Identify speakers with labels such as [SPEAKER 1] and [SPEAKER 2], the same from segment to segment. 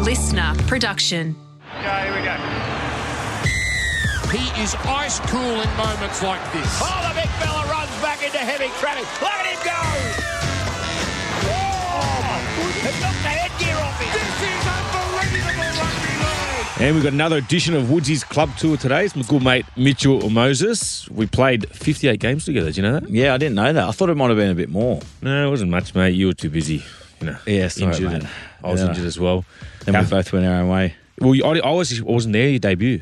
[SPEAKER 1] listener production.
[SPEAKER 2] Okay, here we go.
[SPEAKER 3] He is ice cool in moments like this.
[SPEAKER 2] Oh, the big fella runs back into heavy traffic. Look at him go! Oh, my goodness. He knocked the headgear off him. This is unbelievable rugby league.
[SPEAKER 4] And we've got another edition of Woodsy's Club Tour today. It's my good mate Mitchell Moses. We played 58 games together. Do you know that?
[SPEAKER 5] Yeah, I didn't know that. I thought it might have been a bit more.
[SPEAKER 4] No, it wasn't much, mate. You were too busy. You know,
[SPEAKER 5] Yeah, sorry,
[SPEAKER 4] injured
[SPEAKER 5] mate.
[SPEAKER 4] and I was
[SPEAKER 5] Yeah.
[SPEAKER 4] injured as well.
[SPEAKER 5] Then
[SPEAKER 4] How-
[SPEAKER 5] we both went our own way.
[SPEAKER 4] well, you, I, I was, I wasn't there your debut.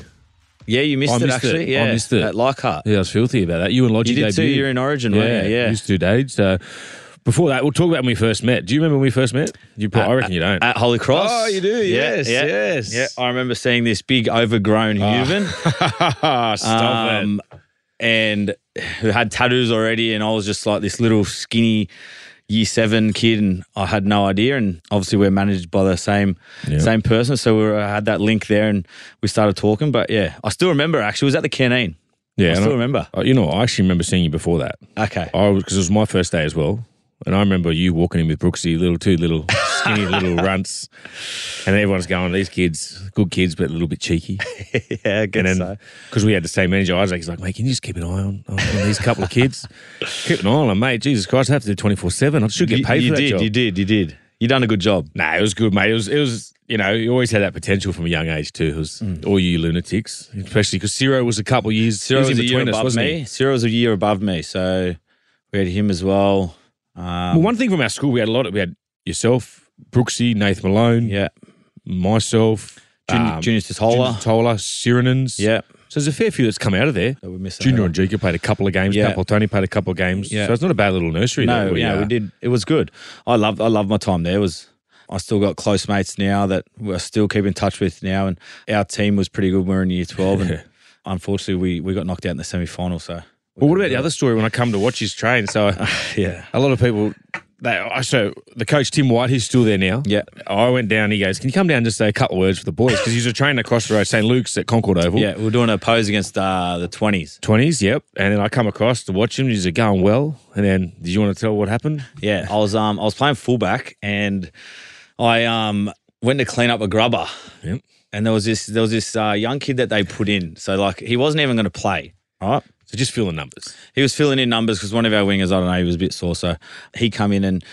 [SPEAKER 5] Yeah, you missed
[SPEAKER 4] I
[SPEAKER 5] it
[SPEAKER 4] missed
[SPEAKER 5] actually.
[SPEAKER 4] it.
[SPEAKER 5] Yeah,
[SPEAKER 4] I missed it.
[SPEAKER 5] At Leichhardt.
[SPEAKER 4] Yeah, I was filthy about that. You and Lodgy
[SPEAKER 5] You did too.
[SPEAKER 4] debuted.
[SPEAKER 5] You were in Origin, weren't you? Yeah.
[SPEAKER 4] you was two days. So Uh, before that, we'll talk about when we first met. Do you remember when we first met? You,
[SPEAKER 5] Uh,
[SPEAKER 4] pro- I reckon you don't.
[SPEAKER 5] At Holy Cross.
[SPEAKER 4] Oh, you do?
[SPEAKER 5] Yeah,
[SPEAKER 4] Yes,
[SPEAKER 5] yeah,
[SPEAKER 4] yes.
[SPEAKER 5] Yeah, I remember seeing this big overgrown human.
[SPEAKER 4] Ah, stop
[SPEAKER 5] um, and who had tattoos already, and I was just like this little skinny year seven kid, and I had no idea. And obviously, we're managed by the same
[SPEAKER 4] Yeah.
[SPEAKER 5] same person, so we were, I had that link there, and we started talking. But yeah, I still remember. Actually, it was at the canteen.
[SPEAKER 4] it. Yeah,
[SPEAKER 5] I
[SPEAKER 4] and
[SPEAKER 5] still remember.
[SPEAKER 4] Uh, You know, I actually remember seeing you before that.
[SPEAKER 5] Okay.
[SPEAKER 4] I was because it was my first day as well, and I remember you walking in with Brooksy, little two little skinny little runts, and everyone's going, "These kids, good kids, but a little bit cheeky."
[SPEAKER 5] yeah, I
[SPEAKER 4] And
[SPEAKER 5] guess
[SPEAKER 4] then because we had the same manager, Isaac, he's like, "Mate, can you just keep an eye on, on, on these couple of kids? keep an eye on them, mate. Jesus Christ, I have to do twenty four seven. I should get
[SPEAKER 5] You,
[SPEAKER 4] paid
[SPEAKER 5] you
[SPEAKER 4] for that
[SPEAKER 5] did.
[SPEAKER 4] job."
[SPEAKER 5] You did. You did. You done a good job.
[SPEAKER 4] Nah, it was good, mate. It was, it was, you know, you always had that potential from a young age too. It was
[SPEAKER 5] Mm.
[SPEAKER 4] all you lunatics, especially because Ciro was a couple of years.
[SPEAKER 5] Ciro
[SPEAKER 4] he
[SPEAKER 5] was,
[SPEAKER 4] was
[SPEAKER 5] a
[SPEAKER 4] in
[SPEAKER 5] year
[SPEAKER 4] between us,
[SPEAKER 5] above
[SPEAKER 4] wasn't
[SPEAKER 5] me.
[SPEAKER 4] he?
[SPEAKER 5] Ciro was a year above me, so we had him as well. Um,
[SPEAKER 4] Well, one thing from our school, we had a lot. Of, we had yourself, Brooksy, Nath Malone,
[SPEAKER 5] yeah,
[SPEAKER 4] myself, um,
[SPEAKER 5] Jun- Junior Totola.
[SPEAKER 4] Junior Totola, Sirenans.
[SPEAKER 5] yeah.
[SPEAKER 4] So there's a fair few that's come out of there.
[SPEAKER 5] That we missed out
[SPEAKER 4] Junior
[SPEAKER 5] on.
[SPEAKER 4] and Jika played a couple of games.
[SPEAKER 5] Yeah.
[SPEAKER 4] Couple, Tony played a couple of games.
[SPEAKER 5] Yeah.
[SPEAKER 4] So it's not a bad little nursery.
[SPEAKER 5] No,
[SPEAKER 4] that we,
[SPEAKER 5] yeah,
[SPEAKER 4] uh,
[SPEAKER 5] we did. It was good. I love, I love my time there. It was I still got close mates now that we're still keep in touch with now, and our team was pretty good. when We were in year twelve, and unfortunately, we we got knocked out in the semi final. So,
[SPEAKER 4] Well, what about the other story when I come to watch his train? So,
[SPEAKER 5] yeah.
[SPEAKER 4] a lot of people. They, I- so the coach Tim White, he's still there now.
[SPEAKER 5] Yeah.
[SPEAKER 4] I went down. He goes, "Can you come down and just say a couple of words for the boys?" Because he's a trainer across the road, St Luke's at Concord Oval.
[SPEAKER 5] yeah, we are doing a pose against uh, the twenties.
[SPEAKER 4] twenties. Yep. And then I come across to watch him. He's going well. And then, did you want to tell what happened?
[SPEAKER 5] Yeah, I was um I was playing fullback and I um went to clean up a grubber.
[SPEAKER 4] Yep.
[SPEAKER 5] And there was this there was this uh, young kid that they put in. So like he wasn't even going to play. Right.
[SPEAKER 4] So just feel the numbers.
[SPEAKER 5] He was filling in numbers because one of our wingers, I don't know, he was a bit sore. So he come in and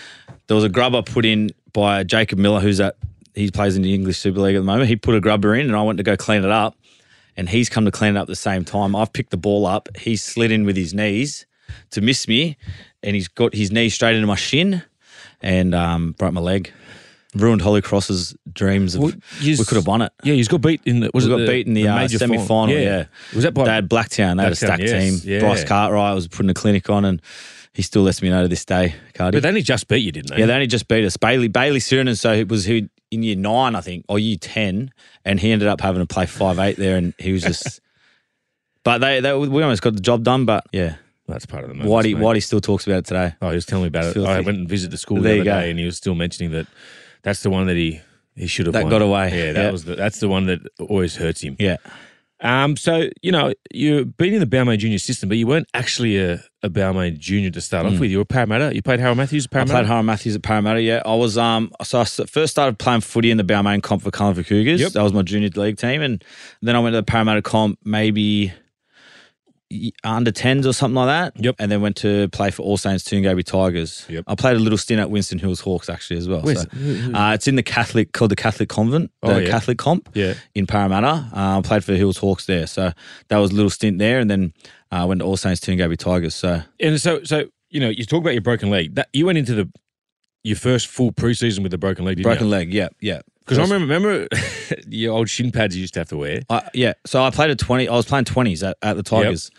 [SPEAKER 5] there was a grubber put in by Jacob Miller, who's at he plays in the English Super League at the moment. He put a grubber in and I went to go clean it up. And he's come to clean it up at the same time. I've picked the ball up. He slid in with his knees to miss me, and he's got his knee straight into my shin and um, broke my leg. Ruined Holy Cross's dreams of we could have won it.
[SPEAKER 4] Yeah, he's got beat in the. Was
[SPEAKER 5] We
[SPEAKER 4] it
[SPEAKER 5] got
[SPEAKER 4] the,
[SPEAKER 5] beaten the, uh,
[SPEAKER 4] major
[SPEAKER 5] semi final. Yeah.
[SPEAKER 4] Was that by?
[SPEAKER 5] they had Blacktown? They had a
[SPEAKER 4] Blacktown,
[SPEAKER 5] stacked
[SPEAKER 4] yes,
[SPEAKER 5] team.
[SPEAKER 4] yeah.
[SPEAKER 5] Bryce Cartwright was putting a clinic on, and he still lets me know to this day, Cardi.
[SPEAKER 4] but they only just beat you, didn't they?
[SPEAKER 5] yeah, they only just beat us. Bailey Bailey Sirenen, so it was who in year nine, I think, or year ten, and he ended up having to play five eight there, and he was just. but they, they we almost got the job done, but yeah,
[SPEAKER 4] that's part of the. Moments,
[SPEAKER 5] Whitey
[SPEAKER 4] mate.
[SPEAKER 5] Whitey still talks about it today.
[SPEAKER 4] Oh, he was telling me about it.
[SPEAKER 5] Filthy.
[SPEAKER 4] I went and visited the school
[SPEAKER 5] There
[SPEAKER 4] the
[SPEAKER 5] you
[SPEAKER 4] other
[SPEAKER 5] go.
[SPEAKER 4] day, and he was still mentioning that that's the one that he he should have
[SPEAKER 5] That
[SPEAKER 4] won.
[SPEAKER 5] got away.
[SPEAKER 4] Yeah, that
[SPEAKER 5] Yeah.
[SPEAKER 4] was the, that's the one that always hurts him.
[SPEAKER 5] Yeah,
[SPEAKER 4] Um, so you know you've been in the Balmain Junior system, but you weren't actually a, a Balmain Junior to start off with. You were Parramatta. You played Harold Matthews.
[SPEAKER 5] Mm.
[SPEAKER 4] at
[SPEAKER 5] I
[SPEAKER 4] Parramatta.
[SPEAKER 5] played Harold Matthews at Parramatta. Yeah, I was um so I s- first started playing footy in the Balmain comp for Carlingford Cougars.
[SPEAKER 4] Yep.
[SPEAKER 5] That was my junior league team, and then I went to the Parramatta comp maybe y- under tens or something like that.
[SPEAKER 4] Yep.
[SPEAKER 5] And then went to play for All Saints Toongabie Tigers.
[SPEAKER 4] Yep.
[SPEAKER 5] I played a little stint at Winston Hills Hawks actually as well.
[SPEAKER 4] Where's
[SPEAKER 5] so, Uh, it's in the Catholic called the Catholic Convent, the
[SPEAKER 4] Oh, yeah.
[SPEAKER 5] Catholic comp
[SPEAKER 4] Yeah.
[SPEAKER 5] in Parramatta. Uh, I played for Hills Hawks there, so that was a little stint there, and then uh, went to All Saints Toongabie Tigers. So
[SPEAKER 4] and so so you know you talk about your broken leg. That you went into the your first full preseason with a broken leg. Didn't
[SPEAKER 5] broken leg. Yeah, yeah.
[SPEAKER 4] Because I remember, remember your old shin pads you used to have to wear.
[SPEAKER 5] I, yeah, so I played a twenty. I was playing twenties at, at the Tigers.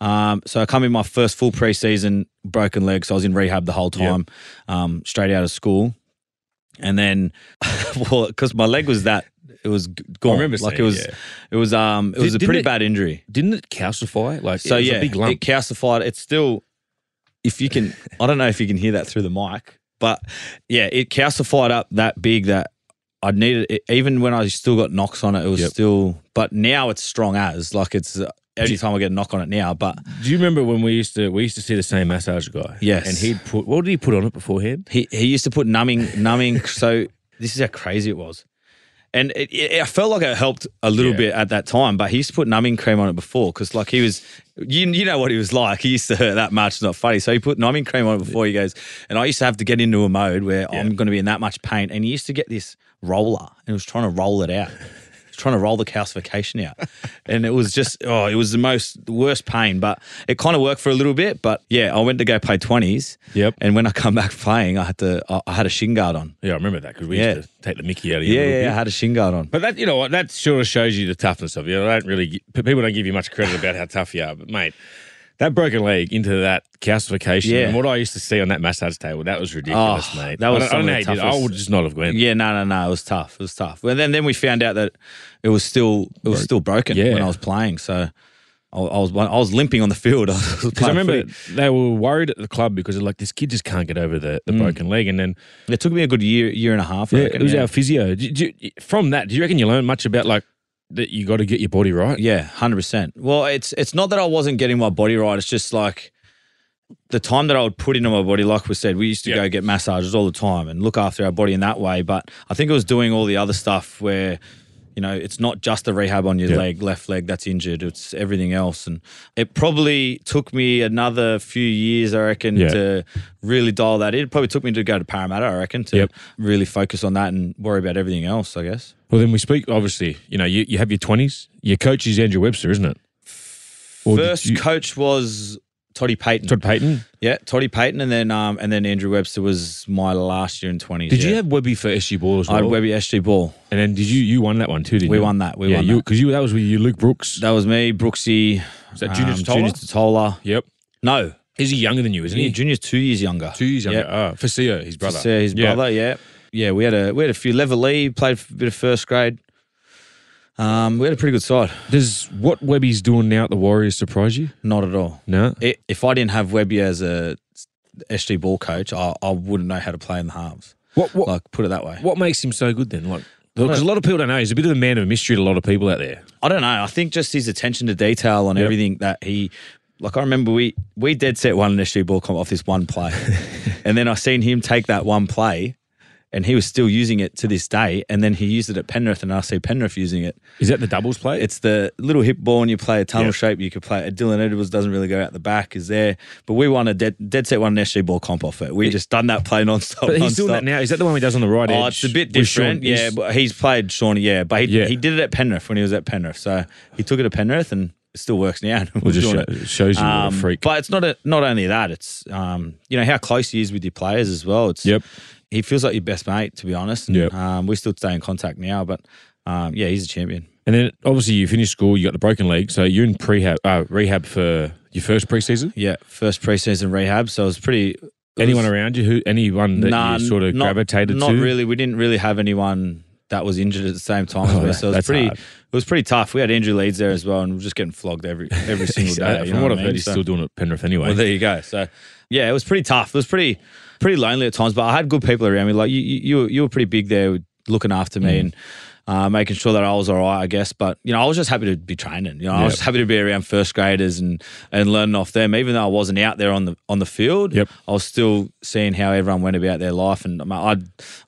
[SPEAKER 5] Um, so I come in my first full preseason, broken leg. So I was in rehab the whole time, um, straight out of school, and then, well, because my leg was that it was g- gone.
[SPEAKER 4] remember
[SPEAKER 5] like
[SPEAKER 4] seeing,
[SPEAKER 5] it was,
[SPEAKER 4] yeah.
[SPEAKER 5] it was, um, it was a
[SPEAKER 4] didn't
[SPEAKER 5] pretty
[SPEAKER 4] it-
[SPEAKER 5] bad injury.
[SPEAKER 4] Didn't it calcify? Like
[SPEAKER 5] So
[SPEAKER 4] it was
[SPEAKER 5] yeah,
[SPEAKER 4] a big
[SPEAKER 5] it
[SPEAKER 4] lump.
[SPEAKER 5] calcified. It's still, if you can, I don't know if you can hear that through the mic, but yeah, it calcified up that big that I needed. It, even when I still got knocks on it, it was
[SPEAKER 4] Yep.
[SPEAKER 5] still. But now it's strong as like it's uh, every time I get a knock on it now. But
[SPEAKER 4] Do you remember when we used to we used to see the same massage guy?
[SPEAKER 5] Yes.
[SPEAKER 4] and he'd put what did he put on it beforehand?
[SPEAKER 5] he he used to put numbing numbing. so this is how crazy it was. And it, it, I felt like it helped a little
[SPEAKER 4] Yeah.
[SPEAKER 5] bit at that time, but he used to put numbing cream on it before because, like, he was, you, you know what he was like. He used to hurt that much, not funny. So he put numbing cream on it before. He goes, and I used to have to get into a mode where I'm going to be in that much pain. And he used to get this roller and was trying to roll it out. He was Trying to roll the calcification out, and it was just oh, it was the most the worst pain. But it kind of worked for a little bit. But yeah, I went to go play twenties.
[SPEAKER 4] Yep.
[SPEAKER 5] And when I come back playing, I had to I, I had a shin guard on.
[SPEAKER 4] Yeah, I remember that because we
[SPEAKER 5] Yeah.
[SPEAKER 4] used to take the Mickey out of you.
[SPEAKER 5] Yeah,
[SPEAKER 4] a little
[SPEAKER 5] yeah,
[SPEAKER 4] bit.
[SPEAKER 5] I had a shin guard on.
[SPEAKER 4] But that, you know what, that sort of shows you the toughness of you. I don't really, gi- people don't give you much credit about how tough you are, but mate, that broken leg into that calcification
[SPEAKER 5] Yeah.
[SPEAKER 4] and what I used to see on that massage table, that was ridiculous,
[SPEAKER 5] Oh,
[SPEAKER 4] mate.
[SPEAKER 5] that was
[SPEAKER 4] I don't, I don't
[SPEAKER 5] some of
[SPEAKER 4] know
[SPEAKER 5] the
[SPEAKER 4] how you did. it. I
[SPEAKER 5] toughest-
[SPEAKER 4] would just not have went.
[SPEAKER 5] Yeah, no, no, no. It was tough. It was tough. And then, then we found out that it was still it was still broken
[SPEAKER 4] Yeah.
[SPEAKER 5] when I was playing. So I, I was I was limping on the field. Because
[SPEAKER 4] Because I remember they were worried at the club because they're like, this kid just can't get over the,
[SPEAKER 5] Mm.
[SPEAKER 4] the broken leg. And then
[SPEAKER 5] it took me a good year year and a half. I reckon,
[SPEAKER 4] it was our physio. Do- do- from that, do you reckon you learn much about like that you got to get your body right?
[SPEAKER 5] Yeah, hundred percent. Well, it's it's not that I wasn't getting my body right. It's just like the time that I would put into my body, like we said, we used to
[SPEAKER 4] Yeah.
[SPEAKER 5] go get massages all the time and look after our body in that way. But I think it was doing all the other stuff where, you know, it's not just the rehab on your leg, left leg that's injured. It's everything else, and it probably took me another few years, I reckon,
[SPEAKER 4] Yeah.
[SPEAKER 5] to really dial that in. It probably took me to go to Parramatta, I reckon, to
[SPEAKER 4] Yep.
[SPEAKER 5] really focus on that and worry about everything else. I guess.
[SPEAKER 4] Well, then we speak, obviously, you know, you, you have your 20s. Your coach is Andrew Webster, isn't it? Or did
[SPEAKER 5] First
[SPEAKER 4] you-
[SPEAKER 5] coach was Toddy Payton.
[SPEAKER 4] Todd Payton.
[SPEAKER 5] Yeah, Toddy Payton, and then um, and then Andrew Webster was my last year in twenties.
[SPEAKER 4] Did
[SPEAKER 5] yeah.
[SPEAKER 4] you have Webby for SG Ball as
[SPEAKER 5] I
[SPEAKER 4] well?
[SPEAKER 5] had Webby SG Ball?
[SPEAKER 4] And then did you you won that one too? Didn't
[SPEAKER 5] We
[SPEAKER 4] you?
[SPEAKER 5] won that, we
[SPEAKER 4] yeah,
[SPEAKER 5] won
[SPEAKER 4] you,
[SPEAKER 5] that.
[SPEAKER 4] because you that was with you, Luke Brooks.
[SPEAKER 5] That was me, Brooksy. Is
[SPEAKER 4] that Junior Totola?
[SPEAKER 5] Junior Totola.
[SPEAKER 4] yep.
[SPEAKER 5] No,
[SPEAKER 4] Is he younger than you? Isn't he?
[SPEAKER 5] Junior's two years younger.
[SPEAKER 4] Two years younger.
[SPEAKER 5] Yeah.
[SPEAKER 4] Ah, Fasio, his brother.
[SPEAKER 5] Yeah, his
[SPEAKER 4] Yeah.
[SPEAKER 5] brother. Yeah, yeah. We had a we had a few. Lever Lee played a bit of first grade. Um, we had a pretty good side.
[SPEAKER 4] Does what Webby's doing now at the Warriors surprise you?
[SPEAKER 5] Not at all.
[SPEAKER 4] No.
[SPEAKER 5] I if I didn't have Webby as a SG Ball coach, I, I wouldn't know how to play in the halves.
[SPEAKER 4] What what
[SPEAKER 5] Like put it that way.
[SPEAKER 4] what makes him so good then? Like because a lot of people don't know, he's a bit of a man of mystery to a lot of people out there.
[SPEAKER 5] I don't know. I think just his attention to detail on everything that he, like I remember we we dead set one initially ball come off this one play, and then I seen him take that one play, and he was still using it to this day. And then he used it at Penrith, and I see Penrith using it.
[SPEAKER 4] Is that the doubles play?
[SPEAKER 5] It's the little hip ball, and you play a tunnel
[SPEAKER 4] Yeah.
[SPEAKER 5] shape. You could play it. Dylan Edwards doesn't really go out the back, is there? But we won a dead, dead set one initially ball comp off it. We just done that play nonstop.
[SPEAKER 4] but he's doing
[SPEAKER 5] nonstop.
[SPEAKER 4] that now. Is that the one he does on the right edge?
[SPEAKER 5] Oh, it's a bit
[SPEAKER 4] with Sean?
[SPEAKER 5] different. Yeah,
[SPEAKER 4] He's-
[SPEAKER 5] but he's played Sean, yeah. But he,
[SPEAKER 4] Yeah.
[SPEAKER 5] he did it at Penrith when he was at Penrith. So he took it to Penrith and it still works now.
[SPEAKER 4] Well, just show- it shows you what a freak.
[SPEAKER 5] Um, But it's not a, not only that, it's um, you know, how close he is with your players as well. It's
[SPEAKER 4] Yep.
[SPEAKER 5] he feels like your best mate, to be honest. And,
[SPEAKER 4] Yep.
[SPEAKER 5] um, we still stay in contact now, but um, yeah, he's a champion.
[SPEAKER 4] and then obviously you finished school, you got the broken leg, so you're in prehab uh, rehab for your first preseason.
[SPEAKER 5] Yeah. First preseason rehab, so it was pretty it
[SPEAKER 4] Anyone
[SPEAKER 5] was-
[SPEAKER 4] around you who anyone that
[SPEAKER 5] Nah,
[SPEAKER 4] you sort of
[SPEAKER 5] not-
[SPEAKER 4] gravitated
[SPEAKER 5] not
[SPEAKER 4] to?
[SPEAKER 5] really. We didn't really have anyone that was injured at the same time as
[SPEAKER 4] Oh,
[SPEAKER 5] me.
[SPEAKER 4] that-
[SPEAKER 5] So it was
[SPEAKER 4] that's
[SPEAKER 5] pretty.
[SPEAKER 4] hard.
[SPEAKER 5] It was pretty tough. We had Andrew Leeds there as well, and we were just getting flogged every every single
[SPEAKER 4] Uh,
[SPEAKER 5] day. you
[SPEAKER 4] from
[SPEAKER 5] know
[SPEAKER 4] what
[SPEAKER 5] I
[SPEAKER 4] I've
[SPEAKER 5] mean?
[SPEAKER 4] heard, he's
[SPEAKER 5] So-
[SPEAKER 4] still doing it at Penrith anyway.
[SPEAKER 5] well, there you go. So, yeah, it was pretty tough. It was pretty, pretty lonely at times. But I had good people around me. Like you, you, you were- you were pretty big there, with looking after me
[SPEAKER 4] Mm.
[SPEAKER 5] and uh, making sure that I was all right, I guess. But you know, I was just happy to be training. You know, I was happy to be around first graders and and learning off them. Even though I wasn't out there on the on the field,
[SPEAKER 4] Yep.
[SPEAKER 5] I was still seeing how everyone went about their life, and um, I,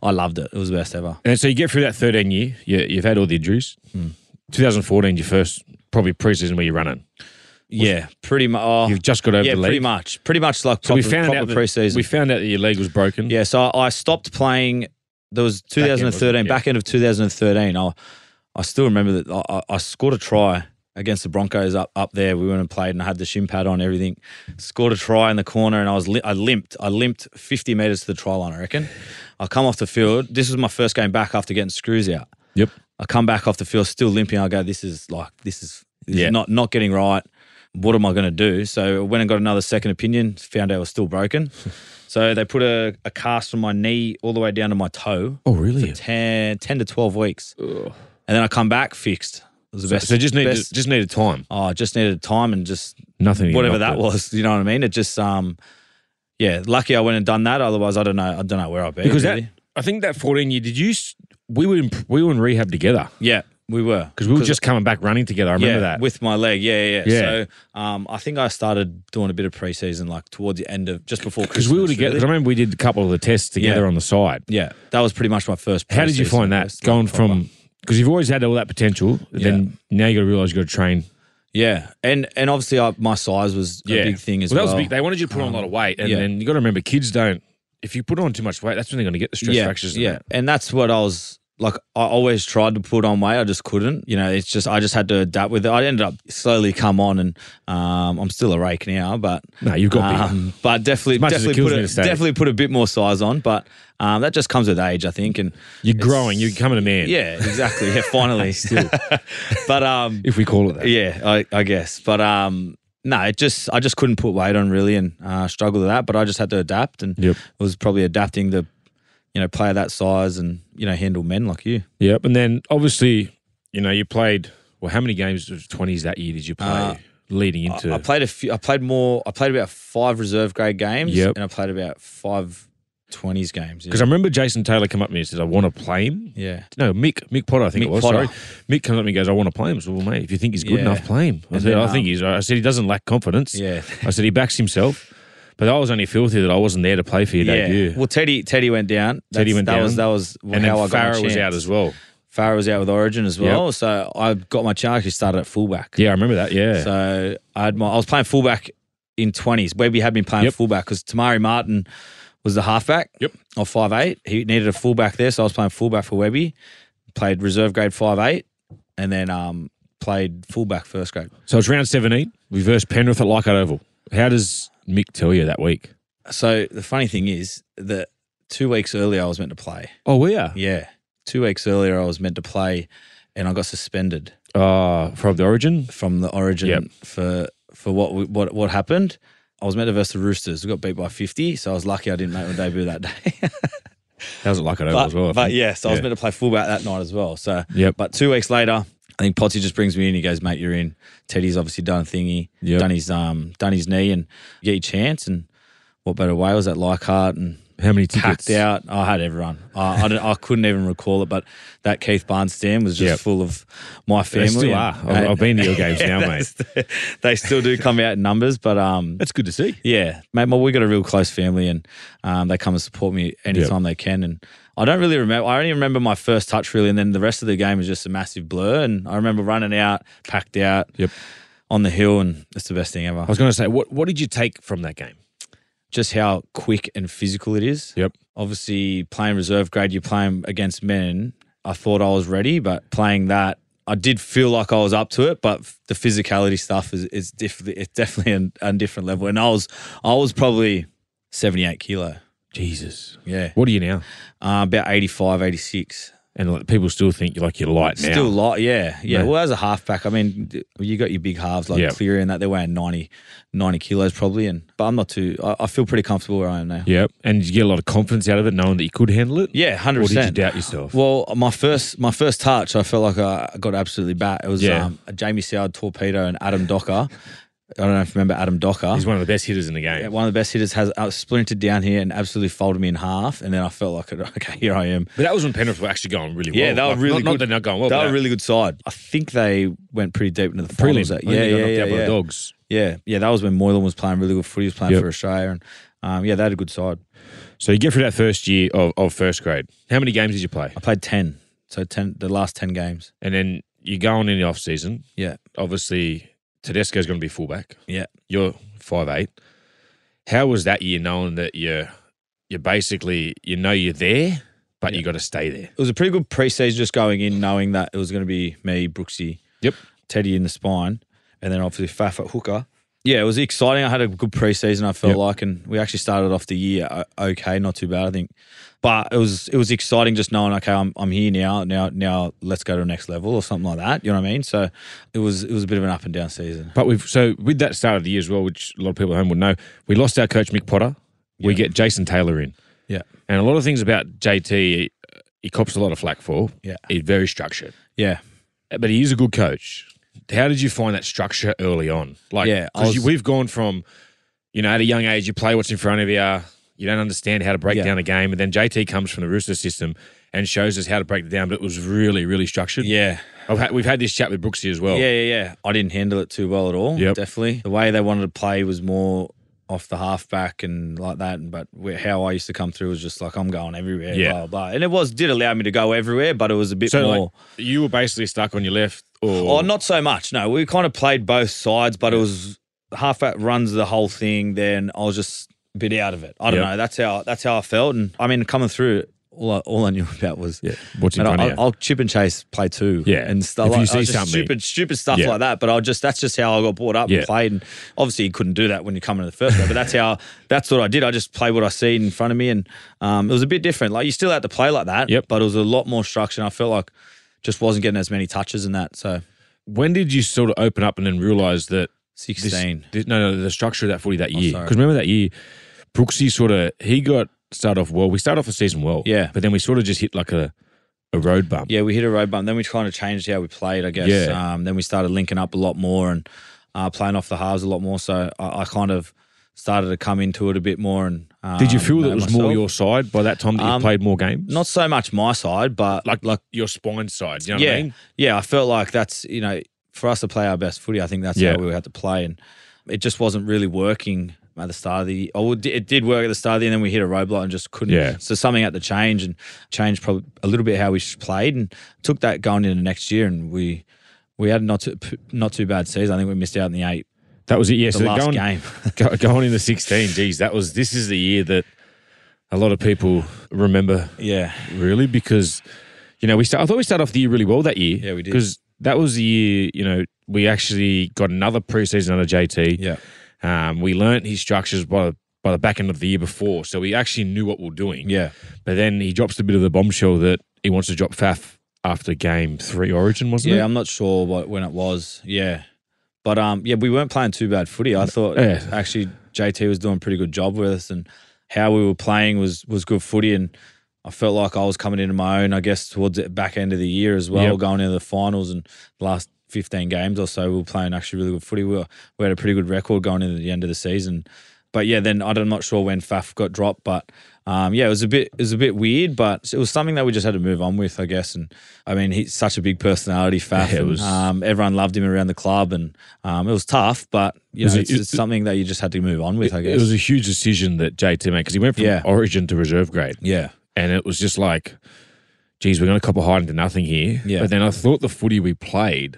[SPEAKER 5] I loved it. It was the best ever.
[SPEAKER 4] And so you get through that 13 year, you, you've had all the injuries.
[SPEAKER 5] Hmm.
[SPEAKER 4] 2014, your first probably preseason where you're running.
[SPEAKER 5] Yeah, pretty much. Oh,
[SPEAKER 4] You've just got over
[SPEAKER 5] yeah,
[SPEAKER 4] the leg.
[SPEAKER 5] pretty much, pretty much like proper,
[SPEAKER 4] So we found,
[SPEAKER 5] proper
[SPEAKER 4] out that,
[SPEAKER 5] preseason.
[SPEAKER 4] we found out that your leg was broken.
[SPEAKER 5] Yeah, so I I stopped playing. There was
[SPEAKER 4] end, wasn't it?
[SPEAKER 5] 2013,
[SPEAKER 4] Yeah.
[SPEAKER 5] back end of 2013. I, I still remember that I, I I scored a try against the Broncos up up there. We went and played, and I had the shin pad on, everything. Scored a try in the corner, and I was li- I limped. I limped 50 meters to the try line. I reckon. I come off the field. This was my first game back after getting screws out.
[SPEAKER 4] Yep.
[SPEAKER 5] I come back off the field still limping. I go, this is like this is, this
[SPEAKER 4] Yeah.
[SPEAKER 5] is not not getting right. What am I going to do? So I went and got another second opinion. Found out it was still broken. so they put a, a cast from my knee all the way down to my toe.
[SPEAKER 4] Oh, really?
[SPEAKER 5] 10, 10 to twelve weeks, and then I come back fixed. It was the best.
[SPEAKER 4] So just needed,
[SPEAKER 5] best-
[SPEAKER 4] just needed time.
[SPEAKER 5] oh, I just needed time and just
[SPEAKER 4] Nothing. to get
[SPEAKER 5] whatever
[SPEAKER 4] knocked
[SPEAKER 5] that
[SPEAKER 4] out.
[SPEAKER 5] was. You know what I mean? It just um, yeah. Lucky I went and done that. Otherwise, I don't know. I don't know where I'd be.
[SPEAKER 4] Because
[SPEAKER 5] really.
[SPEAKER 4] that, I think that 14 year, did you, s- we were in, we were in rehab together
[SPEAKER 5] yeah, we were
[SPEAKER 4] because we were just coming back running together. I remember
[SPEAKER 5] yeah,
[SPEAKER 4] that.
[SPEAKER 5] with my leg. Yeah, yeah. yeah.
[SPEAKER 4] Yeah.
[SPEAKER 5] So um, I think I started doing a bit of preseason like towards the end of just before
[SPEAKER 4] Because
[SPEAKER 5] Christmas.
[SPEAKER 4] we were together.
[SPEAKER 5] really.
[SPEAKER 4] I remember we did a couple of the tests together
[SPEAKER 5] Yeah.
[SPEAKER 4] on the side.
[SPEAKER 5] Yeah, that was pretty much my first.
[SPEAKER 4] How did you
[SPEAKER 5] preseason
[SPEAKER 4] find that
[SPEAKER 5] test, like,
[SPEAKER 4] going
[SPEAKER 5] proper.
[SPEAKER 4] from Because you've always had all that potential. Then now you got to realize you got to train.
[SPEAKER 5] Yeah, and and obviously I, my size was a big thing as well.
[SPEAKER 4] that was big. They wanted you to put on a lot of weight, and
[SPEAKER 5] yeah.
[SPEAKER 4] then you got to remember, kids don't. If you put on too much weight, that's when they're going to get the stress
[SPEAKER 5] yeah,
[SPEAKER 4] fractures. and
[SPEAKER 5] yeah,
[SPEAKER 4] that.
[SPEAKER 5] and that's what I was like. I always tried to put on weight, I just couldn't. You know, it's just I just had to adapt with it. I ended up slowly come on, and um, I'm still a rake now, but
[SPEAKER 4] No, you've got bigger.
[SPEAKER 5] um, but definitely
[SPEAKER 4] much as it
[SPEAKER 5] definitely
[SPEAKER 4] kills
[SPEAKER 5] put
[SPEAKER 4] me
[SPEAKER 5] a,
[SPEAKER 4] to say it.
[SPEAKER 5] definitely put a bit more size on, but um, that just comes with age, I think, and
[SPEAKER 4] You're growing. You're becoming a man.
[SPEAKER 5] yeah, exactly, yeah, finally, still, but um,
[SPEAKER 4] If we call it that.
[SPEAKER 5] Yeah, I, I guess. But um, no, it just I just couldn't put weight on really and uh, struggled with that. But I just had to adapt and
[SPEAKER 4] Yep.
[SPEAKER 5] was probably adapting to, you know, player that size and you know handle men like you.
[SPEAKER 4] Yep. And then obviously, you know, you played. Well, how many games of twenties that year did you play leading into?
[SPEAKER 5] Uh, I played a few. I played more. I played about five reserve grade games.
[SPEAKER 4] Yep.
[SPEAKER 5] and I played about five 20s games. Yeah.
[SPEAKER 4] Because I remember Jason Taylor come up to me and said, "I want to play him."
[SPEAKER 5] yeah.
[SPEAKER 4] No, Mick, Mick Potter, I think
[SPEAKER 5] Mick
[SPEAKER 4] it was.
[SPEAKER 5] Potter.
[SPEAKER 4] Sorry, Mick comes up to me and goes, "I want to play him." I said, "Well, mate, if you think he's good
[SPEAKER 5] Yeah.
[SPEAKER 4] enough, play him." I
[SPEAKER 5] And
[SPEAKER 4] said,
[SPEAKER 5] then,
[SPEAKER 4] "I
[SPEAKER 5] um,
[SPEAKER 4] think he's." right." I said, "He doesn't lack confidence."
[SPEAKER 5] Yeah.
[SPEAKER 4] I said, "He backs himself," but I was only filthy that I wasn't there to play for your
[SPEAKER 5] Yeah.
[SPEAKER 4] debut.
[SPEAKER 5] Well, Teddy Teddy went down.
[SPEAKER 4] Teddy
[SPEAKER 5] That's-
[SPEAKER 4] went
[SPEAKER 5] that
[SPEAKER 4] down.
[SPEAKER 5] Was, that was
[SPEAKER 4] and
[SPEAKER 5] how
[SPEAKER 4] then
[SPEAKER 5] I got my
[SPEAKER 4] Farah was out
[SPEAKER 5] chance.
[SPEAKER 4] as well.
[SPEAKER 5] Farah was out with Origin as well. So I got my chance. He started at fullback.
[SPEAKER 4] Yeah, I remember that. Yeah,
[SPEAKER 5] So I had my, I was playing fullback in twenties. Webby had been playing
[SPEAKER 4] Yep.
[SPEAKER 5] fullback because Tamari Martin was the halfback.
[SPEAKER 4] Yep.
[SPEAKER 5] Or five eight. He needed a fullback there, so I was playing fullback for Webby. Played reserve grade five eight, and then um played fullback first grade.
[SPEAKER 4] so it's round seventeen. We versed Penrith at Leichhardt Oval. How does Mick tell you that week?
[SPEAKER 5] So the funny thing is that two weeks earlier I was meant to play.
[SPEAKER 4] Oh, we are.
[SPEAKER 5] Yeah, two weeks earlier I was meant to play, and I got suspended.
[SPEAKER 4] Uh, from the origin.
[SPEAKER 5] from the origin
[SPEAKER 4] Yep.
[SPEAKER 5] for for what we- what what happened. I was meant to verse the Roosters. We got beat by fifty, so I was lucky I didn't make my debut that day.
[SPEAKER 4] That was at Leichhardt Oval
[SPEAKER 5] but,
[SPEAKER 4] as well. I
[SPEAKER 5] but
[SPEAKER 4] think.
[SPEAKER 5] yeah, so I was meant to play fullback that night as well. So
[SPEAKER 4] Yep.
[SPEAKER 5] But two weeks later, I think Potsy just brings me in. He goes, "Mate, you're in." Teddy's obviously done a thingy,
[SPEAKER 4] Yep.
[SPEAKER 5] done his um, done his knee, and get your chance. And what better way was that Leichhardt and
[SPEAKER 4] How many tickets?
[SPEAKER 5] packed out. I had everyone. I I, don't, I couldn't even recall it, but that Keith Barnes stand was just
[SPEAKER 4] Yep.
[SPEAKER 5] full of my
[SPEAKER 4] They
[SPEAKER 5] family.
[SPEAKER 4] still
[SPEAKER 5] and-
[SPEAKER 4] are. I've, I've been to your games now, mate.
[SPEAKER 5] they still do come out in numbers, but um,
[SPEAKER 4] That's good to see.
[SPEAKER 5] yeah, mate. Well, we got a real close family, and um, they come and support me anytime they can. And I don't really remember. I only remember my first touch really, and then the rest of the game is just a massive blur. And I remember running out, packed out,
[SPEAKER 4] Yep.
[SPEAKER 5] on the hill, and it's the best thing ever.
[SPEAKER 4] I was going to say, what what did you take from that game?
[SPEAKER 5] Just how quick and physical it is.
[SPEAKER 4] Yep.
[SPEAKER 5] obviously playing reserve grade, you're playing against men. I thought I was ready, but playing that, I did feel like I was up to it. But f- the physicality stuff is is diff- it's definitely an, a different level. And I was I was probably 78 kilo.
[SPEAKER 4] Jesus.
[SPEAKER 5] Yeah,
[SPEAKER 4] What are you now?
[SPEAKER 5] uh, about 85, 86.
[SPEAKER 4] And like, people still think you're like you're light now.
[SPEAKER 5] Still a lot, yeah, yeah.
[SPEAKER 4] Yeah.
[SPEAKER 5] Well, as a halfback, I mean, d- you got your big halves like
[SPEAKER 4] Yeah.
[SPEAKER 5] Cleary and that. They're weighing 90, 90 kilos probably, and but I'm not too. I, I feel pretty comfortable where I am now.
[SPEAKER 4] Yep. And did you get a lot of confidence out of it, knowing that you could handle it.
[SPEAKER 5] Yeah, hundred
[SPEAKER 4] Or did
[SPEAKER 5] percent.
[SPEAKER 4] you doubt yourself?
[SPEAKER 5] Well, my first my first touch, I felt like I got absolutely bat. It was
[SPEAKER 4] Yeah.
[SPEAKER 5] um, a Jamie Soward torpedo and Adam Docker. I don't know if you remember Adam Docker.
[SPEAKER 4] He's one of the best hitters in the game.
[SPEAKER 5] Yeah, one of the best hitters has uh, splintered down here and absolutely folded me in half. And then I felt like, okay, here I am.
[SPEAKER 4] But that was when Penrith were actually going really well.
[SPEAKER 5] Yeah, they were
[SPEAKER 4] Like,
[SPEAKER 5] really
[SPEAKER 4] not, Not
[SPEAKER 5] good.
[SPEAKER 4] that they're not going well.
[SPEAKER 5] they
[SPEAKER 4] but
[SPEAKER 5] were a
[SPEAKER 4] that
[SPEAKER 5] really good side. I think they went pretty deep into the
[SPEAKER 4] prelim.
[SPEAKER 5] finals.
[SPEAKER 4] I
[SPEAKER 5] That,
[SPEAKER 4] think
[SPEAKER 5] yeah,
[SPEAKER 4] they got
[SPEAKER 5] yeah,
[SPEAKER 4] knocked
[SPEAKER 5] yeah,
[SPEAKER 4] out by
[SPEAKER 5] yeah.
[SPEAKER 4] the dogs.
[SPEAKER 5] yeah, yeah. That was when Moylan was playing really good footy. He was playing
[SPEAKER 4] Yep.
[SPEAKER 5] for Australia, and um, yeah, they had a good side.
[SPEAKER 4] So you get through that first year of, of first grade. How many games did you play?
[SPEAKER 5] I played ten, so ten the last ten games.
[SPEAKER 4] And then you're going in the off season.
[SPEAKER 5] Yeah,
[SPEAKER 4] Obviously, Tedesco's going to be fullback.
[SPEAKER 5] yeah.
[SPEAKER 4] You're five eight. How was that year knowing that you're you're basically you know you're there, but you got to stay there.
[SPEAKER 5] it was a pretty good preseason just going in, knowing that it was going to be me, Brooksy,
[SPEAKER 4] Yep.
[SPEAKER 5] Teddy in the spine, and then obviously Faf at hooker. Yeah, it was exciting. I had a good preseason. I felt
[SPEAKER 4] Yep.
[SPEAKER 5] like, and we actually started off the year o- okay, not too bad, I think. But it was it was exciting just knowing, okay, I'm, I'm here now. Now now let's go to the next level or something like that. You know what I mean? So it was it was a bit of an up and down season.
[SPEAKER 4] But we've so with that start of the year as well, which a lot of people at home would know, we lost our coach Mick Potter. We get Jason Taylor in,
[SPEAKER 5] Yeah,
[SPEAKER 4] and a lot of things about JT, he cops a lot of flack for.
[SPEAKER 5] Yeah.
[SPEAKER 4] he's very structured,
[SPEAKER 5] yeah.
[SPEAKER 4] but he is a good coach. How did you find that structure early on? Like,
[SPEAKER 5] Yeah, I
[SPEAKER 4] 'cause
[SPEAKER 5] was-
[SPEAKER 4] you- we've gone from, you know, at a young age, you play what's in front of you, you don't understand how to break
[SPEAKER 5] Yeah.
[SPEAKER 4] down a game, and then JT comes from the Rooster system and shows us how to break it down. But it was really, really structured.
[SPEAKER 5] Yeah,
[SPEAKER 4] I've had, we've had this chat with Brooksy as well.
[SPEAKER 5] Yeah, yeah, yeah. I didn't handle it too well at all.
[SPEAKER 4] Yep.
[SPEAKER 5] Definitely. The way they wanted to play was more off the halfback and like that. And But where, how I used to come through was just like I'm going everywhere,
[SPEAKER 4] Yeah.
[SPEAKER 5] blah blah. And it was did allow me to go everywhere, but it was a bit
[SPEAKER 4] So
[SPEAKER 5] more.
[SPEAKER 4] like, you were basically stuck on your left,
[SPEAKER 5] Oh,
[SPEAKER 4] or
[SPEAKER 5] not so much. No, we kind of played both sides, but it was halfback runs the whole thing. Then I was just a bit out of it. I don't
[SPEAKER 4] Yep.
[SPEAKER 5] know. That's how that's how I felt. And I mean, coming through, all I, all I knew about was
[SPEAKER 4] Yeah, what's in
[SPEAKER 5] And
[SPEAKER 4] front of
[SPEAKER 5] I'll,
[SPEAKER 4] you.
[SPEAKER 5] I'll chip and chase play two.
[SPEAKER 4] Yeah,
[SPEAKER 5] and stuff.
[SPEAKER 4] if you
[SPEAKER 5] like, I
[SPEAKER 4] see
[SPEAKER 5] was just
[SPEAKER 4] something.
[SPEAKER 5] stupid, stupid stuff
[SPEAKER 4] Yeah.
[SPEAKER 5] like that. But I just that's just how I got brought up
[SPEAKER 4] Yeah.
[SPEAKER 5] and played. And obviously, you couldn't do that when you come in the first round. But that's how that's what I did. I just played what I see in front of me, and um, it was a bit different. Like you still had to play like that.
[SPEAKER 4] Yep.
[SPEAKER 5] But it was a lot more structure. And I felt like just wasn't getting as many touches in that. So
[SPEAKER 4] when did you sort of open up and then realize that this,
[SPEAKER 5] 16.
[SPEAKER 4] this- no, no, the structure of that footy that year?
[SPEAKER 5] Oh, sorry.
[SPEAKER 4] Because remember that year, Brooksy sort of he got started off well. We started off the season well,
[SPEAKER 5] Yeah.
[SPEAKER 4] but then we sort of just hit like a a road bump.
[SPEAKER 5] yeah, we hit a road bump. Then we kind of changed how we played, I guess.
[SPEAKER 4] Yeah.
[SPEAKER 5] Um, then we started linking up a lot more and uh, playing off the halves a lot more. So I, I kind of started to come into it a bit more. And um,
[SPEAKER 4] Did you feel that
[SPEAKER 5] know
[SPEAKER 4] it was
[SPEAKER 5] myself.
[SPEAKER 4] more your side by that time that you
[SPEAKER 5] Um,
[SPEAKER 4] played more games?
[SPEAKER 5] not so much my side, but
[SPEAKER 4] like like your spine side. You know
[SPEAKER 5] yeah,
[SPEAKER 4] what I mean?
[SPEAKER 5] yeah. I felt like that's you know for us to play our best footy, I think that's
[SPEAKER 4] Yeah.
[SPEAKER 5] how we had to play, and it just wasn't really working at the start of the. Oh, it did- it did work at the start of the, year, and then we hit a roadblock and just couldn't.
[SPEAKER 4] Yeah.
[SPEAKER 5] So something had to change and change probably a little bit how we sh- played, and took that going into next year, and we we had not too, p- not too bad season. I think we missed out in the eight,
[SPEAKER 4] That was it. Yeah,
[SPEAKER 5] the
[SPEAKER 4] so
[SPEAKER 5] last
[SPEAKER 4] going
[SPEAKER 5] game.
[SPEAKER 4] go, going in the sixteen. Geez, that was this is the year that a lot of people remember
[SPEAKER 5] yeah,
[SPEAKER 4] really because you know we start, I thought we started off the year really well that year.
[SPEAKER 5] Yeah, we did.
[SPEAKER 4] because that was the year you know we actually got another preseason under JT.
[SPEAKER 5] yeah,
[SPEAKER 4] Um, we learnt his structures by by the back end of the year before, so we actually knew what we were doing.
[SPEAKER 5] yeah,
[SPEAKER 4] but then he drops a bit of the bombshell that he wants to drop Faf after game three Origin, wasn't
[SPEAKER 5] yeah.
[SPEAKER 4] it?
[SPEAKER 5] I'm not sure what when it was. Yeah. But um, yeah, we weren't playing too bad footy. I thought
[SPEAKER 4] Yeah.
[SPEAKER 5] actually JT was doing a pretty good job with us, and how we were playing was was good footy. And I felt like I was coming into my own, I guess, towards the back end of the year as well,
[SPEAKER 4] Yep.
[SPEAKER 5] going into the finals and the last 15 games or so. We were playing actually really good footy. We, were, we had a pretty good record going into the end of the season. But yeah, then I don't- I'm not sure when Faf got dropped, but um, yeah, it was a bit it was a bit weird, but it was something that we just had to move on with, I guess. And I mean, he's such a big personality, Faf.
[SPEAKER 4] Yeah, it
[SPEAKER 5] and,
[SPEAKER 4] was-
[SPEAKER 5] um, everyone loved him around the club, and um, it was tough, but you
[SPEAKER 4] Was
[SPEAKER 5] know,
[SPEAKER 4] it-
[SPEAKER 5] it's, it's something that you just had to move on with, I guess.
[SPEAKER 4] It was a huge decision that JT made because he went from
[SPEAKER 5] Yeah.
[SPEAKER 4] Origin to reserve grade.
[SPEAKER 5] yeah,
[SPEAKER 4] and it was just like, geez, we're going to cop a hide into nothing here.
[SPEAKER 5] Yeah.
[SPEAKER 4] But then I thought the footy we played,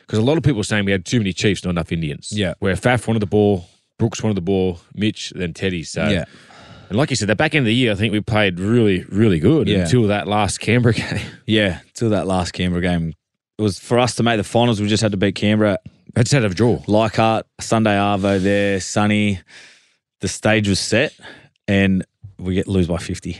[SPEAKER 4] because a lot of people were saying we had too many Chiefs, not enough Indians.
[SPEAKER 5] Yeah.
[SPEAKER 4] Where Faf wanted the ball, Brooks wanted the ball, Mitch, then Teddy. So,
[SPEAKER 5] yeah,
[SPEAKER 4] and like you said, the back end of the year, I think we played really, really good
[SPEAKER 5] Yeah.
[SPEAKER 4] until that last Canberra game.
[SPEAKER 5] yeah. Till that last Canberra game, it was for us to make the finals. We just had to beat Canberra.
[SPEAKER 4] I just had a draw.
[SPEAKER 5] Leichhardt, Sunday Arvo, there, sunny. The stage was set, and we get lose by fifty.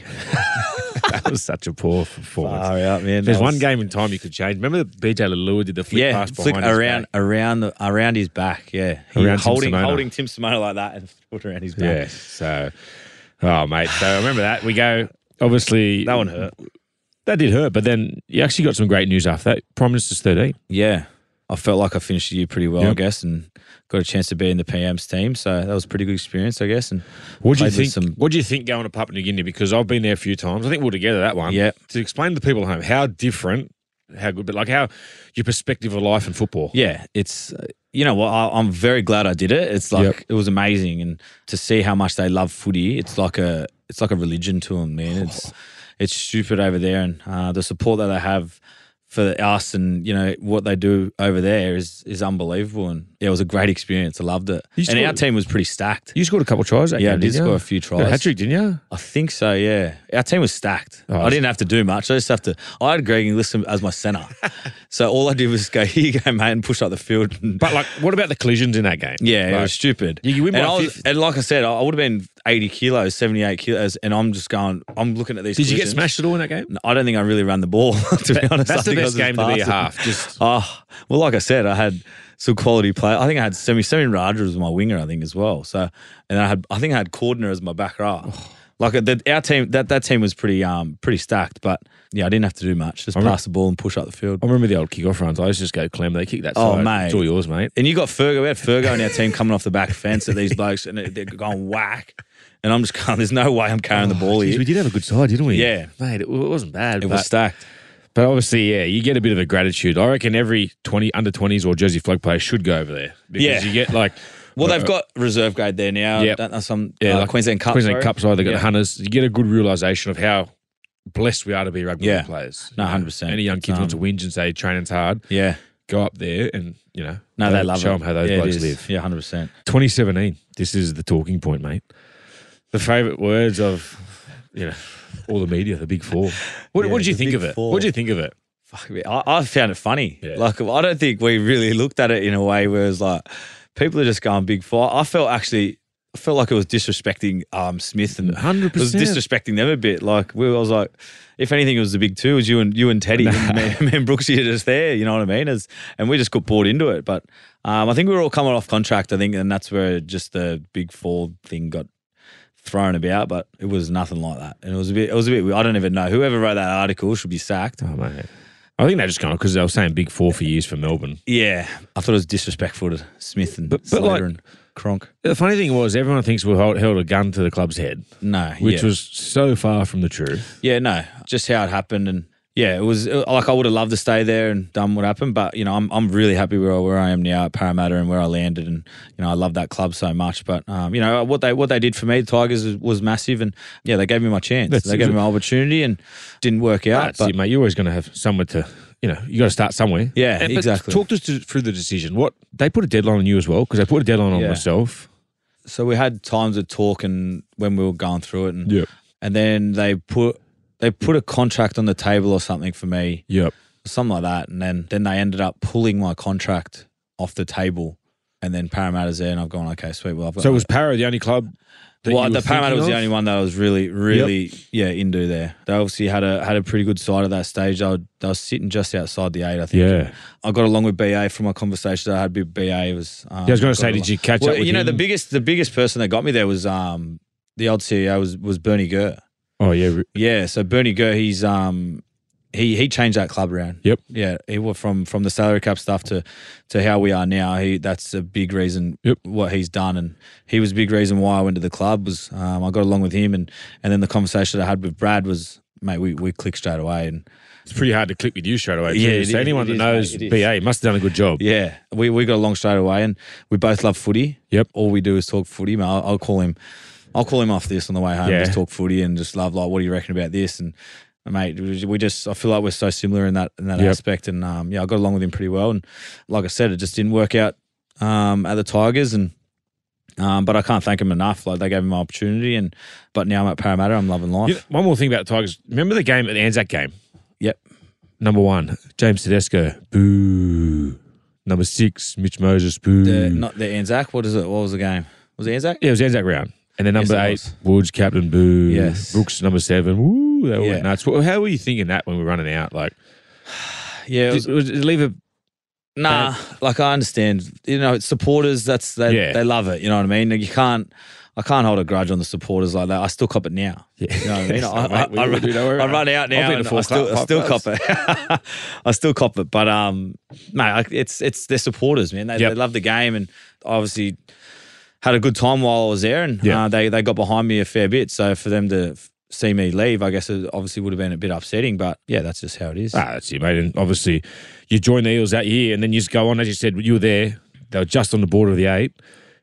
[SPEAKER 4] That was such a poor performance.
[SPEAKER 5] Far out, man.
[SPEAKER 4] There's
[SPEAKER 5] That
[SPEAKER 4] one
[SPEAKER 5] was-
[SPEAKER 4] game in time you could change. Remember BJ Lelua did the flick
[SPEAKER 5] Yeah,
[SPEAKER 4] pass
[SPEAKER 5] flick
[SPEAKER 4] behind his
[SPEAKER 5] around,
[SPEAKER 4] back?
[SPEAKER 5] around, the, around his back. Yeah, He-
[SPEAKER 4] Around Tim
[SPEAKER 5] holding,
[SPEAKER 4] Simona.
[SPEAKER 5] holding Tim Simona like that and put around his back.
[SPEAKER 4] Yeah. So, oh mate. So I remember that. We go. Obviously,
[SPEAKER 5] That one hurt.
[SPEAKER 4] That did hurt, but then you actually got some great news after that. Prime Minister's 13.
[SPEAKER 5] Yeah. I felt like I finished the year pretty well, I
[SPEAKER 4] Yep.
[SPEAKER 5] guess, and got a chance to be in the PM's team. So that was a pretty good experience, I guess. And
[SPEAKER 4] What do you
[SPEAKER 5] played with
[SPEAKER 4] think?
[SPEAKER 5] some-
[SPEAKER 4] What do you think going to Papua New Guinea? Because I've been there a few times. I think we're together that one.
[SPEAKER 5] Yep.
[SPEAKER 4] To explain to the people at home how different, how good, but like how your perspective of life and football.
[SPEAKER 5] yeah, it's uh, you know what I, I'm very glad I did it. It's like
[SPEAKER 4] Yep.
[SPEAKER 5] it was amazing, and to see how much they love footy, it's like a it's like a religion to them, man.
[SPEAKER 4] Oh.
[SPEAKER 5] It's it's stupid over there, and uh, the support that they have for us, and you know what they do over there is is unbelievable. And yeah, it was a great experience. I loved it,
[SPEAKER 4] You
[SPEAKER 5] and
[SPEAKER 4] scored-
[SPEAKER 5] our team was pretty stacked.
[SPEAKER 4] You scored a couple of tries. That
[SPEAKER 5] Yeah, I
[SPEAKER 4] game,
[SPEAKER 5] did
[SPEAKER 4] didn't
[SPEAKER 5] score
[SPEAKER 4] you?
[SPEAKER 5] a few
[SPEAKER 4] You got a hat
[SPEAKER 5] tries.
[SPEAKER 4] trick, didn't you?
[SPEAKER 5] I think so, yeah. Our team was stacked. I didn't have to do much. I just have to. I had Greg Inglis as my centre, so all I did was go, "Here you go, mate," and push up the field. And,
[SPEAKER 4] But like, what about the collisions in that game?
[SPEAKER 5] yeah, it
[SPEAKER 4] Like,
[SPEAKER 5] was stupid.
[SPEAKER 4] You- you win
[SPEAKER 5] and,
[SPEAKER 4] by
[SPEAKER 5] I was,
[SPEAKER 4] 50.
[SPEAKER 5] and like I said, I would have been eighty kilos, seventy-eight kilos, and I'm just going. I'm looking at these.
[SPEAKER 4] did you get
[SPEAKER 5] collisions.
[SPEAKER 4] smashed at all in that game?
[SPEAKER 5] No, I don't think I really ran the ball. To be honest, I
[SPEAKER 4] That's the
[SPEAKER 5] think I
[SPEAKER 4] best
[SPEAKER 5] was
[SPEAKER 4] game
[SPEAKER 5] just
[SPEAKER 4] to be a
[SPEAKER 5] passing.
[SPEAKER 4] half. Just
[SPEAKER 5] Oh, well, like I said, I had some quality play. I think I had Semi Semi Raja as my winger, I think as well. So, and then I had I think I had Cordner as my back row.
[SPEAKER 4] Oh.
[SPEAKER 5] Like the, our team, that, that team was pretty um pretty stacked, but yeah, I didn't have to do much. Just
[SPEAKER 4] re-
[SPEAKER 5] pass the ball and push up the field.
[SPEAKER 4] I remember the old kickoff runs. I used to just go Clem. They kick that.
[SPEAKER 5] Oh,
[SPEAKER 4] side.
[SPEAKER 5] mate.
[SPEAKER 4] it's all yours, mate.
[SPEAKER 5] And you got Fergo. We had Fergo and our team coming off the back fence at these blokes, and they're going whack. And I'm just going. There's no way I'm carrying the ball
[SPEAKER 4] Jeez,
[SPEAKER 5] here.
[SPEAKER 4] Oh, we did have a good side, didn't we?
[SPEAKER 5] Yeah.
[SPEAKER 4] mate. It, it wasn't bad.
[SPEAKER 5] It was stacked.
[SPEAKER 4] But obviously, yeah, you get a bit of a gratitude. I reckon every twenty under twenties or Jersey flag player should go over there because
[SPEAKER 5] Yeah.
[SPEAKER 4] you get like
[SPEAKER 5] Well, they've got reserve grade there now.
[SPEAKER 4] Uh, Yep.
[SPEAKER 5] Don't know some
[SPEAKER 4] yeah,
[SPEAKER 5] uh,
[SPEAKER 4] like
[SPEAKER 5] Queensland Cup.
[SPEAKER 4] Queensland
[SPEAKER 5] sorry.
[SPEAKER 4] Cup side, they got
[SPEAKER 5] Yeah.
[SPEAKER 4] the Hunters. You get a good realization of how blessed we are to be rugby
[SPEAKER 5] Yeah.
[SPEAKER 4] league players.
[SPEAKER 5] No,
[SPEAKER 4] You know,
[SPEAKER 5] 100%.
[SPEAKER 4] Any young
[SPEAKER 5] It's,
[SPEAKER 4] kids want to
[SPEAKER 5] um,
[SPEAKER 4] whinge and say training's hard.
[SPEAKER 5] Yeah.
[SPEAKER 4] Go up there and you know,
[SPEAKER 5] No, they love
[SPEAKER 4] show
[SPEAKER 5] it.
[SPEAKER 4] them how those
[SPEAKER 5] yeah, it
[SPEAKER 4] blokes
[SPEAKER 5] is.
[SPEAKER 4] live.
[SPEAKER 5] Yeah, 100%.
[SPEAKER 4] 2017. This is the talking point, mate. The favourite words of you know all the media, the big four. What,
[SPEAKER 5] Yeah,
[SPEAKER 4] what did you
[SPEAKER 5] the
[SPEAKER 4] think
[SPEAKER 5] big
[SPEAKER 4] of it?
[SPEAKER 5] four.
[SPEAKER 4] What did you think of it?
[SPEAKER 5] Fuck me. I, I found it funny.
[SPEAKER 4] Yeah.
[SPEAKER 5] Like, I don't think we really looked at it in a way where it's like people are just going big fight. I felt actually, I felt like it was disrespecting um, Smith and
[SPEAKER 4] 100%.
[SPEAKER 5] It was disrespecting them a bit. Like, we, I was like, if anything, it was the big two. It was you and you and Teddy. and me, me and Brooksy are just there. You know what I mean? It's, and we just got bored into it. But um, I think we were all coming off contract. I think, and that's where just the big four thing got thrown about. But it was nothing like that. And it was a bit. It was a bit. weird. I don't even know. Whoever wrote that article should be sacked.
[SPEAKER 4] Oh, mate. I think they're just going because they were saying big four for years for Melbourne.
[SPEAKER 5] Yeah, I thought it was disrespectful to Smith and
[SPEAKER 4] But- but
[SPEAKER 5] Slater
[SPEAKER 4] like-
[SPEAKER 5] and Cronk.
[SPEAKER 4] The funny thing was, everyone thinks we held, held a gun to the club's head,
[SPEAKER 5] No,
[SPEAKER 4] which
[SPEAKER 5] yeah.
[SPEAKER 4] was so far from the truth.
[SPEAKER 5] yeah, no, just how it happened, and yeah, it was uh, like I would have loved to stay there and done what happened, but you know, I'm I'm really happy where I, where I am now at Parramatta and where I landed, and you know, I love that club so much. But um, you know, what they what they did for me, the Tigers was, was massive, and yeah, they gave me my chance,
[SPEAKER 4] That's-
[SPEAKER 5] they gave me my opportunity, and didn't work out.
[SPEAKER 4] That's
[SPEAKER 5] Ah, but
[SPEAKER 4] it, mate. You're always going to have somewhere to, you know, you got to start somewhere.
[SPEAKER 5] Yeah,
[SPEAKER 4] but
[SPEAKER 5] exactly.
[SPEAKER 4] Talk us to- through the decision. What they put a deadline on you as well because they put a deadline on
[SPEAKER 5] Yeah.
[SPEAKER 4] myself.
[SPEAKER 5] so we had times of talk and when we were going through it, and
[SPEAKER 4] Yep.
[SPEAKER 5] and then they put they put a contract on the table or something for me.
[SPEAKER 4] Yep.
[SPEAKER 5] something like that. And then then they ended up pulling my contract off the table. And then Parramatta's there, and I've gone, okay, sweet. Well, I've got
[SPEAKER 4] So was Para the only club? That
[SPEAKER 5] well,
[SPEAKER 4] you
[SPEAKER 5] the
[SPEAKER 4] were
[SPEAKER 5] Parramatta
[SPEAKER 4] thinking
[SPEAKER 5] was the
[SPEAKER 4] of?
[SPEAKER 5] only one that I was really, really, yeah, into there. They obviously had a had a pretty good side at that stage. They were, they were sitting just outside the eight, I think.
[SPEAKER 4] Yeah.
[SPEAKER 5] I got along with BA from my conversation I had with BA. It was um,
[SPEAKER 4] Yeah, I was going to say,
[SPEAKER 5] got
[SPEAKER 4] did
[SPEAKER 5] along-
[SPEAKER 4] you catch
[SPEAKER 5] well,
[SPEAKER 4] up? With
[SPEAKER 5] you know, the
[SPEAKER 4] him?
[SPEAKER 5] biggest the biggest person that got me there was um the old CEO was was Bernie Gurr.
[SPEAKER 4] Oh yeah.
[SPEAKER 5] Yeah, so Bernie Gurr, he's um he he changed that club around.
[SPEAKER 4] Yep.
[SPEAKER 5] Yeah, he went from from the salary cap stuff to to how we are now. He that's a big reason
[SPEAKER 4] Yep.
[SPEAKER 5] what he's done, and he was a big reason why I went to the club. Was um, I got along with him, and and then the conversation I had with Brad was, mate, we we clicked straight away, and
[SPEAKER 4] It's pretty hard to click with you straight away.
[SPEAKER 5] Yeah,
[SPEAKER 4] too.
[SPEAKER 5] it
[SPEAKER 4] so
[SPEAKER 5] is-
[SPEAKER 4] anyone
[SPEAKER 5] it
[SPEAKER 4] that
[SPEAKER 5] is,
[SPEAKER 4] knows
[SPEAKER 5] mate, it is.
[SPEAKER 4] BA must have done a good job.
[SPEAKER 5] Yeah, we, we got along straight away, and we both love footy.
[SPEAKER 4] Yep.
[SPEAKER 5] All we do is talk footy. Man, I'll, I'll call him. I'll call him off this on the way home.
[SPEAKER 4] Yeah.
[SPEAKER 5] Just talk footy and just love like, what do you reckon about this? And mate, we we just I feel like we're so similar in that in that
[SPEAKER 4] Yep.
[SPEAKER 5] aspect. And um, yeah, I got along with him pretty well. And like I said, it just didn't work out um, at the Tigers. And um, but I can't thank him enough. Like they gave him an opportunity. And but now I'm at Parramatta. I'm loving life.
[SPEAKER 4] You know, one more thing about the Tigers. Remember the game at the Anzac game?
[SPEAKER 5] Yep.
[SPEAKER 4] Number one, James Tedesco. Boo. Number six, Mitch Moses. Boo.
[SPEAKER 5] The, not the Anzac. What is it? What was the game? Was it Anzac?
[SPEAKER 4] Mm. yeah, it was Anzac round. And then
[SPEAKER 5] Yes,
[SPEAKER 4] number
[SPEAKER 5] it
[SPEAKER 4] eight,
[SPEAKER 5] was.
[SPEAKER 4] Woods, captain. Boo.
[SPEAKER 5] Yes.
[SPEAKER 4] Brooks, number seven. Woo. They all
[SPEAKER 5] Yeah.
[SPEAKER 4] went nuts. Well, how were you thinking that when we were running out? Like,
[SPEAKER 5] Yeah, it was
[SPEAKER 4] did, was, did it leave a
[SPEAKER 5] Nah, like I understand. You know, it's supporters. That's they.
[SPEAKER 4] Yeah.
[SPEAKER 5] They love it. You know what I mean. Like, You can't. I can't hold a grudge on the supporters like that. I still cop it now. Yeah. You know what I mean?
[SPEAKER 4] It's
[SPEAKER 5] I,
[SPEAKER 4] not, mate, we
[SPEAKER 5] I, I,
[SPEAKER 4] all
[SPEAKER 5] run-
[SPEAKER 4] do, don't worry.
[SPEAKER 5] I run out
[SPEAKER 4] I've
[SPEAKER 5] now.
[SPEAKER 4] been to
[SPEAKER 5] and
[SPEAKER 4] four
[SPEAKER 5] I still,
[SPEAKER 4] club-
[SPEAKER 5] I still
[SPEAKER 4] club
[SPEAKER 5] cop it. I still cop it. But um, mate, like, it's it's their supporters, man. They,
[SPEAKER 4] Yep.
[SPEAKER 5] they love the game, and obviously had a good time while I was there, and
[SPEAKER 4] Yeah.
[SPEAKER 5] uh, they they got behind me a fair bit. So for them to f- see me leave, I guess it obviously would have been a bit upsetting. But yeah, that's just how it is.
[SPEAKER 4] Ah, that's it, mate. And obviously, you join the Eels that year, and then you just go on. As you said, you were there. They were just on the border of the eight,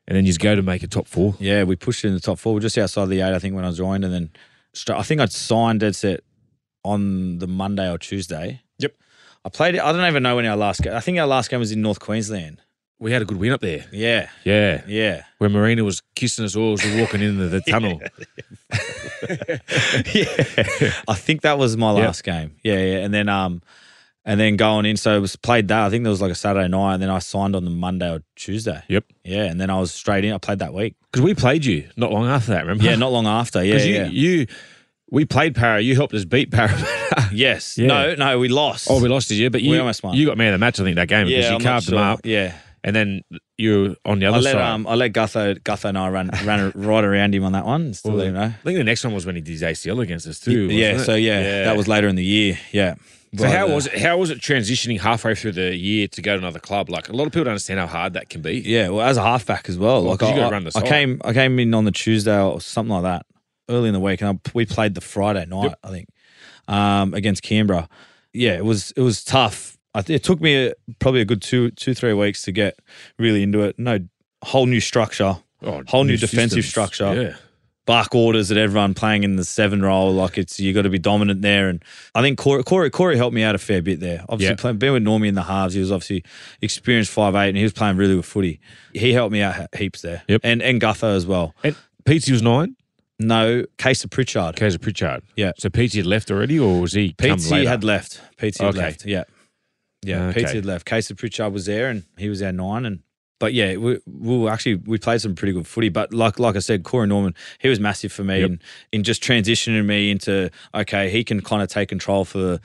[SPEAKER 4] and then you just go to make a top four.
[SPEAKER 5] Yeah, we pushed it in the top four. We were just outside of the eight, I think, when I joined. And then stra- I think I'd signed dead set on the Monday or Tuesday.
[SPEAKER 4] Yep.
[SPEAKER 5] I played it. I don't even know when our last game. I think our last game was in North Queensland.
[SPEAKER 4] We had a good win up there.
[SPEAKER 5] Yeah,
[SPEAKER 4] Yeah,
[SPEAKER 5] yeah,
[SPEAKER 4] where Marina was kissing us all as we were walking into the tunnel.
[SPEAKER 5] yeah. I think that was my
[SPEAKER 4] Yeah.
[SPEAKER 5] last game. Yeah, yeah. And then um, and then going in. So it was played that. I think there was like a Saturday night, and then I signed on the Monday or Tuesday.
[SPEAKER 4] Yep.
[SPEAKER 5] Yeah, and then I was straight in. I played that week.
[SPEAKER 4] Because we played you not long after that, remember?
[SPEAKER 5] Yeah, not long after. Yeah,
[SPEAKER 4] Because you,
[SPEAKER 5] yeah.
[SPEAKER 4] you, we played Para. You helped us beat Para.
[SPEAKER 5] yes.
[SPEAKER 4] Yeah.
[SPEAKER 5] No, no, we lost.
[SPEAKER 4] oh, we lost to you, but you,
[SPEAKER 5] We almost won.
[SPEAKER 4] you got man of the match, I think, that game because you
[SPEAKER 5] I'm not
[SPEAKER 4] carved them
[SPEAKER 5] sure.
[SPEAKER 4] up.
[SPEAKER 5] Yeah.
[SPEAKER 4] And then you were on the other
[SPEAKER 5] I let
[SPEAKER 4] side.
[SPEAKER 5] um I let Gutho Gutho and I ran ran right around him on that one. Still let him know.
[SPEAKER 4] I think the next one was when he did his ACL against us too. wasn't
[SPEAKER 5] Yeah,
[SPEAKER 4] it?
[SPEAKER 5] so yeah, that was later in the year. Yeah.
[SPEAKER 4] So how
[SPEAKER 5] Right, uh,
[SPEAKER 4] was it? How was it transitioning halfway through the year to go to another club? Like a lot of people don't understand how hard that can be.
[SPEAKER 5] Yeah, well, as a halfback as well. like
[SPEAKER 4] 'cause you
[SPEAKER 5] I,
[SPEAKER 4] gotta
[SPEAKER 5] I-
[SPEAKER 4] run the
[SPEAKER 5] I
[SPEAKER 4] side.
[SPEAKER 5] came I came in on the Tuesday or something like that early in the week, and I, we played the Friday night I think um, against Canberra. Yeah, it was it was uh, tough. I, th- it took me a, probably a good two two three weeks to get really into it. No, whole new structure,
[SPEAKER 4] Oh,
[SPEAKER 5] whole new,
[SPEAKER 4] new
[SPEAKER 5] defensive
[SPEAKER 4] systems.
[SPEAKER 5] structure.
[SPEAKER 4] Yeah.
[SPEAKER 5] Bark orders at everyone playing in the seven role. Like it's you got to be dominant there. And I think Corey, Corey Corey helped me out a fair bit there. Obviously,
[SPEAKER 4] Yeah.
[SPEAKER 5] playing, being with Normie in the halves, he was obviously experienced five eight, and he was playing really with footy. He helped me out heaps there.
[SPEAKER 4] Yep.
[SPEAKER 5] And and Gutho as well.
[SPEAKER 4] And Petey was nine.
[SPEAKER 5] No, case of Pritchard.
[SPEAKER 4] Kaiser Pritchard.
[SPEAKER 5] Yeah.
[SPEAKER 4] So Petey had left already, or was he? come
[SPEAKER 5] PT
[SPEAKER 4] later?
[SPEAKER 5] had left. PT had
[SPEAKER 4] Okay.
[SPEAKER 5] left. Yeah, yeah.
[SPEAKER 4] Okay.
[SPEAKER 5] PT had left. Casey Pritchard was there, and he was our nine. And but yeah, we, we were actually we played some pretty good footy. But like like I said, Corey Norman, he was massive for me,
[SPEAKER 4] Yep.
[SPEAKER 5] in in just transitioning me into okay, he can kind of take control for the.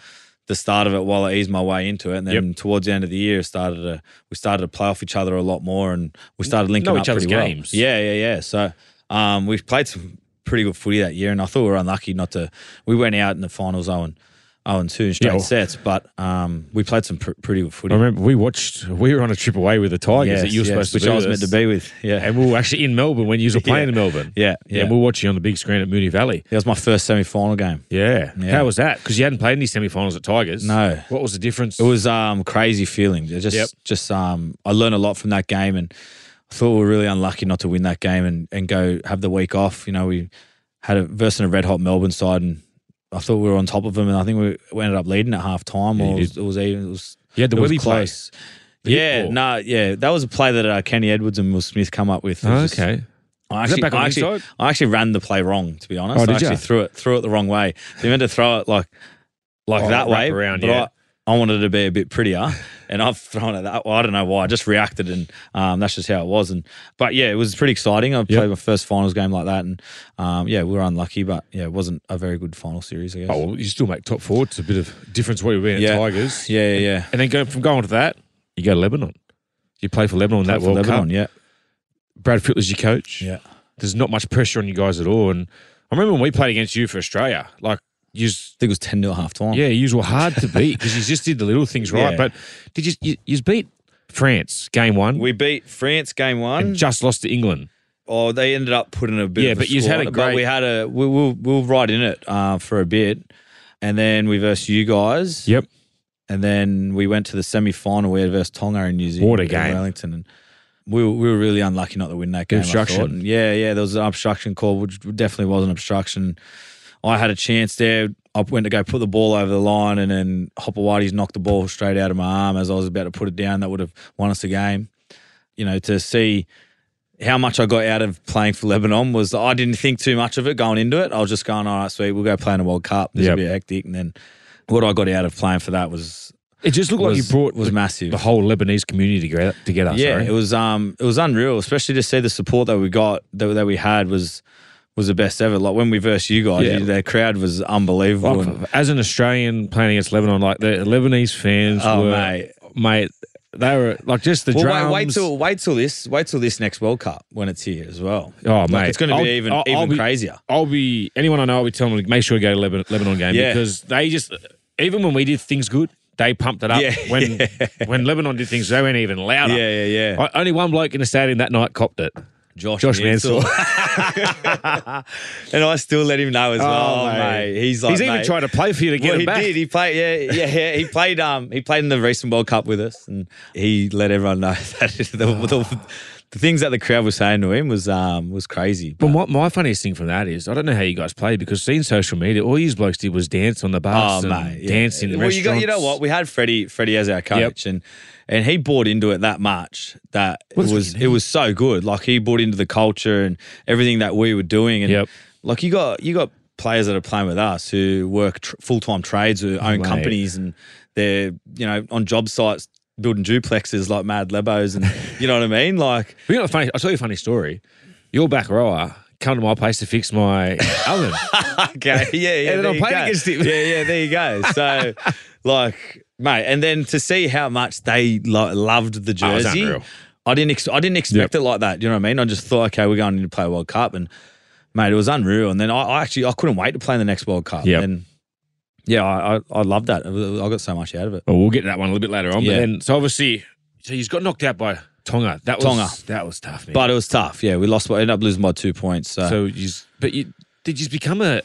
[SPEAKER 5] The start of it while I eased my way into it, and then towards the end of the year, it started to, we started to play off each other a lot more, and we started linking
[SPEAKER 4] Know
[SPEAKER 5] up
[SPEAKER 4] each other's
[SPEAKER 5] pretty well.
[SPEAKER 4] games.
[SPEAKER 5] Yeah, yeah, yeah. So um, we played some pretty good footy that year, and I thought we were unlucky not to. We went out in the finals, oh Owen, Owen two in straight
[SPEAKER 4] Yeah, well-
[SPEAKER 5] sets, but um, we played some pr- pretty good footy.
[SPEAKER 4] I remember we watched. We were on a trip away with the Tigers
[SPEAKER 5] Yes,
[SPEAKER 4] that you were
[SPEAKER 5] yes,
[SPEAKER 4] supposed to
[SPEAKER 5] which
[SPEAKER 4] be
[SPEAKER 5] I was meant
[SPEAKER 4] with
[SPEAKER 5] to
[SPEAKER 4] us.
[SPEAKER 5] be with. Yeah,
[SPEAKER 4] And we were actually in Melbourne when you were playing in Melbourne.
[SPEAKER 5] Yeah, yeah.
[SPEAKER 4] And we were watching you on the big screen at Mooney Valley.
[SPEAKER 5] that was my first semi-final game.
[SPEAKER 4] Yeah.
[SPEAKER 5] Yeah.
[SPEAKER 4] How was that? Because you hadn't played any semi-finals at Tigers.
[SPEAKER 5] No.
[SPEAKER 4] What was the difference?
[SPEAKER 5] It was um crazy feeling. It just
[SPEAKER 4] Yep.
[SPEAKER 5] just um I learned a lot from that game and I thought we were really unlucky not to win that game and, and go have the week off. You know, we had a versus a red hot Melbourne side and I thought we were on top of them and I think we, we ended up leading at half time
[SPEAKER 4] Yeah,
[SPEAKER 5] or
[SPEAKER 4] you
[SPEAKER 5] it was, it was even it was
[SPEAKER 4] You had the
[SPEAKER 5] it was
[SPEAKER 4] Willy play.
[SPEAKER 5] close.
[SPEAKER 4] The
[SPEAKER 5] Yeah,
[SPEAKER 4] hit
[SPEAKER 5] no,
[SPEAKER 4] ball.
[SPEAKER 5] yeah. That was a play that uh, Kenny Edwards and Will Smith come up with. It was just-
[SPEAKER 4] Oh, okay.
[SPEAKER 5] I
[SPEAKER 4] Is that
[SPEAKER 5] actually,
[SPEAKER 4] back on
[SPEAKER 5] I,
[SPEAKER 4] the
[SPEAKER 5] actually
[SPEAKER 4] inside?
[SPEAKER 5] I actually ran the play wrong, to be honest.
[SPEAKER 4] Oh, did
[SPEAKER 5] I actually
[SPEAKER 4] ya?
[SPEAKER 5] threw it threw it the wrong way. So you meant to throw it like like
[SPEAKER 4] Oh,
[SPEAKER 5] that
[SPEAKER 4] wrap
[SPEAKER 5] way.
[SPEAKER 4] around,
[SPEAKER 5] but
[SPEAKER 4] yeah.
[SPEAKER 5] I, I wanted it to be a bit prettier. and I've thrown it that way. I don't know why. I just reacted and um, that's just how it was. And but yeah, it was pretty exciting. I played my first finals game like that and um, yeah, we were unlucky, but yeah, it wasn't a very good final series, I guess.
[SPEAKER 4] Oh, well, you still make top four. It's a bit of difference where you were at
[SPEAKER 5] yeah.
[SPEAKER 4] Tigers.
[SPEAKER 5] Yeah, yeah, yeah.
[SPEAKER 4] And then go, from going to that, you go to Lebanon. You play for Lebanon in that
[SPEAKER 5] For
[SPEAKER 4] World
[SPEAKER 5] Lebanon,
[SPEAKER 4] Cup.
[SPEAKER 5] yeah.
[SPEAKER 4] Brad Fittler's your coach.
[SPEAKER 5] Yeah.
[SPEAKER 4] There's not much pressure on you guys at all. And I remember when we played against you for Australia, like, you
[SPEAKER 5] I think it was ten 0 half time.
[SPEAKER 4] Yeah, you were hard to beat because you just did the little things right.
[SPEAKER 5] Yeah.
[SPEAKER 4] But did you, you you beat France game one?
[SPEAKER 5] We beat France game one.
[SPEAKER 4] and just lost to England.
[SPEAKER 5] Oh, they ended up putting a bit.
[SPEAKER 4] Yeah,
[SPEAKER 5] of
[SPEAKER 4] but yous
[SPEAKER 5] score
[SPEAKER 4] had
[SPEAKER 5] on
[SPEAKER 4] a
[SPEAKER 5] it, But
[SPEAKER 4] great-
[SPEAKER 5] we had a we will we'll ride in it uh, for a bit, and then we versed you guys.
[SPEAKER 4] Yep.
[SPEAKER 5] And then we went to the semi final. We had versus Tonga in New Zealand.
[SPEAKER 4] What a
[SPEAKER 5] in
[SPEAKER 4] game.
[SPEAKER 5] Wellington and. We were, we were really unlucky not to win that game. I
[SPEAKER 4] Obstruction.
[SPEAKER 5] thought. And yeah, yeah. There was an obstruction call, which definitely was an obstruction. I had a chance there. I went to go put the ball over the line, and then Hopawati's knocked the ball straight out of my arm as I was about to put it down. That would have won us the game. You know, to see how much I got out of playing for Lebanon was I didn't think too much of it going into it. I was just going, all right, sweet, we'll go play in the World Cup. This
[SPEAKER 4] Yep.
[SPEAKER 5] will be hectic. And then what I got out of playing for that was
[SPEAKER 4] It just looked
[SPEAKER 5] was,
[SPEAKER 4] like you brought
[SPEAKER 5] was
[SPEAKER 4] the,
[SPEAKER 5] massive.
[SPEAKER 4] the whole Lebanese community together. together
[SPEAKER 5] yeah,
[SPEAKER 4] Oh, sorry.
[SPEAKER 5] it was um it was unreal, especially to see the support that we got that, that we had was was the best ever. Like when we versed you guys,
[SPEAKER 4] Yeah.
[SPEAKER 5] you- the crowd was unbelievable.
[SPEAKER 4] Like,
[SPEAKER 5] and-
[SPEAKER 4] as an Australian playing against Lebanon, like the Lebanese fans
[SPEAKER 5] Oh,
[SPEAKER 4] were,
[SPEAKER 5] mate.
[SPEAKER 4] mate, they were like just the
[SPEAKER 5] well,
[SPEAKER 4] drums.
[SPEAKER 5] wait, wait till wait till this wait till this next World Cup when it's here as well.
[SPEAKER 4] Oh,
[SPEAKER 5] Like,
[SPEAKER 4] mate,
[SPEAKER 5] it's going to
[SPEAKER 4] I'll-
[SPEAKER 5] be even
[SPEAKER 4] I'll- I'll
[SPEAKER 5] even
[SPEAKER 4] be-
[SPEAKER 5] crazier.
[SPEAKER 4] I'll be anyone I know. I'll be telling them make sure you go to Lebanon, Lebanon game
[SPEAKER 5] Yeah.
[SPEAKER 4] because they just even when we did things good, they pumped it up.
[SPEAKER 5] Yeah,
[SPEAKER 4] When when Lebanon did things, they went even louder.
[SPEAKER 5] Yeah, yeah, yeah.
[SPEAKER 4] I, only one bloke in the stadium that night copped it.
[SPEAKER 5] Josh,
[SPEAKER 4] Josh Mansell.
[SPEAKER 5] and I still let him know as well, Oh, mate. He's like,
[SPEAKER 4] Oh, he's
[SPEAKER 5] mate-
[SPEAKER 4] even tried to play for you to get
[SPEAKER 5] well,
[SPEAKER 4] him
[SPEAKER 5] he
[SPEAKER 4] back.
[SPEAKER 5] did. He played. Yeah, yeah, yeah. He played. Um, he played in the recent World Cup with us, and he let everyone know that the, the, the things that the crowd was saying to him was um was crazy.
[SPEAKER 4] But my, my funniest thing from that is I don't know how you guys play because seeing social media, all you blokes did was dance on the bus,
[SPEAKER 5] Oh,
[SPEAKER 4] and
[SPEAKER 5] mate, yeah.
[SPEAKER 4] dance in
[SPEAKER 5] Well, you got you know
[SPEAKER 4] restaurants.
[SPEAKER 5] what? We had Freddie Freddie as our coach, and and he bought into it that much that
[SPEAKER 4] That's
[SPEAKER 5] it
[SPEAKER 4] what
[SPEAKER 5] was
[SPEAKER 4] you
[SPEAKER 5] it was so good. Like he bought into the culture and everything that we were doing, and
[SPEAKER 4] Yep.
[SPEAKER 5] like you got you got players that are playing with us who work tr- full time trades, who own
[SPEAKER 4] Mate.
[SPEAKER 5] companies, and they're you know on job sites building duplexes like Mad Lebos, and you know what I mean, like.
[SPEAKER 4] You know, funny. I'll tell you a funny story. Your back rower come to my place to fix my oven.
[SPEAKER 5] okay, yeah, yeah.
[SPEAKER 4] And then
[SPEAKER 5] there
[SPEAKER 4] I
[SPEAKER 5] you
[SPEAKER 4] played
[SPEAKER 5] go.
[SPEAKER 4] against him.
[SPEAKER 5] Yeah, yeah, there you go. So, like, mate, and then to see how much they lo- loved the
[SPEAKER 4] Oh, it was
[SPEAKER 5] jersey,
[SPEAKER 4] unreal.
[SPEAKER 5] I didn't, ex- I didn't expect it like that. You know what I mean? I just thought, okay, we're going to play World Cup, and mate, it was unreal. And then I, I actually, I couldn't wait to play in the next World Cup.
[SPEAKER 4] Yep.
[SPEAKER 5] And yeah, I, I, I loved that. It was- I got so much out of it.
[SPEAKER 4] Well, we'll get to that one a little bit later on.
[SPEAKER 5] Yeah.
[SPEAKER 4] But then, so obviously, so he's got knocked out by Tonga. That was
[SPEAKER 5] Tonga.
[SPEAKER 4] That was tough, man.
[SPEAKER 5] But uh, it was tough. Yeah, we lost. We ended up losing by two points. So.
[SPEAKER 4] so you, but you did you become a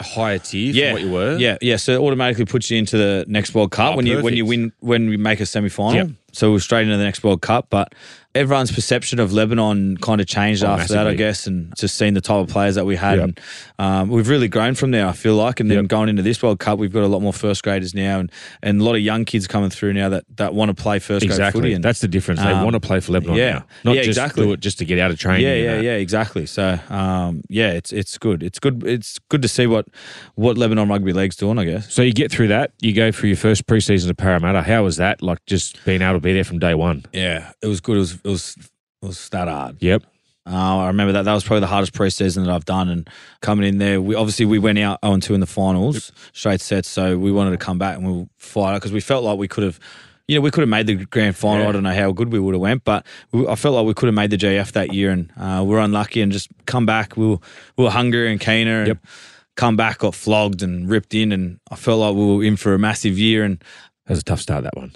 [SPEAKER 4] a higher tier
[SPEAKER 5] yeah,
[SPEAKER 4] from what you were?
[SPEAKER 5] Yeah, yeah. So it automatically puts you into the next World Cup
[SPEAKER 4] Oh,
[SPEAKER 5] when you when you
[SPEAKER 4] perfect.
[SPEAKER 5] win when we make a semi final.
[SPEAKER 4] Yep.
[SPEAKER 5] So we're straight into the next World Cup. But everyone's perception of Lebanon kind of changed
[SPEAKER 4] Oh,
[SPEAKER 5] after that, I
[SPEAKER 4] massively.
[SPEAKER 5] guess, and just seeing the type of players that we had.
[SPEAKER 4] Yep.
[SPEAKER 5] And um, we've really grown from there, I feel like. And then
[SPEAKER 4] Yep.
[SPEAKER 5] going into this World Cup, we've got a lot more first graders now and, and a lot of young kids coming through now that, that want to play first grade footy.
[SPEAKER 4] Exactly.
[SPEAKER 5] And
[SPEAKER 4] That's the difference. They
[SPEAKER 5] um,
[SPEAKER 4] want to play for Lebanon
[SPEAKER 5] yeah.
[SPEAKER 4] now. Not
[SPEAKER 5] Yeah,
[SPEAKER 4] just
[SPEAKER 5] exactly.
[SPEAKER 4] do it just to get out of training.
[SPEAKER 5] yeah,
[SPEAKER 4] and
[SPEAKER 5] yeah,
[SPEAKER 4] that.
[SPEAKER 5] yeah, exactly. So, um, yeah, it's it's good. It's good. It's good to see what what Lebanon rugby league's doing. I guess.
[SPEAKER 4] So you get through that. You go for your first preseason at Parramatta. How was that? Like just being able to be there from day one.
[SPEAKER 5] Yeah, it was good. It was it was it was that hard.
[SPEAKER 4] Yep.
[SPEAKER 5] Uh, I remember that that was probably the hardest preseason that I've done. And coming in there, we obviously we went out 0 2 in the finals, straight sets. So we wanted to come back and we'll fight because we felt like we could have, you know, we could have made the grand final.
[SPEAKER 4] Yeah.
[SPEAKER 5] I don't know how good we would have went, but we, I felt like we could have made the JF that year. And uh, we were unlucky and just come back. We were, we were hungrier and keener. And
[SPEAKER 4] Yep.
[SPEAKER 5] Come back, got flogged and ripped in, and I felt like we were in for a massive year. And
[SPEAKER 4] That was a tough start, that one.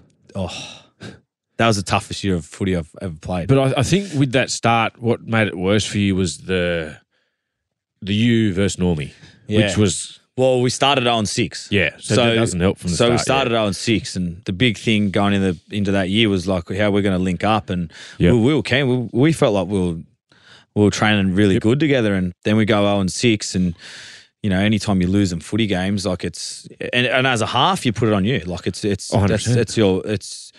[SPEAKER 5] that was the toughest year of footy I've ever played.
[SPEAKER 4] But I, I think with that start, what made it worse for you was the the you versus Normie,
[SPEAKER 5] Yeah.
[SPEAKER 4] which was
[SPEAKER 5] Well, we started on six.
[SPEAKER 4] Yeah, so that doesn't help from the
[SPEAKER 5] so we
[SPEAKER 4] start,
[SPEAKER 5] started on six, and the big thing going into into that year was like how we're going to link up, and
[SPEAKER 4] Yep.
[SPEAKER 5] we, we were keen. We, we felt like we were we were training really good together, and then we go zero and six, and you know, anytime you lose in footy games, like it's and, and as a half, you put it on you. Like it's it's that's
[SPEAKER 4] 100%.
[SPEAKER 5] it's your it's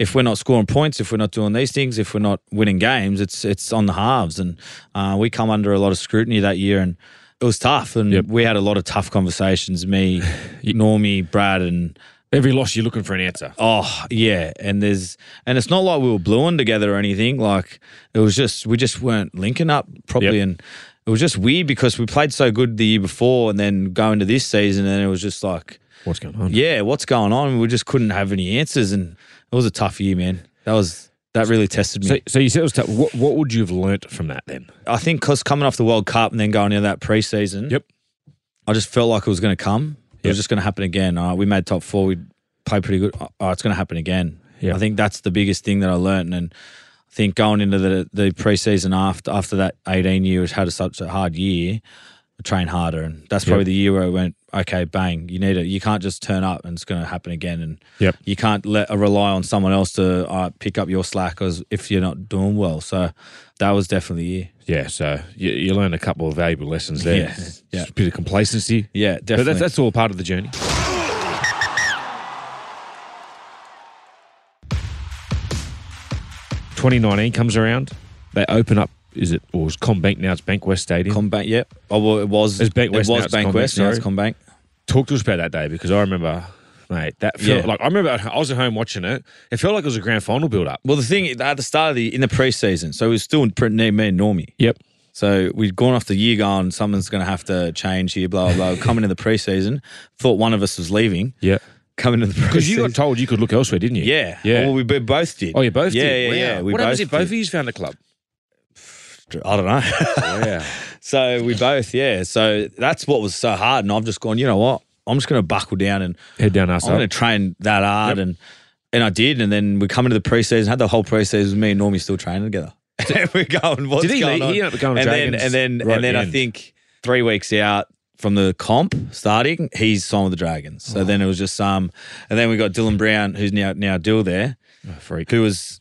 [SPEAKER 5] if we're not scoring points, if we're not doing these things, if we're not winning games, it's it's on the halves, and uh, we come under a lot of scrutiny that year, and it was tough, and
[SPEAKER 4] Yep.
[SPEAKER 5] we had a lot of tough conversations. Me, Normie, Brad, and
[SPEAKER 4] every loss you're looking for an answer.
[SPEAKER 5] oh yeah, and there's and it's not like we were blueing together or anything. Like it was just we just weren't linking up properly,
[SPEAKER 4] Yep.
[SPEAKER 5] and it was just weird because we played so good the year before, and then go into this season, and it was just like
[SPEAKER 4] What's going on?
[SPEAKER 5] yeah, what's going on? We just couldn't have any answers, and it was a tough year, man. That was that really tested me.
[SPEAKER 4] So, so you said it was tough. What, what would you have learnt from that then?
[SPEAKER 5] I think because coming off the World Cup and then going into that preseason,
[SPEAKER 4] Yep.
[SPEAKER 5] I just felt like it was going to come. It
[SPEAKER 4] Yep.
[SPEAKER 5] was just going to happen again. Uh, we made top four. We played pretty good. Oh, it's going to happen again.
[SPEAKER 4] Yeah.
[SPEAKER 5] I think that's the biggest thing that I learned, and I think going into the the preseason after after that eighteen year, which had a, such a hard year, I trained harder, and that's probably
[SPEAKER 4] Yep.
[SPEAKER 5] the year where I went, okay, bang, you need it. You can't just turn up and it's going to happen again, and
[SPEAKER 4] Yep.
[SPEAKER 5] you can't let uh, rely on someone else to uh, pick up your slack as if you're not doing well. So that was definitely the year.
[SPEAKER 4] Yeah, so you, you learned a couple of valuable lessons there.
[SPEAKER 5] Yeah,
[SPEAKER 4] Just
[SPEAKER 5] yeah.
[SPEAKER 4] a bit of complacency.
[SPEAKER 5] Yeah,
[SPEAKER 4] But
[SPEAKER 5] definitely.
[SPEAKER 4] that's, that's all part of the journey. Twenty nineteen comes around. They open up. Is it or is Combank now? It's Bankwest Stadium.
[SPEAKER 5] Combank, yeah. Oh, well, it was.
[SPEAKER 4] It's Bank West
[SPEAKER 5] It
[SPEAKER 4] now,
[SPEAKER 5] was
[SPEAKER 4] it's
[SPEAKER 5] Bank
[SPEAKER 4] Combank,
[SPEAKER 5] West. Now it's
[SPEAKER 4] sorry.
[SPEAKER 5] Combank.
[SPEAKER 4] Talk to us about that day because I remember, mate. That felt
[SPEAKER 5] Yeah.
[SPEAKER 4] like I remember I was at home watching it. It felt like it was a grand final build up.
[SPEAKER 5] Well, the thing at the start of the in the preseason, so it was still pretty near me and Normie.
[SPEAKER 4] Yep.
[SPEAKER 5] So we'd gone off the year going, someone's going to have to change here, blah blah. blah. Coming in the preseason, thought one of us was leaving.
[SPEAKER 4] Yeah.
[SPEAKER 5] Coming in the preseason,
[SPEAKER 4] Because you got told you could look elsewhere, didn't you?
[SPEAKER 5] yeah,
[SPEAKER 4] Yeah.
[SPEAKER 5] Well, we b- both did.
[SPEAKER 4] oh, you both
[SPEAKER 5] yeah,
[SPEAKER 4] did.
[SPEAKER 5] Yeah,
[SPEAKER 4] Wow.
[SPEAKER 5] yeah, We
[SPEAKER 4] what
[SPEAKER 5] both
[SPEAKER 4] happens if both of
[SPEAKER 5] did.
[SPEAKER 4] you found the club?
[SPEAKER 5] I don't know.
[SPEAKER 4] Yeah.
[SPEAKER 5] so we both, yeah. So that's what was so hard, and I've just gone. You know what? I'm just going to buckle down and
[SPEAKER 4] Head down, ass
[SPEAKER 5] I'm
[SPEAKER 4] up.
[SPEAKER 5] going to train that hard, and and I did. And then we come into the preseason, had the whole preseason. Me and Normie still training together. and we're going, what's
[SPEAKER 4] Did he
[SPEAKER 5] going
[SPEAKER 4] leave?
[SPEAKER 5] on?
[SPEAKER 4] He ended up going to
[SPEAKER 5] and then
[SPEAKER 4] Dragons
[SPEAKER 5] and then
[SPEAKER 4] right at
[SPEAKER 5] and then
[SPEAKER 4] the
[SPEAKER 5] I
[SPEAKER 4] end.
[SPEAKER 5] think three weeks out from the comp starting, he's signed with the Dragons.
[SPEAKER 4] Oh.
[SPEAKER 5] So then it was just um, and then we got Dylan Brown, who's now now Dill there,
[SPEAKER 4] Freak.
[SPEAKER 5] who was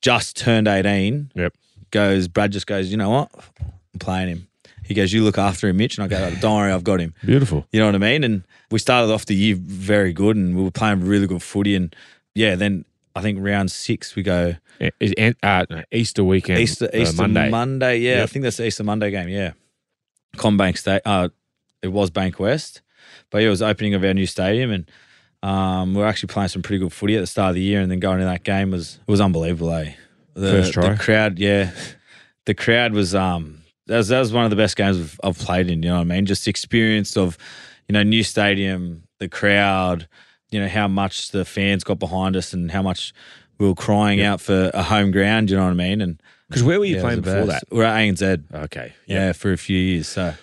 [SPEAKER 5] just turned 18.
[SPEAKER 4] Yep.
[SPEAKER 5] Goes Brad just goes, you know what? I'm playing him. He goes, you look after him, Mitch, and I go, don't worry, I've got him.
[SPEAKER 4] Beautiful.
[SPEAKER 5] You know what I mean? And we started off the year very good and we were playing really good footy. And yeah, then I think round six we go
[SPEAKER 4] Yeah, it's an- uh, no, Easter weekend,
[SPEAKER 5] Easter,
[SPEAKER 4] uh,
[SPEAKER 5] Easter
[SPEAKER 4] Monday.
[SPEAKER 5] Monday. yeah, I
[SPEAKER 4] Yep.
[SPEAKER 5] think that's the Easter Monday game. Yeah, Combank State. Uh, it was Bank West, but yeah, it was the opening of our new stadium, and um, we were actually playing some pretty good footy at the start of the year, and then going to that game was it was unbelievable. Eh? The,
[SPEAKER 4] First try.
[SPEAKER 5] the crowd, yeah, the crowd was um that was, that was one of the best games I've, I've played in. You know what I mean? Just the experience of you know new stadium, the crowd, you know how much the fans got behind us, and how much. We were crying out for a home ground, you know what I mean? And
[SPEAKER 4] Because where were you
[SPEAKER 5] yeah,
[SPEAKER 4] playing
[SPEAKER 5] it was
[SPEAKER 4] before
[SPEAKER 5] the
[SPEAKER 4] that?
[SPEAKER 5] best. We're at ANZ.
[SPEAKER 4] Okay.
[SPEAKER 5] Yeah, for a few years. So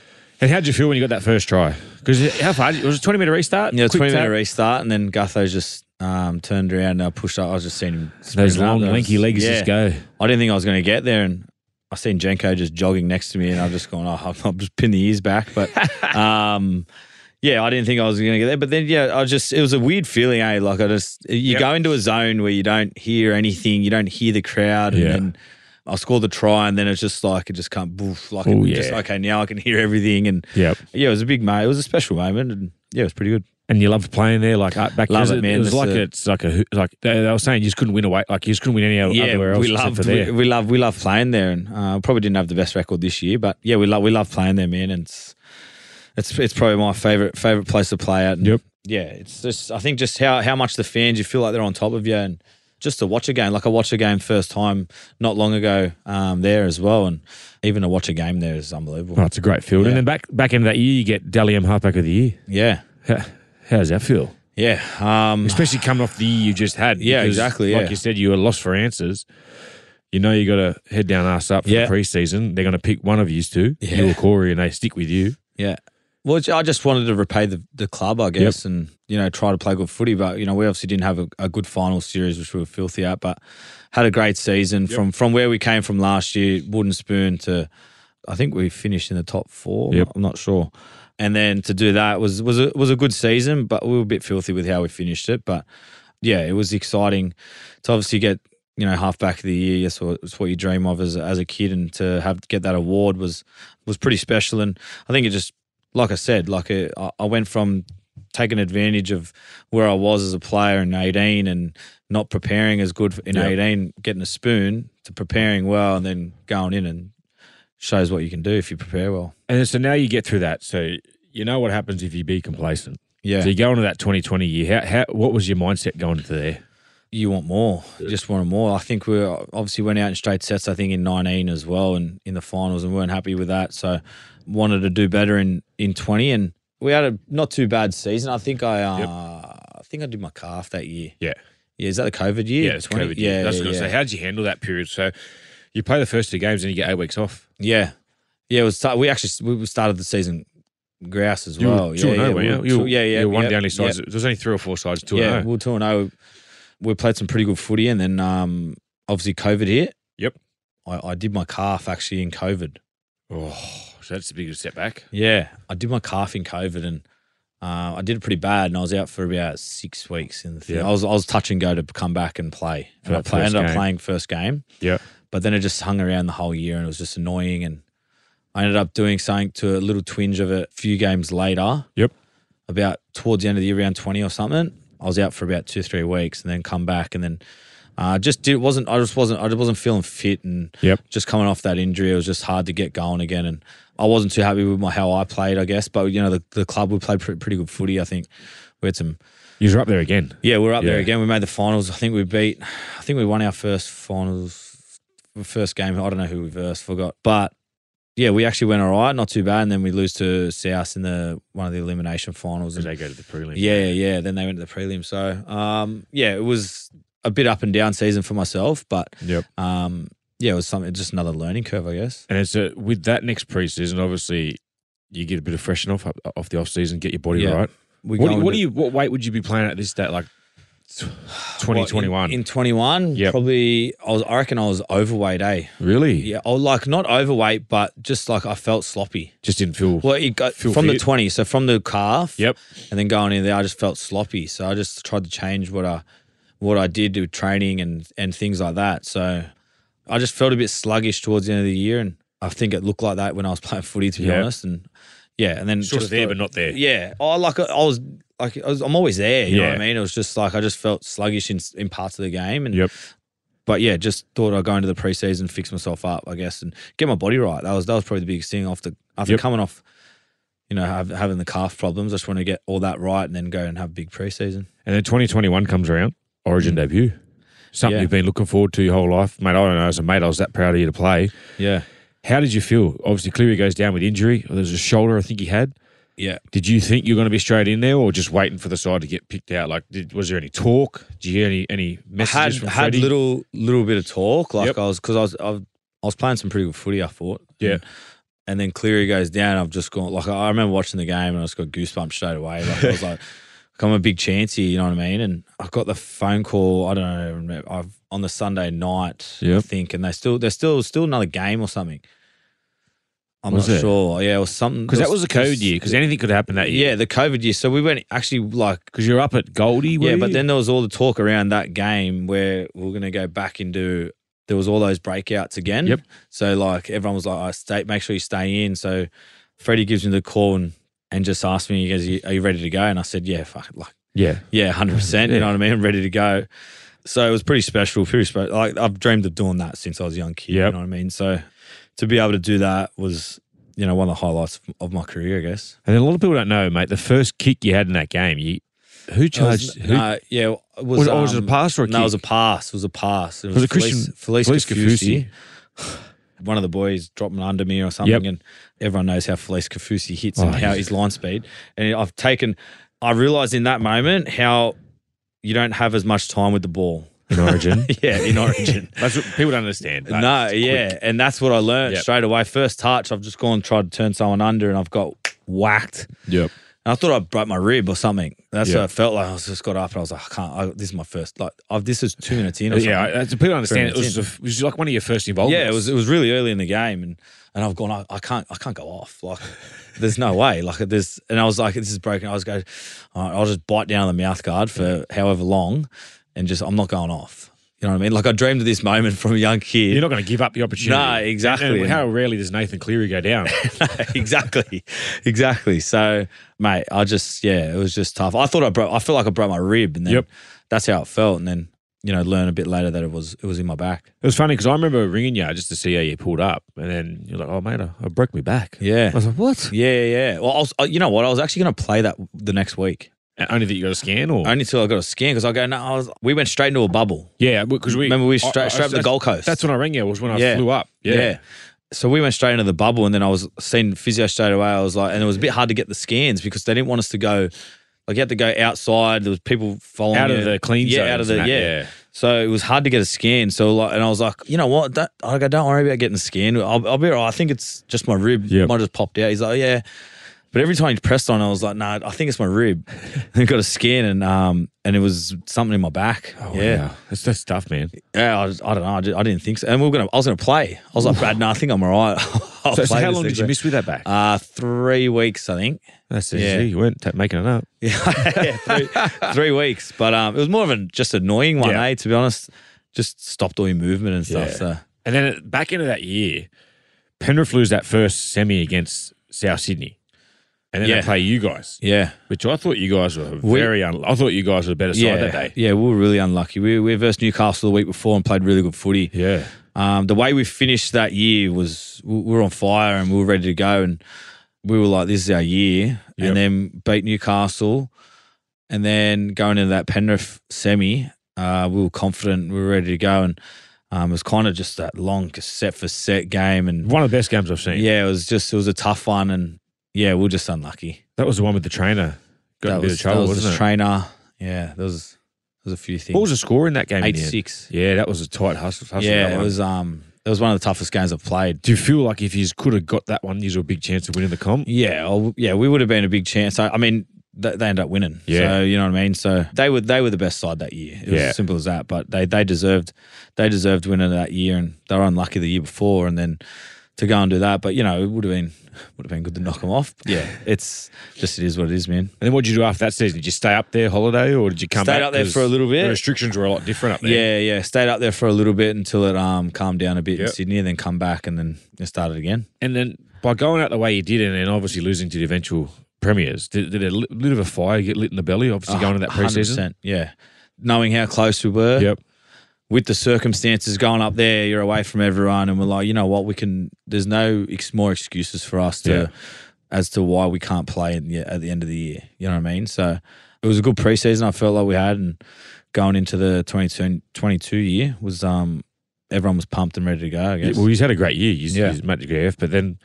[SPEAKER 4] And how'd you feel when you got that first try? Because how far? Was it 20 minute restart?
[SPEAKER 5] yeah,
[SPEAKER 4] Quick
[SPEAKER 5] twenty minute
[SPEAKER 4] tap?
[SPEAKER 5] restart, and then Gutho just um, turned around and I pushed up. I was just seeing him.
[SPEAKER 4] Those
[SPEAKER 5] sprinting up.
[SPEAKER 4] long,
[SPEAKER 5] That was-
[SPEAKER 4] lanky legs
[SPEAKER 5] yeah.
[SPEAKER 4] just go.
[SPEAKER 5] I didn't think I was going to get there, and I seen Jenko just jogging next to me, and I've just gone, oh, I've just pinned the ears back, but. um, yeah, I didn't think I was going to get there. But then, yeah, I just, it was a weird feeling, eh? Like, I just, you
[SPEAKER 4] Yep.
[SPEAKER 5] go into a zone where you don't hear anything, you don't hear the crowd. And
[SPEAKER 4] Yeah.
[SPEAKER 5] then I score the try, and then it's just like, it just can't, boof, like,
[SPEAKER 4] Oh,
[SPEAKER 5] it just,
[SPEAKER 4] yeah.
[SPEAKER 5] okay, now I can hear everything. And
[SPEAKER 4] Yep.
[SPEAKER 5] yeah, it was a big moment. It was a special moment. And yeah, it was pretty good.
[SPEAKER 4] and you loved playing there. Like uh, back
[SPEAKER 5] Love
[SPEAKER 4] it,
[SPEAKER 5] it, man.
[SPEAKER 4] It was
[SPEAKER 5] It's
[SPEAKER 4] like
[SPEAKER 5] a-
[SPEAKER 4] it's like a like they, they were saying you just couldn't win away. Like you just couldn't win any other anywhere else.
[SPEAKER 5] we
[SPEAKER 4] except
[SPEAKER 5] loved
[SPEAKER 4] for there.
[SPEAKER 5] We, we love we love playing there, and uh, probably didn't have the best record this year, but yeah, we love we love playing there, man. And it's it's, it's probably my favorite favorite place to play at. And
[SPEAKER 4] Yep.
[SPEAKER 5] Yeah, it's just I think just how how much the fans you feel like they're on top of you, and just to watch a game. Like I watched a game first time not long ago um, there as well, and even to watch a game there is unbelievable.
[SPEAKER 4] oh, it's a great field. And then back back into that year, you get Dally M halfback of the year.
[SPEAKER 5] Yeah,
[SPEAKER 4] How, how does that feel?
[SPEAKER 5] yeah. Um,
[SPEAKER 4] Especially coming off the year you just had.
[SPEAKER 5] Yeah, exactly,
[SPEAKER 4] Like
[SPEAKER 5] yeah.
[SPEAKER 4] you said, you were lost for answers. You know you got to head down ass up for
[SPEAKER 5] Yeah.
[SPEAKER 4] the preseason. They're going to pick one of you two, you or Corey, and they stick with you.
[SPEAKER 5] Yeah. Well, I just wanted to repay the, the club, I guess, and you know try to play good footy. But you know, we obviously didn't have a, a good final series, which we were filthy at. But had a great season from from where we came from last year, wooden spoon to I think we finished in the top four.
[SPEAKER 4] Yep.
[SPEAKER 5] I'm not sure. And then to do that was was a, was a good season, but we were a bit filthy with how we finished it. But yeah, it was exciting to obviously get you know halfback of the year. Yes, what- it's what you dream of as as a kid, and to have get that award was was pretty special. And I think it just like I said, like uh, I I went from taking advantage of where I was as a player in 18 and not preparing as good in
[SPEAKER 4] Yeah.
[SPEAKER 5] 18, getting a spoon to preparing well and then going in and shows what you can do if you prepare well.
[SPEAKER 4] And so now you get through that. So you know what happens if you be complacent.
[SPEAKER 5] Yeah.
[SPEAKER 4] So you go into that 2020 year. How, how, what was your mindset going into there?
[SPEAKER 5] you want more. You just want more. I think we obviously went out in straight sets. I think in 19 as well, and in the finals, and weren't happy with that. So wanted to do better in in 20, and we had a not too bad season. I think I uh, I think I did my calf that year.
[SPEAKER 4] Yeah.
[SPEAKER 5] Yeah, is that the COVID year?
[SPEAKER 4] Yeah, it's
[SPEAKER 5] 20?
[SPEAKER 4] COVID.
[SPEAKER 5] yeah,
[SPEAKER 4] Yeah, that's what I was
[SPEAKER 5] yeah.
[SPEAKER 4] gonna say. How did you handle that period? So you play the first two games and you get eight weeks off.
[SPEAKER 5] Yeah, yeah. It was. tou- We actually we started the season grouse as well.
[SPEAKER 4] two
[SPEAKER 5] yeah,
[SPEAKER 4] and oh,
[SPEAKER 5] yeah,
[SPEAKER 4] weren't
[SPEAKER 5] we
[SPEAKER 4] you?
[SPEAKER 5] were
[SPEAKER 4] You
[SPEAKER 5] two-
[SPEAKER 4] were-
[SPEAKER 5] yeah, yeah.
[SPEAKER 4] you were one
[SPEAKER 5] yeah,
[SPEAKER 4] down
[SPEAKER 5] yeah.
[SPEAKER 4] sides. There's only three or four sides. Two
[SPEAKER 5] yeah,
[SPEAKER 4] and
[SPEAKER 5] we
[SPEAKER 4] oh.
[SPEAKER 5] were two and oh. We played some pretty good footy, and then um, obviously COVID hit.
[SPEAKER 4] Yep.
[SPEAKER 5] I, I did my calf actually in COVID.
[SPEAKER 4] Oh, so that's the biggest setback.
[SPEAKER 5] Yeah, I did my calf in COVID, and uh, I did it pretty bad, and I was out for about six weeks. And
[SPEAKER 4] Yeah.
[SPEAKER 5] I was I was touch and go to come back and play. And I
[SPEAKER 4] that
[SPEAKER 5] play,
[SPEAKER 4] first
[SPEAKER 5] ended up
[SPEAKER 4] game.
[SPEAKER 5] playing first game.
[SPEAKER 4] Yeah.
[SPEAKER 5] but then it just hung around the whole year and it was just annoying and I ended up doing something to a little twinge of it a few games later.
[SPEAKER 4] Yep.
[SPEAKER 5] About towards the end of the year, around twenty or something. I was out for about two, three weeks and then come back and then uh just did wasn't I just wasn't I just wasn't feeling fit and
[SPEAKER 4] Yep.
[SPEAKER 5] just coming off that injury, it was just hard to get going again and I wasn't too happy with my how I played, I guess. But you know, the, the club we played pretty, pretty good footy, I think. We had some
[SPEAKER 4] You're up there again.
[SPEAKER 5] yeah, we're up there
[SPEAKER 4] Yeah.
[SPEAKER 5] again. We made the finals. I think we beat. I think we won our first finals, first game. I don't know who we versed. Forgot. But yeah, we actually went all right, not too bad. And then we lose to South in the one of the elimination finals.
[SPEAKER 4] As
[SPEAKER 5] And
[SPEAKER 4] they go to the prelim.
[SPEAKER 5] yeah, yeah. Then they went to the prelim. So um, yeah, it was a bit up and down season for myself, but
[SPEAKER 4] Yep.
[SPEAKER 5] um, yeah, it was something. Just another learning curve, I guess.
[SPEAKER 4] And it's a, with that next preseason, obviously, you get a bit of freshen off off the off season, get your body
[SPEAKER 5] Yeah.
[SPEAKER 4] right.
[SPEAKER 5] We
[SPEAKER 4] What,
[SPEAKER 5] go
[SPEAKER 4] do you,
[SPEAKER 5] into-
[SPEAKER 4] what do you? What weight would you be playing at this stage? Like twenty twenty
[SPEAKER 5] What,
[SPEAKER 4] one.
[SPEAKER 5] in, in twenty one.
[SPEAKER 4] Yep.
[SPEAKER 5] probably. I was. I reckon I was overweight. Eh.
[SPEAKER 4] Really?
[SPEAKER 5] Yeah, or like not overweight, but just like I felt sloppy.
[SPEAKER 4] Just didn't feel.
[SPEAKER 5] Well, it got
[SPEAKER 4] Feel
[SPEAKER 5] from the
[SPEAKER 4] fit.
[SPEAKER 5] twenty, so from the calf,
[SPEAKER 4] Yep.
[SPEAKER 5] and then going in there, I just felt sloppy. So I just tried to change what I what I did with training and and things like that. So I just felt a bit sluggish towards the end of the year, and I think it looked like that when I was playing footy, to be
[SPEAKER 4] Yep.
[SPEAKER 5] honest. And yeah, and then
[SPEAKER 4] Sort of
[SPEAKER 5] just
[SPEAKER 4] there,
[SPEAKER 5] like-
[SPEAKER 4] but not there.
[SPEAKER 5] Yeah, I like I was like I was, I'm always there. You know what
[SPEAKER 4] Yeah.
[SPEAKER 5] I mean? It was just like I just felt sluggish in in parts of the game, and
[SPEAKER 4] Yep.
[SPEAKER 5] but yeah, just thought I'd go into the preseason, fix myself up, I guess, and get my body right. That was that was probably the biggest thing off the after
[SPEAKER 4] Yep.
[SPEAKER 5] coming off, you know, have, having the calf problems. I just want to get all that right and then go and have a big preseason.
[SPEAKER 4] And then 2021 comes around, Origin debut.
[SPEAKER 5] Mm.
[SPEAKER 4] Something
[SPEAKER 5] Yeah.
[SPEAKER 4] you've been looking forward to your whole life. Mate, I don't know, as a mate, I was that proud of you to play.
[SPEAKER 5] Yeah,
[SPEAKER 4] How did you feel? Obviously, Cleary goes down with injury. There's a shoulder I think he had.
[SPEAKER 5] yeah.
[SPEAKER 4] Did you think you were going to be straight in there or just waiting for the side to get picked out? Like, did, was there any talk? Did you hear any, any
[SPEAKER 5] Had
[SPEAKER 4] messages from
[SPEAKER 5] had
[SPEAKER 4] Freddie?
[SPEAKER 5] little little bit of talk, like
[SPEAKER 4] Yep.
[SPEAKER 5] I was because I was I've, I was playing some pretty good footy. I thought,
[SPEAKER 4] Yeah.
[SPEAKER 5] and then Cleary goes down. I've just gone like I remember watching the game and I just got goosebumps straight away. Like I was like, I'm a big chance here, you know what I mean? And I got the phone call. I don't know. remember- I've on the Sunday night, I
[SPEAKER 4] Yep.
[SPEAKER 5] think, and they still there's still still another game or something. I'm
[SPEAKER 4] Was
[SPEAKER 5] not
[SPEAKER 4] it?
[SPEAKER 5] sure. Yeah, or something.
[SPEAKER 4] Because
[SPEAKER 5] there
[SPEAKER 4] that was the COVID year, because anything could happen that year.
[SPEAKER 5] Yeah, the COVID year. So we went actually like
[SPEAKER 4] Because you're up at Goldie, were
[SPEAKER 5] yeah, but
[SPEAKER 4] you?
[SPEAKER 5] then there was all the talk around that game where we are going to go back and do. There was all those breakouts again.
[SPEAKER 4] Yep.
[SPEAKER 5] So like everyone was like, "I stay, make sure you stay in." So Freddie gives me the call and, and just asked me, "He goes, "You- "Are you ready to go?" And I said, "Yeah, fuck, it, like
[SPEAKER 4] Yeah.
[SPEAKER 5] yeah, hundred percent." You
[SPEAKER 4] Yeah.
[SPEAKER 5] know what I mean? I'm ready to go. So it was pretty special. Pretty special. Like I've dreamed of doing that since I was a young kid. You
[SPEAKER 4] Yep.
[SPEAKER 5] know what I mean? So to be able to do that was, you know, one of the highlights of my career, I guess.
[SPEAKER 4] And a lot of people don't know, mate, the first kick you had in that game, you who
[SPEAKER 5] It was-
[SPEAKER 4] charged? who,
[SPEAKER 5] no, yeah, it was,
[SPEAKER 4] was, oh, was it a
[SPEAKER 5] um,
[SPEAKER 4] pass or a
[SPEAKER 5] No,
[SPEAKER 4] kick?
[SPEAKER 5] it was a pass. It was a pass. It
[SPEAKER 4] Was it Christian-
[SPEAKER 5] Felice, Felice
[SPEAKER 4] Felice
[SPEAKER 5] Kafusi. One of the boys dropping under me or something,
[SPEAKER 4] Yep.
[SPEAKER 5] and everyone knows how Felice Kafusi hits
[SPEAKER 4] Oh,
[SPEAKER 5] and how
[SPEAKER 4] he's-
[SPEAKER 5] his line speed. And I've taken, I realised in that moment how you don't have as much time with the ball.
[SPEAKER 4] in Origin.
[SPEAKER 5] Yeah, in Origin.
[SPEAKER 4] That's what people don't understand. but
[SPEAKER 5] no,
[SPEAKER 4] it's
[SPEAKER 5] yeah,
[SPEAKER 4] quick.
[SPEAKER 5] and that's what I learned
[SPEAKER 4] Yep.
[SPEAKER 5] straight away. First touch, I've just gone and tried to turn someone under, and I've got whacked.
[SPEAKER 4] Yep.
[SPEAKER 5] And I thought I broke my rib or something. That's
[SPEAKER 4] Yeah.
[SPEAKER 5] what I felt like. I was just got up and I was like, I can't. I, this is my first. Like, I've, this is two minutes in. Or
[SPEAKER 4] Yeah, I-
[SPEAKER 5] something.
[SPEAKER 4] that's- people don't understand. It
[SPEAKER 5] Three
[SPEAKER 4] was,
[SPEAKER 5] minutes
[SPEAKER 4] a, it was like one of your first involvements.
[SPEAKER 5] yeah. It was. It was really early in the game, and and I've gone. I, I can't. I can't go off. Like, there's no way. Like, there's. And I was like, this is broken. I was going. All right, I'll just bite down on the mouth guard for however long, and just I'm not going off. You know what I mean? Like I dreamed of this moment from a young kid.
[SPEAKER 4] You're not going to give up the opportunity.
[SPEAKER 5] No, exactly.
[SPEAKER 4] And how rarely does Nathan Cleary go down?
[SPEAKER 5] exactly, exactly. So, mate, I just yeah, it was just tough. I thought I broke. I feel like I broke my rib, and then
[SPEAKER 4] Yep.
[SPEAKER 5] that's how it felt. And then you know, learn a bit later that it was it was in my back.
[SPEAKER 4] It was funny because I remember ringing you just to see how you pulled up, and then you're like, "Oh mate, I, I broke my back."
[SPEAKER 5] Yeah,
[SPEAKER 4] I was like, "What?"
[SPEAKER 5] yeah, yeah. Well, I was, uh, you know what? I was actually going to play that the next week,
[SPEAKER 4] And Only that you got a scan, or
[SPEAKER 5] only till I got a scan because I go. No, I was, we went straight into a bubble.
[SPEAKER 4] yeah, because we
[SPEAKER 5] Remember we
[SPEAKER 4] I-
[SPEAKER 5] straight
[SPEAKER 4] I-
[SPEAKER 5] straight up the
[SPEAKER 4] that's-
[SPEAKER 5] Gold Coast.
[SPEAKER 4] That's when I rang you. Was when I
[SPEAKER 5] Yeah.
[SPEAKER 4] flew up.
[SPEAKER 5] yeah. So we went straight into the bubble, and then I was seeing physio straight away. I was like, and it was a bit hard to get the scans because they didn't want us to go. Like you had to go outside. There was people following
[SPEAKER 4] Out of
[SPEAKER 5] you.
[SPEAKER 4] the clean
[SPEAKER 5] yeah,
[SPEAKER 4] zones
[SPEAKER 5] out of the
[SPEAKER 4] and that,
[SPEAKER 5] yeah.
[SPEAKER 4] yeah.
[SPEAKER 5] So it was hard to get a scan. So like, and I was like, you know what? Don't, I go, don't worry about getting scanned. I'll, I'll be alright. I think it's just my rib.
[SPEAKER 4] Yep.
[SPEAKER 5] Might have just popped out. He's like, yeah. But every time he pressed on, I was like, nah, I think it's my rib. and got a scan, and um, and it was something in my back.
[SPEAKER 4] Oh,
[SPEAKER 5] yeah.
[SPEAKER 4] wow. that's that's tough, man.
[SPEAKER 5] Yeah, I, was- I don't know. I, ju- I didn't think so. And we were gonna. I was gonna play. I was like, Brad, no, I think I'm alright. I'll
[SPEAKER 4] So, so
[SPEAKER 5] play
[SPEAKER 4] how
[SPEAKER 5] this next
[SPEAKER 4] long did you
[SPEAKER 5] week."
[SPEAKER 4] miss with that back?
[SPEAKER 5] Uh, three weeks, I think.
[SPEAKER 4] that's
[SPEAKER 5] yeah.
[SPEAKER 4] yeah. You weren't ta- making it up.
[SPEAKER 5] yeah, three, three weeks. But um, it was more of a just annoying one,
[SPEAKER 4] Yeah.
[SPEAKER 5] eh? To be honest, just stopped all your movement and stuff.
[SPEAKER 4] Yeah.
[SPEAKER 5] So
[SPEAKER 4] And then at- back into that year, Penrith lose that first semi against South Sydney, and then
[SPEAKER 5] Yeah.
[SPEAKER 4] they play you guys,
[SPEAKER 5] yeah,
[SPEAKER 4] which I thought you guys were very. Un- I thought you guys were the better side
[SPEAKER 5] yeah,
[SPEAKER 4] that day.
[SPEAKER 5] yeah. We were really unlucky. We we versus Newcastle the week before and played really good footy.
[SPEAKER 4] Yeah,
[SPEAKER 5] Um, the way we finished that year was we we were on fire and we were ready to go, and we were like, "This is our year."
[SPEAKER 4] Yep.
[SPEAKER 5] And then beat Newcastle, and then going into that Penrith semi, uh, we were confident, we were ready to go, and um, it was kind of just that long set for set game, and
[SPEAKER 4] one of the best games I've seen.
[SPEAKER 5] yeah, it was just it was a tough one, and yeah, we are just unlucky.
[SPEAKER 4] That was the one with the trainer. Got in a
[SPEAKER 5] that
[SPEAKER 4] bit
[SPEAKER 5] was
[SPEAKER 4] of trouble,
[SPEAKER 5] that was
[SPEAKER 4] wasn't
[SPEAKER 5] the
[SPEAKER 4] it?
[SPEAKER 5] trainer. Yeah, there was there was a few things.
[SPEAKER 4] what was the score in that game? in
[SPEAKER 5] eight
[SPEAKER 4] the end?
[SPEAKER 5] six?
[SPEAKER 4] Yeah, that was a tight hustle. hustle that
[SPEAKER 5] Yeah, it
[SPEAKER 4] one.
[SPEAKER 5] was um, it was one of the toughest games I've played.
[SPEAKER 4] Do you feel like if you could have got that one, you a big chance of winning the comp?
[SPEAKER 5] Yeah, oh, yeah, we would have been a big chance. I, I mean, th- they ended up winning.
[SPEAKER 4] Yeah.
[SPEAKER 5] so, you know what I mean. So they were they were the best side that year. It was
[SPEAKER 4] Yeah.
[SPEAKER 5] as simple as that. But they they deserved they deserved winning that year, and they were unlucky the year before, and then to go and do that. But you know, it would have been would have been good to knock them off. But yeah, it's just it is what it is, man.
[SPEAKER 4] And then what did you do after that season? Did you stay up there holiday or did you come
[SPEAKER 5] Stayed
[SPEAKER 4] back?
[SPEAKER 5] up there
[SPEAKER 4] 'Cause
[SPEAKER 5] for a little bit.
[SPEAKER 4] The restrictions were a lot different up there.
[SPEAKER 5] Yeah, yeah. Stayed up there for a little bit until it um calmed down a bit in
[SPEAKER 4] Yep.
[SPEAKER 5] Sydney, and then come back, and then it started again.
[SPEAKER 4] And then by going out the way you did and then obviously losing to the eventual premiers, did, did a li- bit of a fire get lit in the belly,
[SPEAKER 5] Ah,
[SPEAKER 4] obviously going to that preseason?
[SPEAKER 5] 100%, yeah. Knowing how close we were,
[SPEAKER 4] Yep.
[SPEAKER 5] with the circumstances going up there, you're away from everyone, and we're like, you know what, we can. There's no ex- more excuses for us to,
[SPEAKER 4] Yeah.
[SPEAKER 5] as to why we can't play in the, at the end of the year. You know what I mean? So it was a good preseason. I felt like we had, and going into the 22, 22 year was um everyone was pumped and ready to go. I guess.
[SPEAKER 4] Well, you had a great year. You
[SPEAKER 5] Yeah.
[SPEAKER 4] yeah. made the GF, but then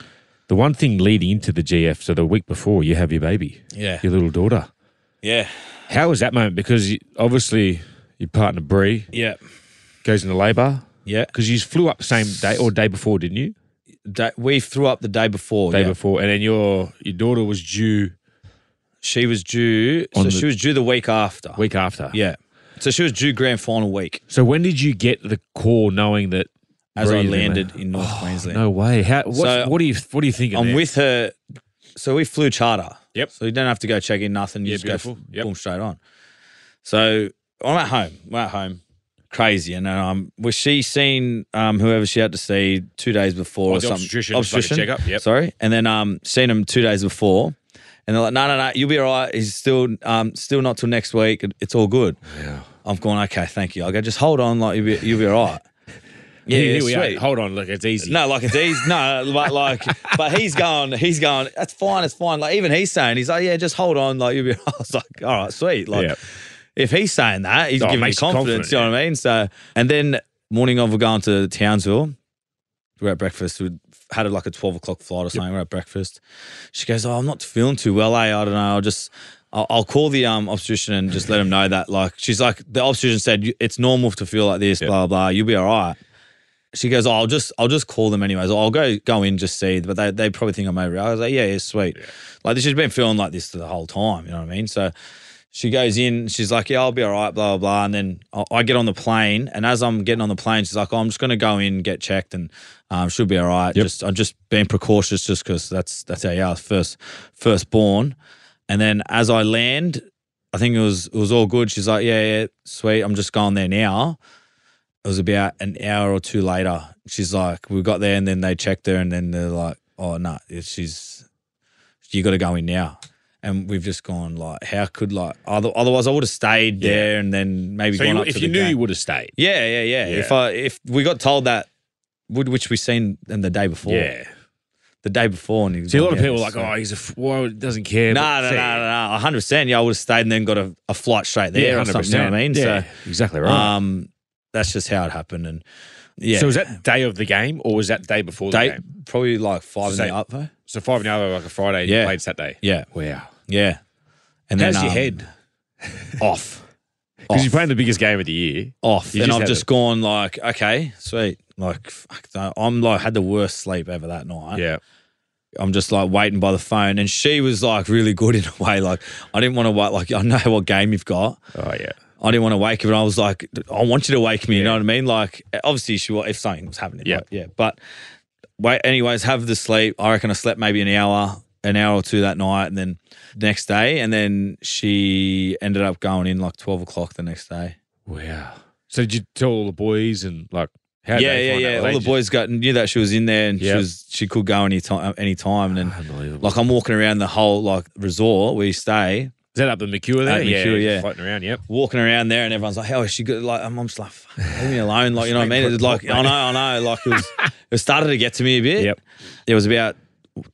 [SPEAKER 4] the one thing leading into the GF, so the week before, you have your baby,
[SPEAKER 5] yeah,
[SPEAKER 4] your little daughter.
[SPEAKER 5] yeah,
[SPEAKER 4] How was that moment? Because you, obviously your partner Bree
[SPEAKER 5] yeah,
[SPEAKER 4] goes into labour
[SPEAKER 5] yeah.
[SPEAKER 4] because you flew up same day or day before, didn't you?
[SPEAKER 5] Da- we threw up the day before.
[SPEAKER 4] Day
[SPEAKER 5] yeah.
[SPEAKER 4] before, and then your your daughter was due
[SPEAKER 5] She was due. So
[SPEAKER 4] On the-
[SPEAKER 5] she was due the week after.
[SPEAKER 4] week after.
[SPEAKER 5] Yeah. So she was due grand final week.
[SPEAKER 4] So when did you get the call knowing that
[SPEAKER 5] as I
[SPEAKER 4] breathing, man.
[SPEAKER 5] landed in North Queensland.
[SPEAKER 4] No way. How? What,
[SPEAKER 5] So-
[SPEAKER 4] what do you? What do you think?
[SPEAKER 5] I'm with her. So we flew charter.
[SPEAKER 4] Yep.
[SPEAKER 5] So you don't have to go check in, nothing. You
[SPEAKER 4] Yeah,
[SPEAKER 5] just go
[SPEAKER 4] beautiful.
[SPEAKER 5] f-
[SPEAKER 4] Yep.
[SPEAKER 5] boom straight on. So I'm at home. We're at home. Crazy. And um, was she seen um, whoever she had to see two days before
[SPEAKER 4] Oh,
[SPEAKER 5] or
[SPEAKER 4] the
[SPEAKER 5] something?
[SPEAKER 4] obstetrician, just like a checkup, yep.
[SPEAKER 5] Sorry. And then um, seen him two days before. And they're like, no, no, no, you'll be all right. He's still, um, still not till next week. It- It's all good. Yeah. I'm going, okay, thank you. I go, just hold on, like you'll be, you'll be all right. Yeah,
[SPEAKER 4] Here,
[SPEAKER 5] yeah,
[SPEAKER 4] here we
[SPEAKER 5] sweet.
[SPEAKER 4] are. Hold on. Look, it's easy.
[SPEAKER 5] No, like it's easy. No, but like, but he's going, he's going, that's fine, it's fine. Like, even he's saying, he's like, yeah, just hold on. Like, you'll be, I was like, all right, sweet. Like,
[SPEAKER 4] Yeah.
[SPEAKER 5] if he's saying that, he's
[SPEAKER 4] Oh, it
[SPEAKER 5] giving me
[SPEAKER 4] makes you
[SPEAKER 5] confidence.
[SPEAKER 4] confident,
[SPEAKER 5] You know what I mean? So, and then morning of, we're going to Townsville. We're at breakfast. We had like a 12 o'clock flight or something. We're at breakfast. She goes, oh, I'm not feeling too well, eh? I don't know. I'll just, I'll, I'll call the um, obstetrician and just let him know that, like, she's like, the obstetrician said, "You- it's normal to feel like this, blah, blah. You'll be all right she goes, oh, I'll just I'll just call them anyways. I'll go go in just see, but they, they probably think I'm over. it. I was like, yeah, yeah, sweet. Like she's been feeling like this the whole time. You know what I mean? So she goes in, she's like, yeah, I'll be all right, blah blah blah. And then I, I get on the plane, and as I'm getting on the plane, she's like, oh, I'm just gonna go in get checked, and um, she'll be all right. Just I'm just being precautious, just because that's that's how you are first first born. And then as I land, I think it was it was all good. She's like, yeah, yeah, sweet. I'm just going there now it was about an hour or two later. She's like, we got there and then they checked her and then they're like, oh, no, it's- she's, you got to go in now. And we've just gone like, how could like, other, otherwise I would have stayed there and then maybe
[SPEAKER 4] So
[SPEAKER 5] gone
[SPEAKER 4] you,
[SPEAKER 5] up to
[SPEAKER 4] if
[SPEAKER 5] the
[SPEAKER 4] you knew,
[SPEAKER 5] game.
[SPEAKER 4] you would have stayed.
[SPEAKER 5] yeah, yeah, yeah,
[SPEAKER 4] Yeah.
[SPEAKER 5] If I, if we got told that, would- which we seen them the day before,
[SPEAKER 4] Yeah.
[SPEAKER 5] the day before. And he was
[SPEAKER 4] See, a
[SPEAKER 5] like,
[SPEAKER 4] lot of
[SPEAKER 5] yeah,
[SPEAKER 4] people are like,
[SPEAKER 5] so-
[SPEAKER 4] oh, he's a f- well, doesn't care.
[SPEAKER 5] no, no, no, no, no, 100%. Yeah, I would have stayed and then got a, a flight straight there
[SPEAKER 4] Yeah,
[SPEAKER 5] or something. You know what I mean?
[SPEAKER 4] Yeah,
[SPEAKER 5] So,
[SPEAKER 4] exactly right.
[SPEAKER 5] um, that's just how it happened. And yeah.
[SPEAKER 4] So was that day of the game or was that day before the
[SPEAKER 5] Date
[SPEAKER 4] game?
[SPEAKER 5] probably like five
[SPEAKER 4] So
[SPEAKER 5] in the
[SPEAKER 4] say-
[SPEAKER 5] up though.
[SPEAKER 4] So five and over, like a Friday,
[SPEAKER 5] Yeah.
[SPEAKER 4] you played Saturday.
[SPEAKER 5] Yeah,
[SPEAKER 4] Wow.
[SPEAKER 5] yeah. And
[SPEAKER 4] How's
[SPEAKER 5] then,
[SPEAKER 4] your
[SPEAKER 5] um,
[SPEAKER 4] head?
[SPEAKER 5] off?
[SPEAKER 4] Because you're
[SPEAKER 5] Off.
[SPEAKER 4] playing the biggest game of the year.
[SPEAKER 5] Off.
[SPEAKER 4] You
[SPEAKER 5] and
[SPEAKER 4] just
[SPEAKER 5] I've
[SPEAKER 4] had
[SPEAKER 5] just
[SPEAKER 4] it.
[SPEAKER 5] gone like, okay, sweet. Like, fuck, no, I'm like had the worst sleep ever that night.
[SPEAKER 4] Yeah.
[SPEAKER 5] I'm just like waiting by the phone, and she was like really good in a way. Like, I didn't want to wait. Like, I know what game you've got.
[SPEAKER 4] Oh, yeah.
[SPEAKER 5] I didn't want to wake her, and I was like, I want you to wake me. You know what I mean? Like, obviously, she wa- if something was happening.
[SPEAKER 4] Yeah.
[SPEAKER 5] like, yeah. But wait, anyways, have the sleep. I reckon I slept maybe an hour, an hour or two that night, and then the next day, and then she ended up going in like twelve o'clock the next day.
[SPEAKER 4] Wow. So did you tell all the boys and like, how did
[SPEAKER 5] yeah,
[SPEAKER 4] they
[SPEAKER 5] yeah,
[SPEAKER 4] find out?
[SPEAKER 5] yeah.
[SPEAKER 4] Were
[SPEAKER 5] All
[SPEAKER 4] they
[SPEAKER 5] the
[SPEAKER 4] just-
[SPEAKER 5] boys got knew that she was in there, and she
[SPEAKER 4] Yep.
[SPEAKER 5] was she could go any time, any time. And then,
[SPEAKER 4] Unbelievable.
[SPEAKER 5] like, I'm walking around the whole like resort where you stay,
[SPEAKER 4] Is that up the McCure there?
[SPEAKER 5] At McCure, yeah.
[SPEAKER 4] Floating around, yep.
[SPEAKER 5] walking around there and everyone's like, "How is she good?" Like, I'm just like, "Fuck, "Leave me alone!" Like, you know what I mean? It's like, I know, I know. Like, it was, it started to get to me a bit.
[SPEAKER 4] Yep.
[SPEAKER 5] It was about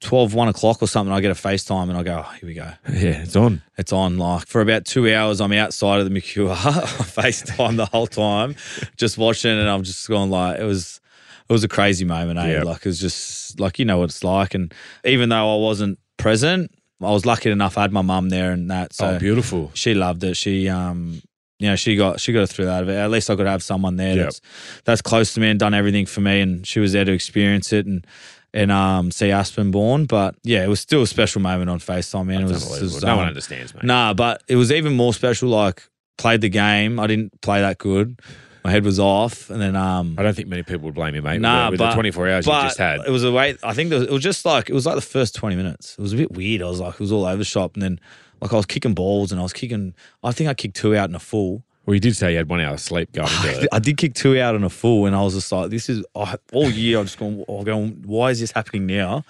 [SPEAKER 5] 12, 1 o'clock or something. I get a FaceTime and I go, oh, "Here we go."
[SPEAKER 4] Yeah, it's on.
[SPEAKER 5] It's on. Like for about two hours, I'm outside of the McCure, I FaceTime the whole time, just watching, and I'm just going like, it was, it was a crazy moment. Eh?
[SPEAKER 4] Yeah.
[SPEAKER 5] Like it was just like you know what it's like, and even though I wasn't present, I was lucky enough. I had my mum there and that. So
[SPEAKER 4] oh, beautiful.
[SPEAKER 5] she loved it. She um you know, she got she got a thrill out of it. At least I could have someone there
[SPEAKER 4] Yep.
[SPEAKER 5] that's that's close to me and done everything for me and she was there to experience it and and um see Aspen born. But yeah, it was still a special moment on FaceTime, man. It was, it was,
[SPEAKER 4] Unbelievable. no
[SPEAKER 5] um,
[SPEAKER 4] one understands, mate.
[SPEAKER 5] Nah, but it was even more special, like played the game. I didn't play that good. My head was off and then um
[SPEAKER 4] I don't think many people would blame you, mate.
[SPEAKER 5] Nah,
[SPEAKER 4] with the, with
[SPEAKER 5] but,
[SPEAKER 4] the 24 hours you
[SPEAKER 5] but
[SPEAKER 4] just had.
[SPEAKER 5] It was a way. I think there was, it was just like it was like the first twenty minutes. It was a bit weird. I was like, it was all over the shop, and then like I was kicking balls, and I was kicking. I think I kicked two out in a full.
[SPEAKER 4] Well, you did say you had one hour sleep going into it.
[SPEAKER 5] I did kick two out in a full, and I was just like, this is I, all year. I'm just going, oh, I'm going. Why is this happening now?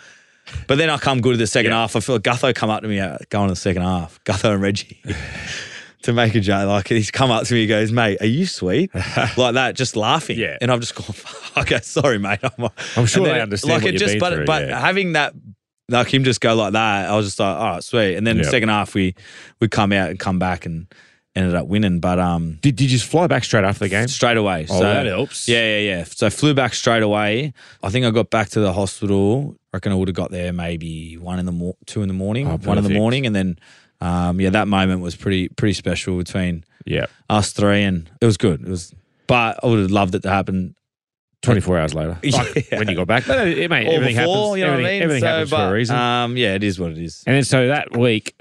[SPEAKER 5] But then I come good in the second half. I feel Gutho come up to me uh, going in the second half. Gutho and Reggie. To make a joke, like he's come up to me, he goes, "Mate, are you sweet?" like that, just laughing.
[SPEAKER 4] Yeah.
[SPEAKER 5] and I've just gone, "Okay, sorry, mate." I'm,
[SPEAKER 4] I'm sure
[SPEAKER 5] and
[SPEAKER 4] they
[SPEAKER 5] it-
[SPEAKER 4] understand
[SPEAKER 5] Like
[SPEAKER 4] what
[SPEAKER 5] it
[SPEAKER 4] you've
[SPEAKER 5] just,
[SPEAKER 4] been
[SPEAKER 5] but
[SPEAKER 4] through,
[SPEAKER 5] but
[SPEAKER 4] yeah.
[SPEAKER 5] having that, like him just go like that, I was just like, all right, sweet. And then the
[SPEAKER 4] Yeah.
[SPEAKER 5] second half, we we come out and come back and ended up winning. But um,
[SPEAKER 4] Did, did you just fly back straight after the game?
[SPEAKER 5] straight away.
[SPEAKER 4] Oh,
[SPEAKER 5] so,
[SPEAKER 4] that helps.
[SPEAKER 5] Yeah, yeah, yeah. So I flew back straight away. I think I got back to the hospital. I reckon I would have got there maybe one in the mor- two in the morning,
[SPEAKER 4] Oh,
[SPEAKER 5] one in the
[SPEAKER 4] perfect.
[SPEAKER 5] morning, and then um, yeah, that moment was pretty pretty special between
[SPEAKER 4] Yeah.
[SPEAKER 5] us three, and it was good. It was, but I would have loved it to happen
[SPEAKER 4] 24 hours later. Like,
[SPEAKER 5] Yeah.
[SPEAKER 4] when you got back. But, eh, mate,
[SPEAKER 5] or
[SPEAKER 4] everything
[SPEAKER 5] before.
[SPEAKER 4] happens.
[SPEAKER 5] You know
[SPEAKER 4] everything
[SPEAKER 5] what I mean?
[SPEAKER 4] everything
[SPEAKER 5] So,
[SPEAKER 4] happens
[SPEAKER 5] but,
[SPEAKER 4] for a reason.
[SPEAKER 5] Um, yeah, it is what it is.
[SPEAKER 4] and then so that week,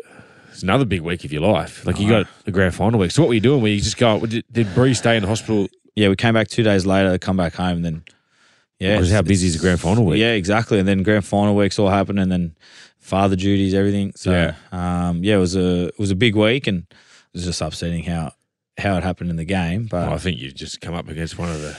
[SPEAKER 4] it's another big week of your life. Like you got the grand final week. So what were you doing? Were you just go? Did, did Bree stay in the hospital?
[SPEAKER 5] Yeah, we came back two days later, come back home, then Yeah,
[SPEAKER 4] Just how busy is the grand final week?
[SPEAKER 5] Yeah, exactly. And then grand final weeks all happened, and then father duties, everything. So
[SPEAKER 4] Yeah.
[SPEAKER 5] yeah, um, yeah, it was a it was a big week, and it was just upsetting how how it happened in the game. But
[SPEAKER 4] Well, Oh, I think you've just come up against one of the.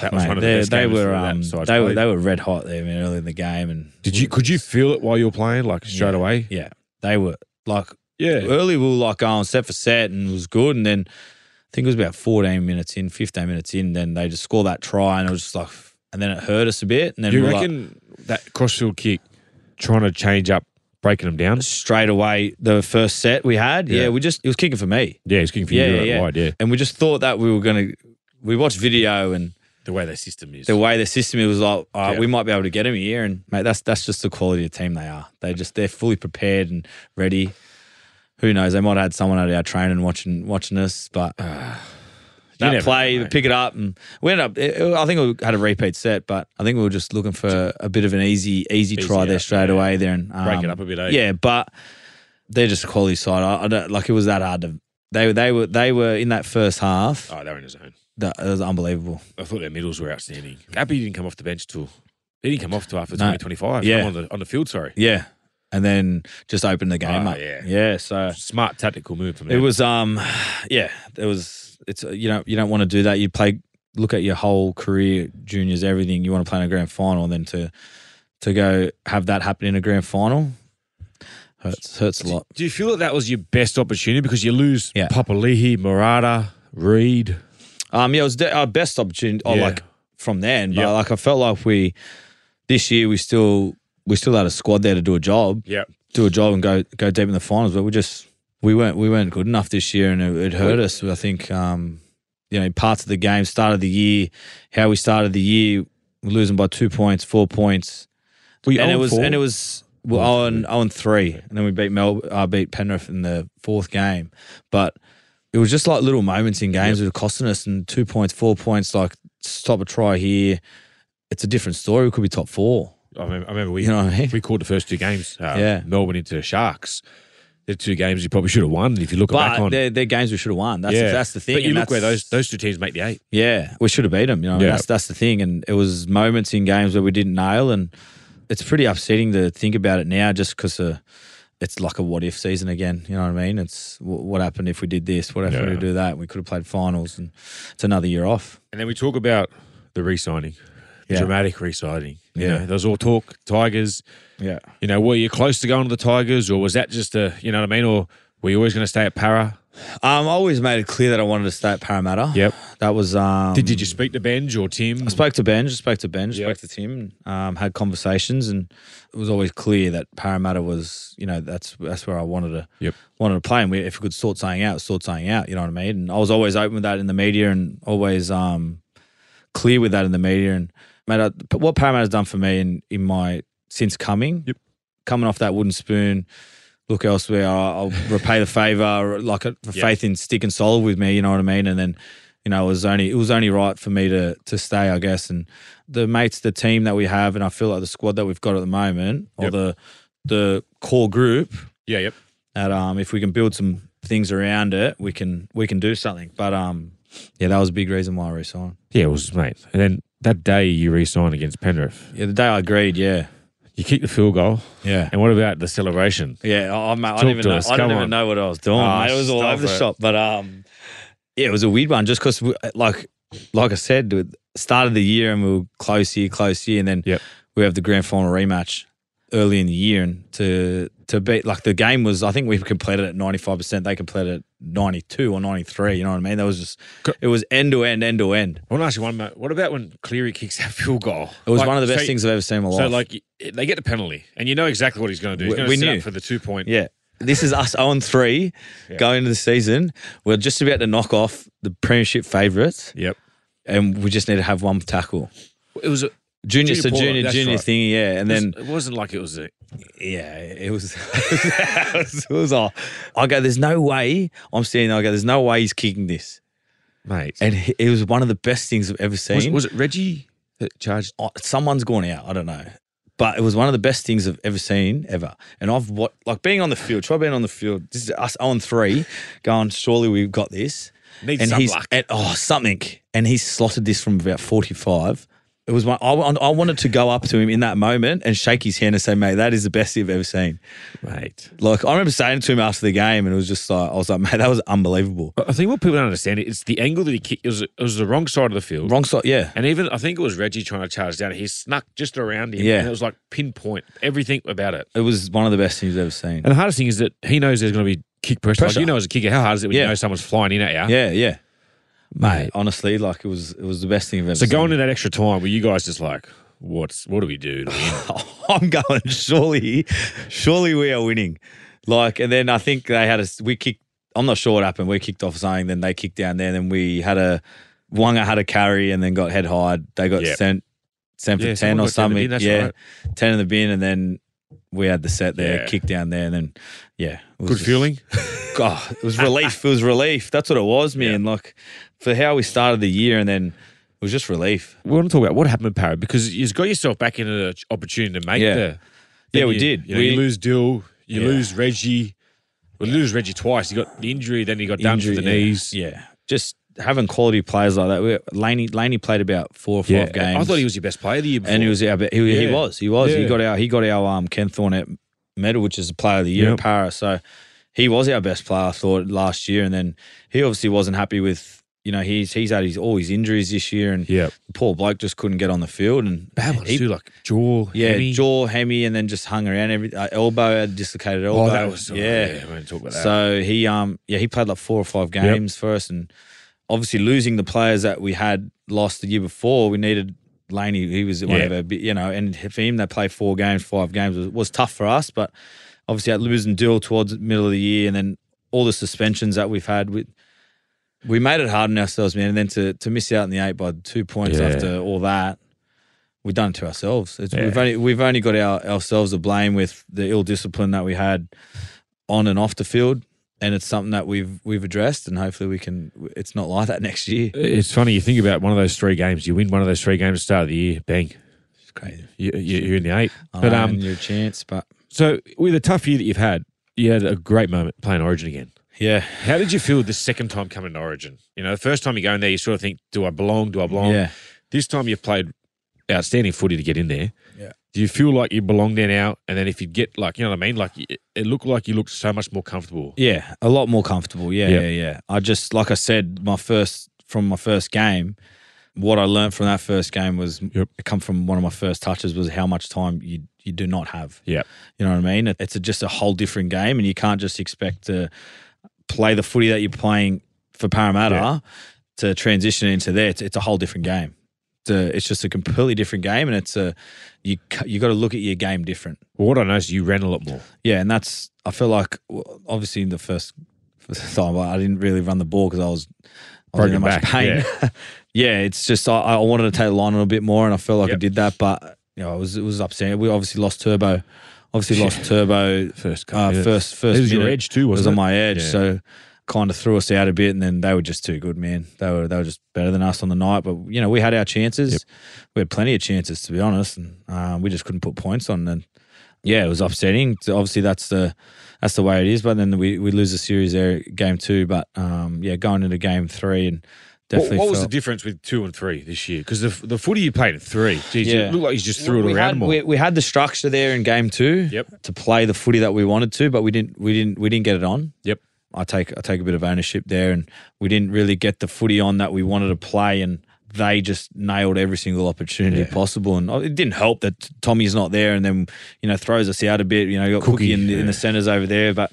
[SPEAKER 4] That was
[SPEAKER 5] Uh, mate,
[SPEAKER 4] one of the
[SPEAKER 5] they-
[SPEAKER 4] best
[SPEAKER 5] they
[SPEAKER 4] games
[SPEAKER 5] were
[SPEAKER 4] that
[SPEAKER 5] um,
[SPEAKER 4] side's
[SPEAKER 5] they were
[SPEAKER 4] played.
[SPEAKER 5] they were red hot there man, early in the game, and
[SPEAKER 4] Did you? Could you feel it while you were playing, like straight
[SPEAKER 5] Yeah.
[SPEAKER 4] away?
[SPEAKER 5] Yeah, they were like
[SPEAKER 4] Yeah.
[SPEAKER 5] early we were like going set for set and it was good and then I think it was about 14 minutes in 15 minutes in then they just scored that try and it was just like and then it hurt us a bit and then
[SPEAKER 4] Do you
[SPEAKER 5] we were like-
[SPEAKER 4] reckon that crossfield kick, trying to change up, breaking them down?
[SPEAKER 5] straight away the first set we had yeah,
[SPEAKER 4] Yeah.
[SPEAKER 5] we just it was kicking for me
[SPEAKER 4] Yeah, he's kicking for
[SPEAKER 5] yeah
[SPEAKER 4] you
[SPEAKER 5] yeah,
[SPEAKER 4] right
[SPEAKER 5] yeah.
[SPEAKER 4] wide. Yeah,
[SPEAKER 5] and we just thought that we were going to we watched video and
[SPEAKER 4] the way their system is.
[SPEAKER 5] the way the system it was like all right,
[SPEAKER 4] Yeah.
[SPEAKER 5] we might be able to get them here and mate that's that's just the quality of team they are they just they're fully prepared and ready who knows they might have had someone at our training watching watching us but that
[SPEAKER 4] never
[SPEAKER 5] play,
[SPEAKER 4] know, mate.
[SPEAKER 5] pick it up, and we ended up. it- it- I think we had a repeat set, but I think we were just looking for a bit of an easy, easy, try
[SPEAKER 4] Easy
[SPEAKER 5] there
[SPEAKER 4] out,
[SPEAKER 5] straight
[SPEAKER 4] yeah.
[SPEAKER 5] away. There and um,
[SPEAKER 4] Break it up a bit, eh?
[SPEAKER 5] Yeah, but they're just a quality side. I, I don't like it was that hard to. They they were they were in that first half.
[SPEAKER 4] oh, they're in his own.
[SPEAKER 5] That it was unbelievable.
[SPEAKER 4] I thought their middles were outstanding. Happy he didn't come off the bench till he didn't come off till after
[SPEAKER 5] No.
[SPEAKER 4] twenty twenty five.
[SPEAKER 5] Yeah.
[SPEAKER 4] on the on the field. Sorry,
[SPEAKER 5] Yeah, and then just opened the game
[SPEAKER 4] Oh,
[SPEAKER 5] up.
[SPEAKER 4] yeah.
[SPEAKER 5] yeah. So
[SPEAKER 4] smart tactical move from
[SPEAKER 5] It
[SPEAKER 4] them.
[SPEAKER 5] was um, yeah, it was. It's uh, you know you don't want to do that. You play, look at your whole career, juniors, everything. You want to play in a grand final, and then to to go have that happen in a grand final hurts hurts a lot.
[SPEAKER 4] Do you feel that that was your best opportunity because you lose
[SPEAKER 5] Yeah.
[SPEAKER 4] Papalihi, Murata, Reed?
[SPEAKER 5] Um, yeah, it was de- our best opportunity. Oh,
[SPEAKER 4] Yeah.
[SPEAKER 5] like from then, but
[SPEAKER 4] Yep.
[SPEAKER 5] like I felt like we this year we still we still had a squad there to do a job,
[SPEAKER 4] Yeah,
[SPEAKER 5] do a job, and go go deep in the finals. But we just we weren't we weren't good enough this year, and it, it hurt us. I think um, you know parts of the game, start of the year, how we started the year, we're losing by two points, four points,
[SPEAKER 4] we
[SPEAKER 5] and it was and it was well,
[SPEAKER 4] Oh,
[SPEAKER 5] on on three, and then we beat Mel, uh, beat Penrith in the fourth game, but it was just like little moments in games that were costing us, and two points, four points, like stop a try here. It's a different story. We could be top four.
[SPEAKER 4] I remember, I remember we
[SPEAKER 5] You know what I mean?
[SPEAKER 4] we called the first two games. Uh,
[SPEAKER 5] Yeah.
[SPEAKER 4] Melbourne into Sharks. The two games you probably should have won if you look back
[SPEAKER 5] But
[SPEAKER 4] on.
[SPEAKER 5] they're, they're games we should have won. That's that's the thing.
[SPEAKER 4] But you
[SPEAKER 5] and
[SPEAKER 4] look where
[SPEAKER 5] that's-
[SPEAKER 4] those those two teams make the eight.
[SPEAKER 5] Yeah, we should have beat them. You know,
[SPEAKER 4] Yeah.
[SPEAKER 5] that's that's the thing. And it was moments in games where we didn't nail, and it's pretty upsetting to think about it now, just because uh, it's like a what if season again. You know what I mean? It's wh- what happened if we did this? What if
[SPEAKER 4] Yeah.
[SPEAKER 5] we do that? We could have played finals, and it's another year off.
[SPEAKER 4] And then we talk about the re-signing, the
[SPEAKER 5] Yeah.
[SPEAKER 4] dramatic re-signing. You
[SPEAKER 5] Yeah.
[SPEAKER 4] know, there was all talk Tigers.
[SPEAKER 5] Yeah,
[SPEAKER 4] You know, were you close to going to the Tigers, or was that just a you know what I mean, or were you always going to stay at Para?
[SPEAKER 5] um, I always made it clear that I wanted to stay at Parramatta.
[SPEAKER 4] Yep.
[SPEAKER 5] that was. Um,
[SPEAKER 4] Did, did you speak to Benj or Tim?
[SPEAKER 5] I spoke to Ben, just spoke to Ben, just
[SPEAKER 4] Yeah.
[SPEAKER 5] spoke to Tim, um, had conversations, and it was always clear that Parramatta was, you know, that's that's where I wanted to
[SPEAKER 4] Yep.
[SPEAKER 5] wanted to play. And we, if we could sort something out, sort something out, you know what I mean. And I was always open with that in the media, and always um, clear with that in the media. And mate, I, but what Parramatta's done for me in in my since coming,
[SPEAKER 4] Yep.
[SPEAKER 5] coming off that wooden spoon. Look elsewhere. I'll, I'll repay the favor, like a, for
[SPEAKER 4] Yeah.
[SPEAKER 5] faith in stick and solid with me. You know what I mean. And then you know, it was only it was only right for me to to stay, I guess. And the mates, the team that we have, and I feel like the squad that we've got at the moment, or
[SPEAKER 4] Yep.
[SPEAKER 5] the the core group,
[SPEAKER 4] Yeah, yep.
[SPEAKER 5] that um, if we can build some things around it, we can we can do something. But um, yeah, that was a big reason why I resigned.
[SPEAKER 4] Yeah, it was mate. And then that day you re-signed against Penrith,
[SPEAKER 5] Yeah, the day I agreed, yeah,
[SPEAKER 4] you kicked the field goal.
[SPEAKER 5] yeah.
[SPEAKER 4] And what about the celebration?
[SPEAKER 5] Yeah, I, I, mate, I
[SPEAKER 4] Talk
[SPEAKER 5] don't even
[SPEAKER 4] to
[SPEAKER 5] know.
[SPEAKER 4] us,
[SPEAKER 5] I don't
[SPEAKER 4] come
[SPEAKER 5] even
[SPEAKER 4] on.
[SPEAKER 5] know what I was doing.
[SPEAKER 4] Ah,
[SPEAKER 5] mate. It was all
[SPEAKER 4] stop
[SPEAKER 5] over the
[SPEAKER 4] it.
[SPEAKER 5] shop, but um, yeah, it was a weird one just because, like, like I said, we started the year and we were close here, close here, and then
[SPEAKER 4] Yep.
[SPEAKER 5] we have the grand final rematch early in the year, and to to beat like the game was, I think we completed at ninety five percent, they completed at ninety two or ninety three. You know what I mean? That was just
[SPEAKER 4] Co-
[SPEAKER 5] it was end to end, end to end.
[SPEAKER 4] I want to ask you one, mate. What about when Cleary kicks that field goal?
[SPEAKER 5] It was
[SPEAKER 4] Like,
[SPEAKER 5] one of the best
[SPEAKER 4] so-
[SPEAKER 5] things I've ever seen in my life.
[SPEAKER 4] So, like, y- they get the penalty, and you know exactly what he's going to do. He's
[SPEAKER 5] We-
[SPEAKER 4] going
[SPEAKER 5] we
[SPEAKER 4] to set
[SPEAKER 5] knew.
[SPEAKER 4] up for the two point.
[SPEAKER 5] Yeah. This is us on three going into the season. We're just about to knock off the premiership favourites
[SPEAKER 4] Yep.
[SPEAKER 5] and we just need to have one tackle.
[SPEAKER 4] It was. A,
[SPEAKER 5] Junior,
[SPEAKER 4] Junior
[SPEAKER 5] so
[SPEAKER 4] Paulo,
[SPEAKER 5] junior,
[SPEAKER 4] that's
[SPEAKER 5] junior
[SPEAKER 4] right.
[SPEAKER 5] thing, yeah. And then,
[SPEAKER 4] it wasn't like it was a.
[SPEAKER 5] yeah, it was, it was, it was all, I go, there's no way, I'm seeing, I go, there's no way he's kicking this.
[SPEAKER 4] Mate.
[SPEAKER 5] And he- it was one of the best things I've ever seen.
[SPEAKER 4] was, was it Reggie that charged?
[SPEAKER 5] Oh, someone's gone out. I don't know. But it was one of the best things I've ever seen ever. And I've what like being on the field, try being on the field. This is us on three, going, surely we've got this.
[SPEAKER 4] Needs
[SPEAKER 5] and
[SPEAKER 4] some
[SPEAKER 5] he's
[SPEAKER 4] luck.
[SPEAKER 5] and- oh something. And he's slotted this from about 45. It was one. I, I wanted to go up to him in that moment and shake his hand and say, "Mate, that is the best you've ever seen."
[SPEAKER 4] mate.
[SPEAKER 5] Like I remember saying to him after the game, and it was just like I was like, "Mate, that was unbelievable."
[SPEAKER 4] I think what people don't understand it, it's the angle that he kicked. It was, it was the wrong side of the field.
[SPEAKER 5] Wrong side, yeah.
[SPEAKER 4] And even I think it was Reggie trying to charge down. He snuck just around him.
[SPEAKER 5] Yeah.
[SPEAKER 4] And it was like pinpoint everything about it.
[SPEAKER 5] It was one of the best things I've ever seen.
[SPEAKER 4] And the hardest thing is that he knows there's going to be kick pressure. Like
[SPEAKER 5] Pressure.
[SPEAKER 4] you know, as a kicker, how hard is it when
[SPEAKER 5] Yeah.
[SPEAKER 4] you know someone's flying in at you?
[SPEAKER 5] Yeah, yeah, mate. Honestly, like it was, it was the best thing I've ever.
[SPEAKER 4] So
[SPEAKER 5] seen.
[SPEAKER 4] going in that extra time, were you guys just like, what's what do we do? to win?
[SPEAKER 5] I'm going. Surely, surely we are winning. Like, and then I think they had a. We kicked. I'm not sure what happened. We kicked off something, then they kicked down there. Then we had a. Wonga had a carry and then got head high. They got
[SPEAKER 4] Yep.
[SPEAKER 5] sent sent for
[SPEAKER 4] Yeah,
[SPEAKER 5] ten or
[SPEAKER 4] someone got 10 in the
[SPEAKER 5] something.
[SPEAKER 4] bin, that's
[SPEAKER 5] yeah,
[SPEAKER 4] right.
[SPEAKER 5] ten in the bin, and then we had the set there,
[SPEAKER 4] Yeah.
[SPEAKER 5] kick down there, and then yeah, it was
[SPEAKER 4] Good
[SPEAKER 5] just-
[SPEAKER 4] feeling.
[SPEAKER 5] God, it was relief. It was relief. That's what it was, man. Like for how we started the year, and then it was just relief.
[SPEAKER 4] We want to talk about what happened with Parra because you've got yourself back in an opportunity to make
[SPEAKER 5] Yeah.
[SPEAKER 4] the.
[SPEAKER 5] Yeah, we
[SPEAKER 4] you-
[SPEAKER 5] did.
[SPEAKER 4] You, know,
[SPEAKER 5] We-
[SPEAKER 4] you lose Dill, you
[SPEAKER 5] Yeah.
[SPEAKER 4] lose Reggie. We lose Reggie twice. You got the injury, then you got done for
[SPEAKER 5] Injury,
[SPEAKER 4] the
[SPEAKER 5] yeah.
[SPEAKER 4] knees.
[SPEAKER 5] Yeah, just having quality players like that. We, Laney Laney played about four or five games.
[SPEAKER 4] I thought he was your best player of the year before.
[SPEAKER 5] and he was our be- he, he
[SPEAKER 4] Yeah.
[SPEAKER 5] was he was he
[SPEAKER 4] Yeah.
[SPEAKER 5] got our he got our um Ken Thornett medal, which is the player of the year
[SPEAKER 4] Yep.
[SPEAKER 5] in Paris. So he was our best player, I thought last year, and then he obviously wasn't happy with you know he's he's had his all his injuries this year, and
[SPEAKER 4] Yep.
[SPEAKER 5] the poor bloke just couldn't get on the field and
[SPEAKER 4] bad ones
[SPEAKER 5] he-
[SPEAKER 4] too, like jaw,
[SPEAKER 5] Yeah,
[SPEAKER 4] hemi.
[SPEAKER 5] jaw, hemi, and then just hung around. Every uh, elbow, had dislocated elbow.
[SPEAKER 4] Oh, that was
[SPEAKER 5] yeah.
[SPEAKER 4] we didn't talk about that.
[SPEAKER 5] So he um yeah he played like four or five games for us, and obviously losing the players that we had lost the year before, we needed Laney. He was one
[SPEAKER 4] Yeah.
[SPEAKER 5] of our bi- you know, and for him they played four games, five games was, was tough for us, but obviously at losing deal towards the middle of the year, and then all the suspensions that we've had with. We made it hard on ourselves, man, and then to, to miss out in the eight by two points
[SPEAKER 4] Yeah.
[SPEAKER 5] after all that, we've done it to ourselves. It's, We've
[SPEAKER 4] Yeah.
[SPEAKER 5] only we've only got our, ourselves to blame with the ill discipline that we had on and off the field, and it's something that we've we've addressed, and hopefully we can. It's not like that next year.
[SPEAKER 4] it's funny you think about one of those three games. You win one of those three games at the start of the year, bang,
[SPEAKER 5] It's crazy.
[SPEAKER 4] you, you, you're in the eight.
[SPEAKER 5] I
[SPEAKER 4] But
[SPEAKER 5] know,
[SPEAKER 4] um,
[SPEAKER 5] and your chance, but
[SPEAKER 4] so with a tough year that you've had, you had a great moment playing Origin again.
[SPEAKER 5] yeah,
[SPEAKER 4] How did you feel the second time coming to Origin? You know, the first time you go in there, you sort of think, "Do I belong? Do I belong?"
[SPEAKER 5] yeah.
[SPEAKER 4] This time you've played outstanding footy to get in there.
[SPEAKER 5] Yeah.
[SPEAKER 4] Do you feel like you belong there now? And then if you get like, you know what I mean? Like it, it looked like you looked so much more comfortable.
[SPEAKER 5] Yeah, a lot more comfortable. Yeah,
[SPEAKER 4] Yeah.
[SPEAKER 5] yeah, yeah. I just like I said, my first from my first game, what I learned from that first game was
[SPEAKER 4] Yep.
[SPEAKER 5] it come from one of my first touches was how much time you you do not have.
[SPEAKER 4] Yeah.
[SPEAKER 5] You know what I mean? It- It's a, just a whole different game, and you can't just expect to play the footy that you're playing for Parramatta
[SPEAKER 4] Yeah.
[SPEAKER 5] to transition into there. It's, it's a whole different game. It's, a, it's just a completely different game, and it's a you ca- you got to look at your game different.
[SPEAKER 4] Well, what I noticed, you ran a lot more.
[SPEAKER 5] Yeah, and that's I feel like well, obviously in the first, first time I didn't really run the ball because I was I was in that
[SPEAKER 4] Broken
[SPEAKER 5] much
[SPEAKER 4] back,
[SPEAKER 5] pain. Yeah. it's just I, I wanted to take the line a little bit more, and I felt like I
[SPEAKER 4] Yep.
[SPEAKER 5] did that, but you know it was it was upsetting. We obviously lost Turbo, obviously lost Turbo
[SPEAKER 4] First couple
[SPEAKER 5] uh,
[SPEAKER 4] minutes.
[SPEAKER 5] first first.
[SPEAKER 4] It was your
[SPEAKER 5] minute.
[SPEAKER 4] edge too,
[SPEAKER 5] It was
[SPEAKER 4] wasn't
[SPEAKER 5] on
[SPEAKER 4] it?
[SPEAKER 5] my edge,
[SPEAKER 4] Yeah.
[SPEAKER 5] so kind of threw us out a bit, and then they were just too good, man. They were they were just better than us on the night, but you know we had our chances. We had plenty of chances to be honest, and um, we just couldn't put points on. And yeah, it was upsetting. So obviously, that's the that's the way it is. But then we, we lose the series there, game two. But um, yeah, going into game three and
[SPEAKER 4] What,
[SPEAKER 5] definitely
[SPEAKER 4] what was the
[SPEAKER 5] felt-
[SPEAKER 4] difference with two and three this year? Because the, the footy you played in three, geez,
[SPEAKER 5] Yeah.
[SPEAKER 4] it looked like you just threw it
[SPEAKER 5] we
[SPEAKER 4] around
[SPEAKER 5] had,
[SPEAKER 4] more.
[SPEAKER 5] We, we had the structure there in game two
[SPEAKER 4] Yep.
[SPEAKER 5] to play the footy that we wanted to, but we didn't we didn't we didn't get it on.
[SPEAKER 4] Yep.
[SPEAKER 5] I take I take a bit of ownership there, and we didn't really get the footy on that we wanted to play, and they just nailed every single opportunity possible. And oh, it didn't help that Tommy's not there, and then you know throws us out a bit. You know, you got Cookie,
[SPEAKER 4] Cookie,
[SPEAKER 5] in, the in the
[SPEAKER 4] yeah.
[SPEAKER 5] centres over there, but.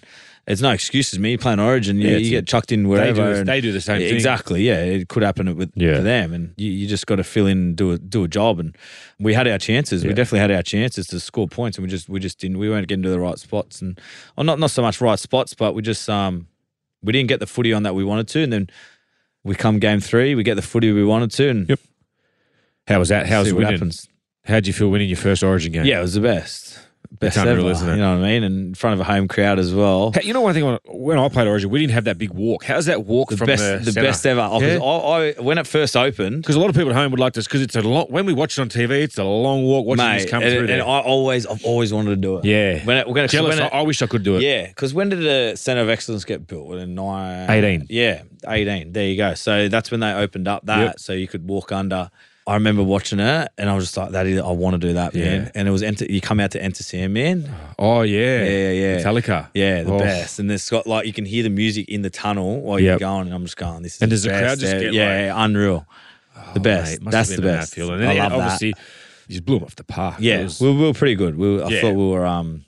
[SPEAKER 5] It's no excuses, me playing Origin. You,
[SPEAKER 4] Yeah, it's-
[SPEAKER 5] you get chucked in wherever.
[SPEAKER 4] this-
[SPEAKER 5] and-
[SPEAKER 4] they do the same thing.
[SPEAKER 5] Exactly. Yeah, it could happen with
[SPEAKER 4] Yeah.
[SPEAKER 5] to them, and you, you just got to fill in, and do a do a job. And we had our chances. We definitely had our chances to score points, and we just we just didn't. We weren't getting to the right spots, and or not not so much right spots, but we just um we didn't get the footy on that we wanted to, and then we come game three, we get the footy we wanted to, and
[SPEAKER 4] Yep. How was that? How was
[SPEAKER 5] see what
[SPEAKER 4] winning?
[SPEAKER 5] happens.
[SPEAKER 4] How'd you feel winning your first Origin game?
[SPEAKER 5] Yeah, it was the best, best
[SPEAKER 4] unreal,
[SPEAKER 5] ever.
[SPEAKER 4] isn't it?
[SPEAKER 5] You know what I mean? And in front of a home crowd as well.
[SPEAKER 4] Hey, You know one thing when- when I played Origin, we didn't have that big walk. How's that walk
[SPEAKER 5] The
[SPEAKER 4] from
[SPEAKER 5] best,
[SPEAKER 4] the,
[SPEAKER 5] the, best ever. Oh, 'cause
[SPEAKER 4] Yeah.
[SPEAKER 5] I, I, when it first opened,
[SPEAKER 4] Because a lot of people at home would like this because it's a long. When we watch it on TV, it's a long walk watching this come
[SPEAKER 5] and,
[SPEAKER 4] through.
[SPEAKER 5] and
[SPEAKER 4] there.
[SPEAKER 5] I always, I've always wanted to do it.
[SPEAKER 4] yeah,
[SPEAKER 5] When it, when it,
[SPEAKER 4] jealous.
[SPEAKER 5] when it-
[SPEAKER 4] I, I wish I could do it.
[SPEAKER 5] yeah, because when did the Centre of Excellence get built? When in nine,
[SPEAKER 4] 18.
[SPEAKER 5] Yeah, eighteen. There you go. So that's when they opened up that,
[SPEAKER 4] Yep.
[SPEAKER 5] so you could walk under. I remember watching it, and I was just like, "That is, I want to do that, man."
[SPEAKER 4] Yeah.
[SPEAKER 5] And it was enter, you come out to enter Sandman,
[SPEAKER 4] Oh yeah,
[SPEAKER 5] yeah, yeah.
[SPEAKER 4] Metallica.
[SPEAKER 5] yeah, the
[SPEAKER 4] Oh.
[SPEAKER 5] best. And it's got like you can hear the music in the tunnel while
[SPEAKER 4] Yep.
[SPEAKER 5] you're going, and I'm just going, "This is."
[SPEAKER 4] And does the
[SPEAKER 5] best.
[SPEAKER 4] crowd just
[SPEAKER 5] Yeah,
[SPEAKER 4] get, Oh,
[SPEAKER 5] yeah, unreal, the best.
[SPEAKER 4] Mate, must
[SPEAKER 5] That's
[SPEAKER 4] have
[SPEAKER 5] the
[SPEAKER 4] been an
[SPEAKER 5] best.
[SPEAKER 4] outfield. And
[SPEAKER 5] I
[SPEAKER 4] then,
[SPEAKER 5] love that.
[SPEAKER 4] obviously, you just blew him off the park.
[SPEAKER 5] Yeah,
[SPEAKER 4] It was-
[SPEAKER 5] we, we were pretty good. We, were- I
[SPEAKER 4] Yeah.
[SPEAKER 5] thought we were. um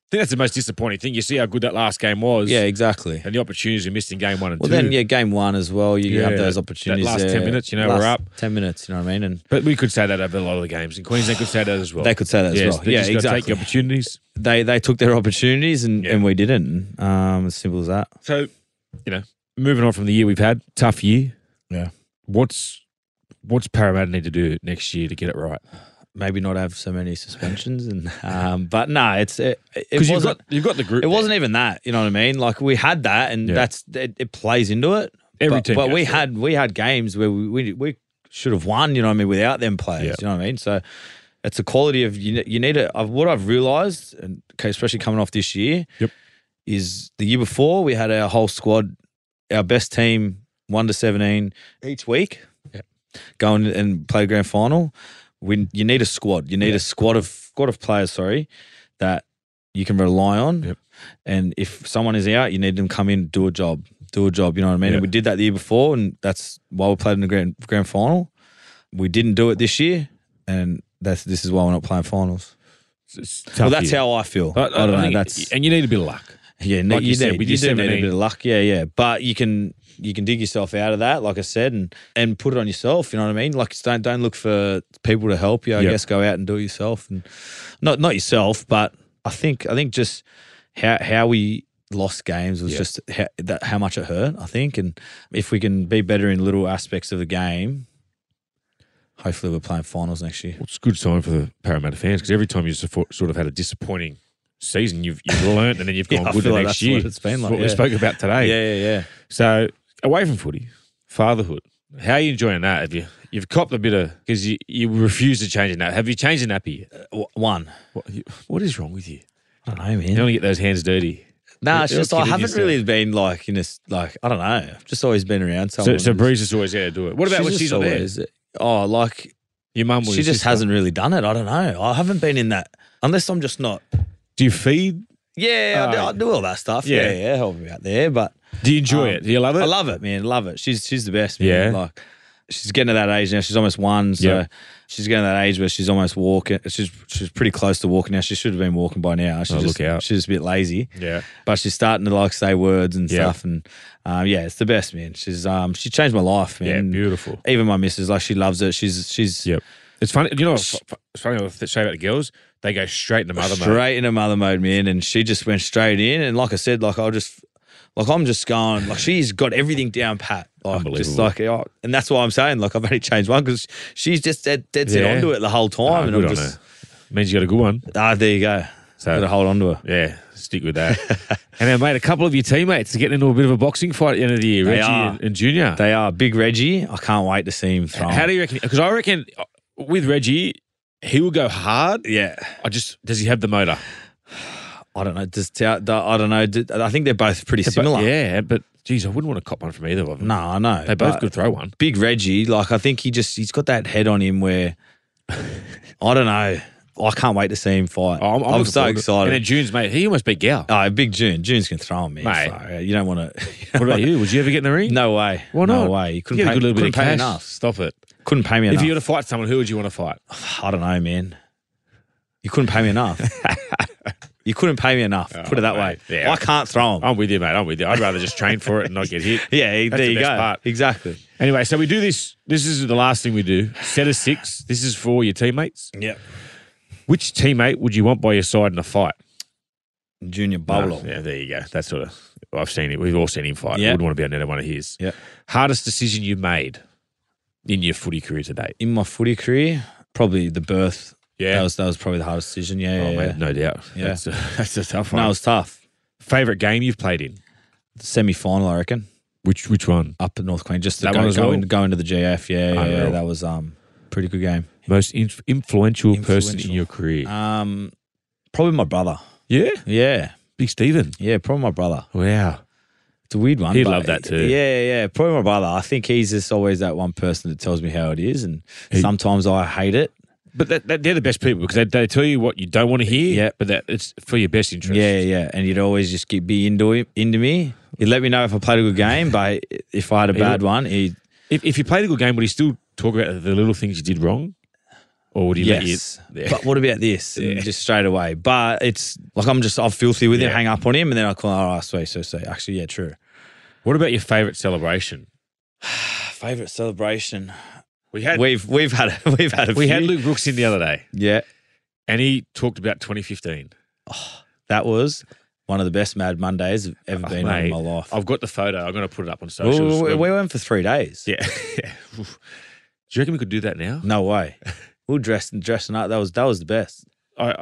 [SPEAKER 4] I think that's the most disappointing thing. You see how good that last game was.
[SPEAKER 5] Yeah, exactly.
[SPEAKER 4] And the opportunities we missed in game one and
[SPEAKER 5] Well,
[SPEAKER 4] two.
[SPEAKER 5] then yeah, game one as well. You
[SPEAKER 4] Yeah,
[SPEAKER 5] have those
[SPEAKER 4] that
[SPEAKER 5] opportunities.
[SPEAKER 4] last 10
[SPEAKER 5] there.
[SPEAKER 4] minutes, you know, we're
[SPEAKER 5] Last
[SPEAKER 4] up.
[SPEAKER 5] ten minutes. You know what I mean? And
[SPEAKER 4] But we could say that over a lot of the games. And Queensland could say that as well.
[SPEAKER 5] They could say that as well.
[SPEAKER 4] They
[SPEAKER 5] Yeah,
[SPEAKER 4] just gotta
[SPEAKER 5] exactly.
[SPEAKER 4] Take the opportunities.
[SPEAKER 5] they they took their opportunities, and,
[SPEAKER 4] Yeah.
[SPEAKER 5] and we didn't. Um, as simple as that.
[SPEAKER 4] So, you know, moving on from the year we've had, tough year.
[SPEAKER 5] Yeah.
[SPEAKER 4] What's what's Parramatta need to do next year to get it right?
[SPEAKER 5] Maybe not have so many suspensions, and um, but no, it's it, it
[SPEAKER 4] Because you've
[SPEAKER 5] wasn't.
[SPEAKER 4] got you've got the group.
[SPEAKER 5] it wasn't even that, you know what I mean? Like we had that, and
[SPEAKER 4] Yeah.
[SPEAKER 5] that's it, it plays into it.
[SPEAKER 4] Every
[SPEAKER 5] but,
[SPEAKER 4] team
[SPEAKER 5] but we
[SPEAKER 4] goes through
[SPEAKER 5] had we had games where we we, we should have won, you know what I mean, without them players,
[SPEAKER 4] Yeah.
[SPEAKER 5] you know what I mean? So it's a quality of you. ne- You need it. What I've realised, and okay, especially coming off this year,
[SPEAKER 4] Yep.
[SPEAKER 5] is the year before we had our whole squad, our best team, one to seventeen each week, going and play grand final. We you need a squad. You need a squad of squad of players. Sorry, that you can rely on.
[SPEAKER 4] Yep.
[SPEAKER 5] And if someone is out, you need them to come in, do a job, do a job. You know what I mean?
[SPEAKER 4] Yeah.
[SPEAKER 5] And we did that the year before, and that's why we played in the grand grand final. We didn't do it this year, and that's this is why we're not playing finals.
[SPEAKER 4] It's- it's tough
[SPEAKER 5] well, that's
[SPEAKER 4] year. uh,
[SPEAKER 5] how I feel.
[SPEAKER 4] I,
[SPEAKER 5] I, don't know.
[SPEAKER 4] think-
[SPEAKER 5] That's
[SPEAKER 4] and you need a bit of luck.
[SPEAKER 5] yeah.
[SPEAKER 4] like you
[SPEAKER 5] you,
[SPEAKER 4] said,
[SPEAKER 5] need,
[SPEAKER 4] with
[SPEAKER 5] you
[SPEAKER 4] your
[SPEAKER 5] do need a
[SPEAKER 4] 17.
[SPEAKER 5] bit of luck. Yeah, yeah. But you can you can dig yourself out of that, like I said, and and put it on yourself. You know what I mean? Like don't don't look for people to help you. I
[SPEAKER 4] Yep.
[SPEAKER 5] guess go out and do it yourself, and not not yourself, but I think I think just how how we lost games was
[SPEAKER 4] Yeah.
[SPEAKER 5] just how, that, how much it hurt. I think, and if we can be better in little aspects of the game, hopefully we're playing finals next year.
[SPEAKER 4] Well, it's a good sign for the Parramatta fans because every time you support, sort of had a disappointing season, you've you've learnt and then you've
[SPEAKER 5] Yeah,
[SPEAKER 4] gone
[SPEAKER 5] I
[SPEAKER 4] good the
[SPEAKER 5] feel like
[SPEAKER 4] next
[SPEAKER 5] that's
[SPEAKER 4] year.
[SPEAKER 5] what it's been like,
[SPEAKER 4] what we
[SPEAKER 5] yeah.
[SPEAKER 4] spoke about today.
[SPEAKER 5] Yeah, yeah, yeah.
[SPEAKER 4] So away from footy, fatherhood. How are you enjoying that? Have you you've copped a bit of because you, you refuse to change a nap. Have you changed a nappy yet?
[SPEAKER 5] Uh, w- One.
[SPEAKER 4] What, you- what is wrong with you?
[SPEAKER 5] I don't know, man.
[SPEAKER 4] You want to get those hands dirty.
[SPEAKER 5] No,
[SPEAKER 4] You're-
[SPEAKER 5] it's
[SPEAKER 4] you're
[SPEAKER 5] just I
[SPEAKER 4] kidding
[SPEAKER 5] haven't
[SPEAKER 4] yourself.
[SPEAKER 5] really been like in this like I don't know. I've just always been around
[SPEAKER 4] So,
[SPEAKER 5] someone.
[SPEAKER 4] so Breeze is always there to do it. What about when
[SPEAKER 5] just
[SPEAKER 4] she's not there?
[SPEAKER 5] always- Oh, like
[SPEAKER 4] Your mum or
[SPEAKER 5] she
[SPEAKER 4] your
[SPEAKER 5] just
[SPEAKER 4] sister?
[SPEAKER 5] hasn't really done it. I don't know. I haven't been in that unless I'm just not.
[SPEAKER 4] Do you feed?
[SPEAKER 5] Yeah, I, do,
[SPEAKER 4] Oh,
[SPEAKER 5] I do all that stuff.
[SPEAKER 4] yeah.
[SPEAKER 5] Yeah, yeah, help me out there. But
[SPEAKER 4] Do you enjoy
[SPEAKER 5] Um,
[SPEAKER 4] it? Do you love it?
[SPEAKER 5] I love it, man. Love it. She's she's the best. Man.
[SPEAKER 4] Yeah.
[SPEAKER 5] Like she's getting to that age now. She's almost one, so
[SPEAKER 4] Yeah.
[SPEAKER 5] she's getting to that age where she's almost walking. She's she's pretty close to walking now. She should have been walking by now. She's
[SPEAKER 4] Oh,
[SPEAKER 5] just,
[SPEAKER 4] look out.
[SPEAKER 5] She's just a bit lazy.
[SPEAKER 4] yeah.
[SPEAKER 5] but she's starting to like say words and
[SPEAKER 4] Yeah.
[SPEAKER 5] stuff and um, yeah it's the best man she's um she changed my life man
[SPEAKER 4] Yeah, beautiful.
[SPEAKER 5] even my missus like she loves it she's she's
[SPEAKER 4] Yep. It's funny. You know what's fu- fu- it's funny what they say about the girls? They go straight into mother mode.
[SPEAKER 5] straight into mother mode man and she just went straight in and like I said like I'll just like I'm just going like she's got everything down pat like just
[SPEAKER 4] Unbelievable.
[SPEAKER 5] like oh, and that's why I'm saying like I've only changed one because she's just dead, dead set
[SPEAKER 4] Yeah.
[SPEAKER 5] onto it the whole
[SPEAKER 4] Oh,
[SPEAKER 5] time and
[SPEAKER 4] good
[SPEAKER 5] I'm
[SPEAKER 4] on
[SPEAKER 5] just
[SPEAKER 4] her. Means you got a good one.
[SPEAKER 5] ah there you go
[SPEAKER 4] So-
[SPEAKER 5] gotta hold on to her
[SPEAKER 4] Yeah, stick with that. and then, mate, a couple of your teammates are getting into a bit of a boxing fight at the end of the year,
[SPEAKER 5] They
[SPEAKER 4] Reggie
[SPEAKER 5] are.
[SPEAKER 4] and, and Junior.
[SPEAKER 5] they are big Reggie I can't wait to see him throw
[SPEAKER 4] How do you reckon? Because I reckon uh, with Reggie, he will go hard.
[SPEAKER 5] yeah
[SPEAKER 4] I just does he have the motor?
[SPEAKER 5] I don't know just ta- da- I don't know d- I think they're both pretty similar
[SPEAKER 4] But, yeah, but geez, I wouldn't want to cop one from either of them.
[SPEAKER 5] No, I know.
[SPEAKER 4] they both
[SPEAKER 5] but
[SPEAKER 4] could throw one.
[SPEAKER 5] Big Reggie, like I think he just he's got that head on him where I don't know. I can't wait to see him fight.
[SPEAKER 4] Oh,
[SPEAKER 5] I'm,
[SPEAKER 4] looking
[SPEAKER 5] so
[SPEAKER 4] forward to it. And then
[SPEAKER 5] excited.
[SPEAKER 4] June's mate, he almost beat Gow.
[SPEAKER 5] Oh, Big June. June's gonna throw him, man.
[SPEAKER 4] Mate.
[SPEAKER 5] Sorry, you don't want to.
[SPEAKER 4] what about you? Would you ever get in the ring?
[SPEAKER 5] No way.
[SPEAKER 4] why not?
[SPEAKER 5] No way. You couldn't
[SPEAKER 4] get
[SPEAKER 5] pay,
[SPEAKER 4] a good little bit
[SPEAKER 5] couldn't
[SPEAKER 4] of
[SPEAKER 5] pay
[SPEAKER 4] cash.
[SPEAKER 5] me enough.
[SPEAKER 4] Stop it.
[SPEAKER 5] Couldn't pay me
[SPEAKER 4] If
[SPEAKER 5] enough.
[SPEAKER 4] you were to fight someone, who would you want to fight?
[SPEAKER 5] I don't know, man. You couldn't pay me enough. you couldn't pay me enough. Put it that
[SPEAKER 4] Oh, mate.
[SPEAKER 5] way.
[SPEAKER 4] Yeah.
[SPEAKER 5] I can't throw him.
[SPEAKER 4] I'm with you, mate. I'm with you. I'd rather just train for it and not get hit.
[SPEAKER 5] yeah,
[SPEAKER 4] That's
[SPEAKER 5] there
[SPEAKER 4] the
[SPEAKER 5] you
[SPEAKER 4] best
[SPEAKER 5] go.
[SPEAKER 4] part.
[SPEAKER 5] Exactly.
[SPEAKER 4] Anyway, so we do this. This is the last thing we do. Set of six. This is for all your teammates.
[SPEAKER 5] Yeah.
[SPEAKER 4] Which teammate would you want by your side in a fight?
[SPEAKER 5] Junior Bubble.
[SPEAKER 4] Yeah, there you go. That's sort of. I've seen it. We've all seen him fight.
[SPEAKER 5] Yeah.
[SPEAKER 4] Wouldn't want to be on another one of his.
[SPEAKER 5] Yeah.
[SPEAKER 4] Hardest decision you made in your footy career to date?
[SPEAKER 5] in my footy career, probably the birth.
[SPEAKER 4] Yeah.
[SPEAKER 5] That was that was probably the hardest decision. Yeah,
[SPEAKER 4] Oh,
[SPEAKER 5] yeah,
[SPEAKER 4] mate,
[SPEAKER 5] yeah.
[SPEAKER 4] no doubt.
[SPEAKER 5] Yeah.
[SPEAKER 4] That's a, that's a tough
[SPEAKER 5] No,
[SPEAKER 4] one.
[SPEAKER 5] it was tough.
[SPEAKER 4] Favorite game you've played in?
[SPEAKER 5] Semi final, I reckon.
[SPEAKER 4] Which which one?
[SPEAKER 5] Up at North Queen, just to
[SPEAKER 4] That
[SPEAKER 5] go,
[SPEAKER 4] one as
[SPEAKER 5] go,
[SPEAKER 4] well?
[SPEAKER 5] in- go into the GF. Yeah, yeah, yeah,
[SPEAKER 4] Unreal.
[SPEAKER 5] that was um pretty good game.
[SPEAKER 4] Most inf- influential, person in
[SPEAKER 5] Influential.
[SPEAKER 4] your career?
[SPEAKER 5] Um, probably my brother.
[SPEAKER 4] yeah,
[SPEAKER 5] Yeah,
[SPEAKER 4] Big Steven.
[SPEAKER 5] yeah, probably my brother.
[SPEAKER 4] Wow.
[SPEAKER 5] It's a weird one.
[SPEAKER 4] He'd
[SPEAKER 5] but-
[SPEAKER 4] love that too.
[SPEAKER 5] Yeah, yeah. Probably my brother. I think he's just always that one person that tells me how it is, and sometimes I hate it.
[SPEAKER 4] But that, that, they're the best people because they, they tell you what you don't want to hear.
[SPEAKER 5] Yeah.
[SPEAKER 4] but that it's for your best interest.
[SPEAKER 5] Yeah, yeah. And he'd always just get be into him, into me. He'd let me know if I played a good game, but if I had a bad
[SPEAKER 4] would-
[SPEAKER 5] one, he
[SPEAKER 4] If, if you played a good game, would he still talk about the little things you did wrong, or would he
[SPEAKER 5] yes.
[SPEAKER 4] let you? Yeah.
[SPEAKER 5] But what about this? And Just straight away. But it's like I'm just I'm filthy with him.
[SPEAKER 4] Yeah.
[SPEAKER 5] Hang up on him, and then I call. Oh, sweet, so so. Actually, yeah, true.
[SPEAKER 4] what about your favorite celebration?
[SPEAKER 5] Favorite celebration.
[SPEAKER 4] We had we,
[SPEAKER 5] We've we've had we've had a few.
[SPEAKER 4] had Luke Brooks in the other day,
[SPEAKER 5] Yeah,
[SPEAKER 4] and he talked about 2015.
[SPEAKER 5] that was one of the best Mad Mondays I've ever been on in
[SPEAKER 4] Oh, Mate,
[SPEAKER 5] Oh, my life.
[SPEAKER 4] I've got the photo. I'm going to put it up on
[SPEAKER 5] We,
[SPEAKER 4] socials.
[SPEAKER 5] we- we went for three days.
[SPEAKER 4] yeah. do you reckon we could do that now?
[SPEAKER 5] No way. We were dressing dressing up. That was that was the best.
[SPEAKER 4] I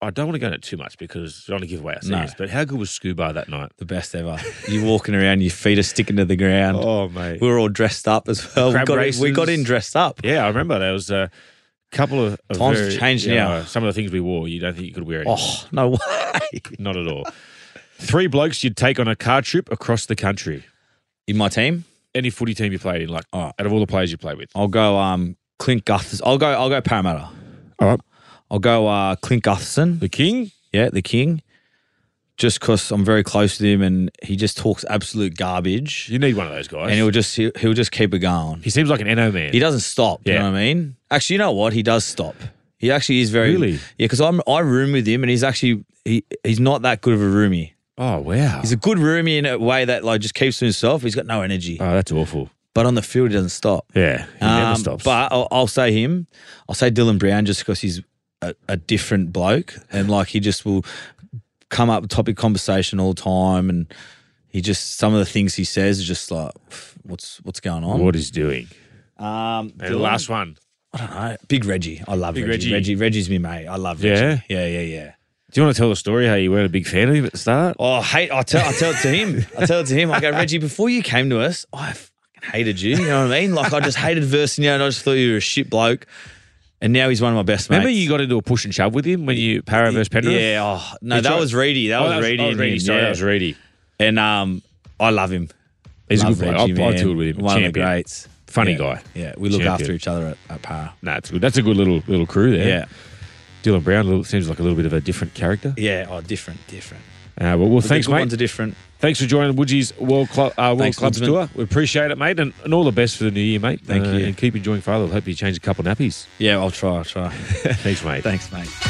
[SPEAKER 4] I don't want to go into it too much because I don't want to give away our
[SPEAKER 5] No.
[SPEAKER 4] secrets. But how good was Scuba that night?
[SPEAKER 5] The best ever. You walking around, your feet are sticking to the ground.
[SPEAKER 4] mate.
[SPEAKER 5] We were all dressed up as well. We
[SPEAKER 4] Oh. Crab
[SPEAKER 5] got, in, we got
[SPEAKER 4] races.
[SPEAKER 5] in dressed up.
[SPEAKER 4] Yeah, I remember there was a couple of, of
[SPEAKER 5] Times have changed
[SPEAKER 4] you
[SPEAKER 5] now.
[SPEAKER 4] know, Some of the things we wore, you don't think you could wear anymore.
[SPEAKER 5] Oh no way!
[SPEAKER 4] Not at all. Three blokes you'd take on a car trip across the country.
[SPEAKER 5] In my team,
[SPEAKER 4] Any footy team you played in, like
[SPEAKER 5] All right.
[SPEAKER 4] out of all the players you played with.
[SPEAKER 5] I'll go um Clint Guthers. I'll go I'll go Parramatta.
[SPEAKER 4] All right.
[SPEAKER 5] I'll go uh Clint Gutherson.
[SPEAKER 4] The King,
[SPEAKER 5] Yeah, the king. Just because I'm very close to him and he just talks absolute garbage.
[SPEAKER 4] you need one of those guys.
[SPEAKER 5] And he'll just he'll, he'll just keep it going.
[SPEAKER 4] he seems like an NO man.
[SPEAKER 5] He doesn't stop. You
[SPEAKER 4] Yeah.
[SPEAKER 5] know what I mean? Actually, you know what? He does stop. He actually is very
[SPEAKER 4] Really?
[SPEAKER 5] Yeah, because I'm I room with him and he's actually he he's not that good of a roomie.
[SPEAKER 4] oh, wow.
[SPEAKER 5] He's a good roomie in a way that like just keeps to himself. He's got no energy.
[SPEAKER 4] oh, that's awful.
[SPEAKER 5] But on the field he doesn't stop.
[SPEAKER 4] Yeah, he
[SPEAKER 5] Um,
[SPEAKER 4] never stops.
[SPEAKER 5] But I'll, I'll say him. I'll say Dylan Brown just because he's a, a different bloke and like he just will come up with topic conversation all the time and he just some of the things he says is just like what's what's going on.
[SPEAKER 4] what he's doing.
[SPEAKER 5] Um,
[SPEAKER 4] And the
[SPEAKER 5] Dylan-
[SPEAKER 4] last one.
[SPEAKER 5] I don't know. Big Reggie, I love
[SPEAKER 4] Big
[SPEAKER 5] Reggie. Reggie.
[SPEAKER 4] Reggie.
[SPEAKER 5] Reggie's me mate. I love Reggie.
[SPEAKER 4] Yeah?
[SPEAKER 5] yeah, yeah, yeah.
[SPEAKER 4] Do you want to tell the story how you weren't a big fan of him at the start?
[SPEAKER 5] Oh, I hate. I tell. I tell it to him. I tell it to him. I go, Reggie. Before you came to us, I fucking hated you. You know what I mean? Like I just hated versing you, and I just thought you were a shit bloke. And now he's one of my best
[SPEAKER 4] Remember
[SPEAKER 5] mates.
[SPEAKER 4] you got into a push and shove with him when you para versus Penrith?
[SPEAKER 5] Yeah. Oh, no,
[SPEAKER 4] You
[SPEAKER 5] that
[SPEAKER 4] tried-
[SPEAKER 5] was Reedy. That
[SPEAKER 4] Oh,
[SPEAKER 5] was Reedy.
[SPEAKER 4] oh,
[SPEAKER 5] and
[SPEAKER 4] Reedy.
[SPEAKER 5] him,
[SPEAKER 4] Sorry,
[SPEAKER 5] yeah.
[SPEAKER 4] that was Reedy.
[SPEAKER 5] And um, I love him.
[SPEAKER 4] He's
[SPEAKER 5] love
[SPEAKER 4] a good
[SPEAKER 5] Reggie,
[SPEAKER 4] player. I, I
[SPEAKER 5] man.
[SPEAKER 4] toured with him.
[SPEAKER 5] One of the
[SPEAKER 4] Champion.
[SPEAKER 5] greats.
[SPEAKER 4] Funny
[SPEAKER 5] Yeah.
[SPEAKER 4] guy.
[SPEAKER 5] Yeah, we look
[SPEAKER 4] Champion.
[SPEAKER 5] after each other at, at Para.
[SPEAKER 4] Nah, it's good. That's a good little little crew there.
[SPEAKER 5] Yeah.
[SPEAKER 4] Dylan Brown little, seems like a little bit of a different character.
[SPEAKER 5] Yeah. Oh, different, different.
[SPEAKER 4] Uh, well, well
[SPEAKER 5] The
[SPEAKER 4] thanks,
[SPEAKER 5] good
[SPEAKER 4] mate.
[SPEAKER 5] Ones are different.
[SPEAKER 4] Thanks for joining Woodgie's World Club uh, World
[SPEAKER 5] Thanks,
[SPEAKER 4] Clubs
[SPEAKER 5] Woodsman.
[SPEAKER 4] tour. We appreciate it, mate, and, and all the best for the new year, mate.
[SPEAKER 5] Thank
[SPEAKER 4] Uh,
[SPEAKER 5] you.
[SPEAKER 4] and keep enjoying fatherhood. Hope you change a couple nappies.
[SPEAKER 5] Yeah, I'll try. I'll try.
[SPEAKER 4] Thanks, mate.
[SPEAKER 5] Thanks, mate.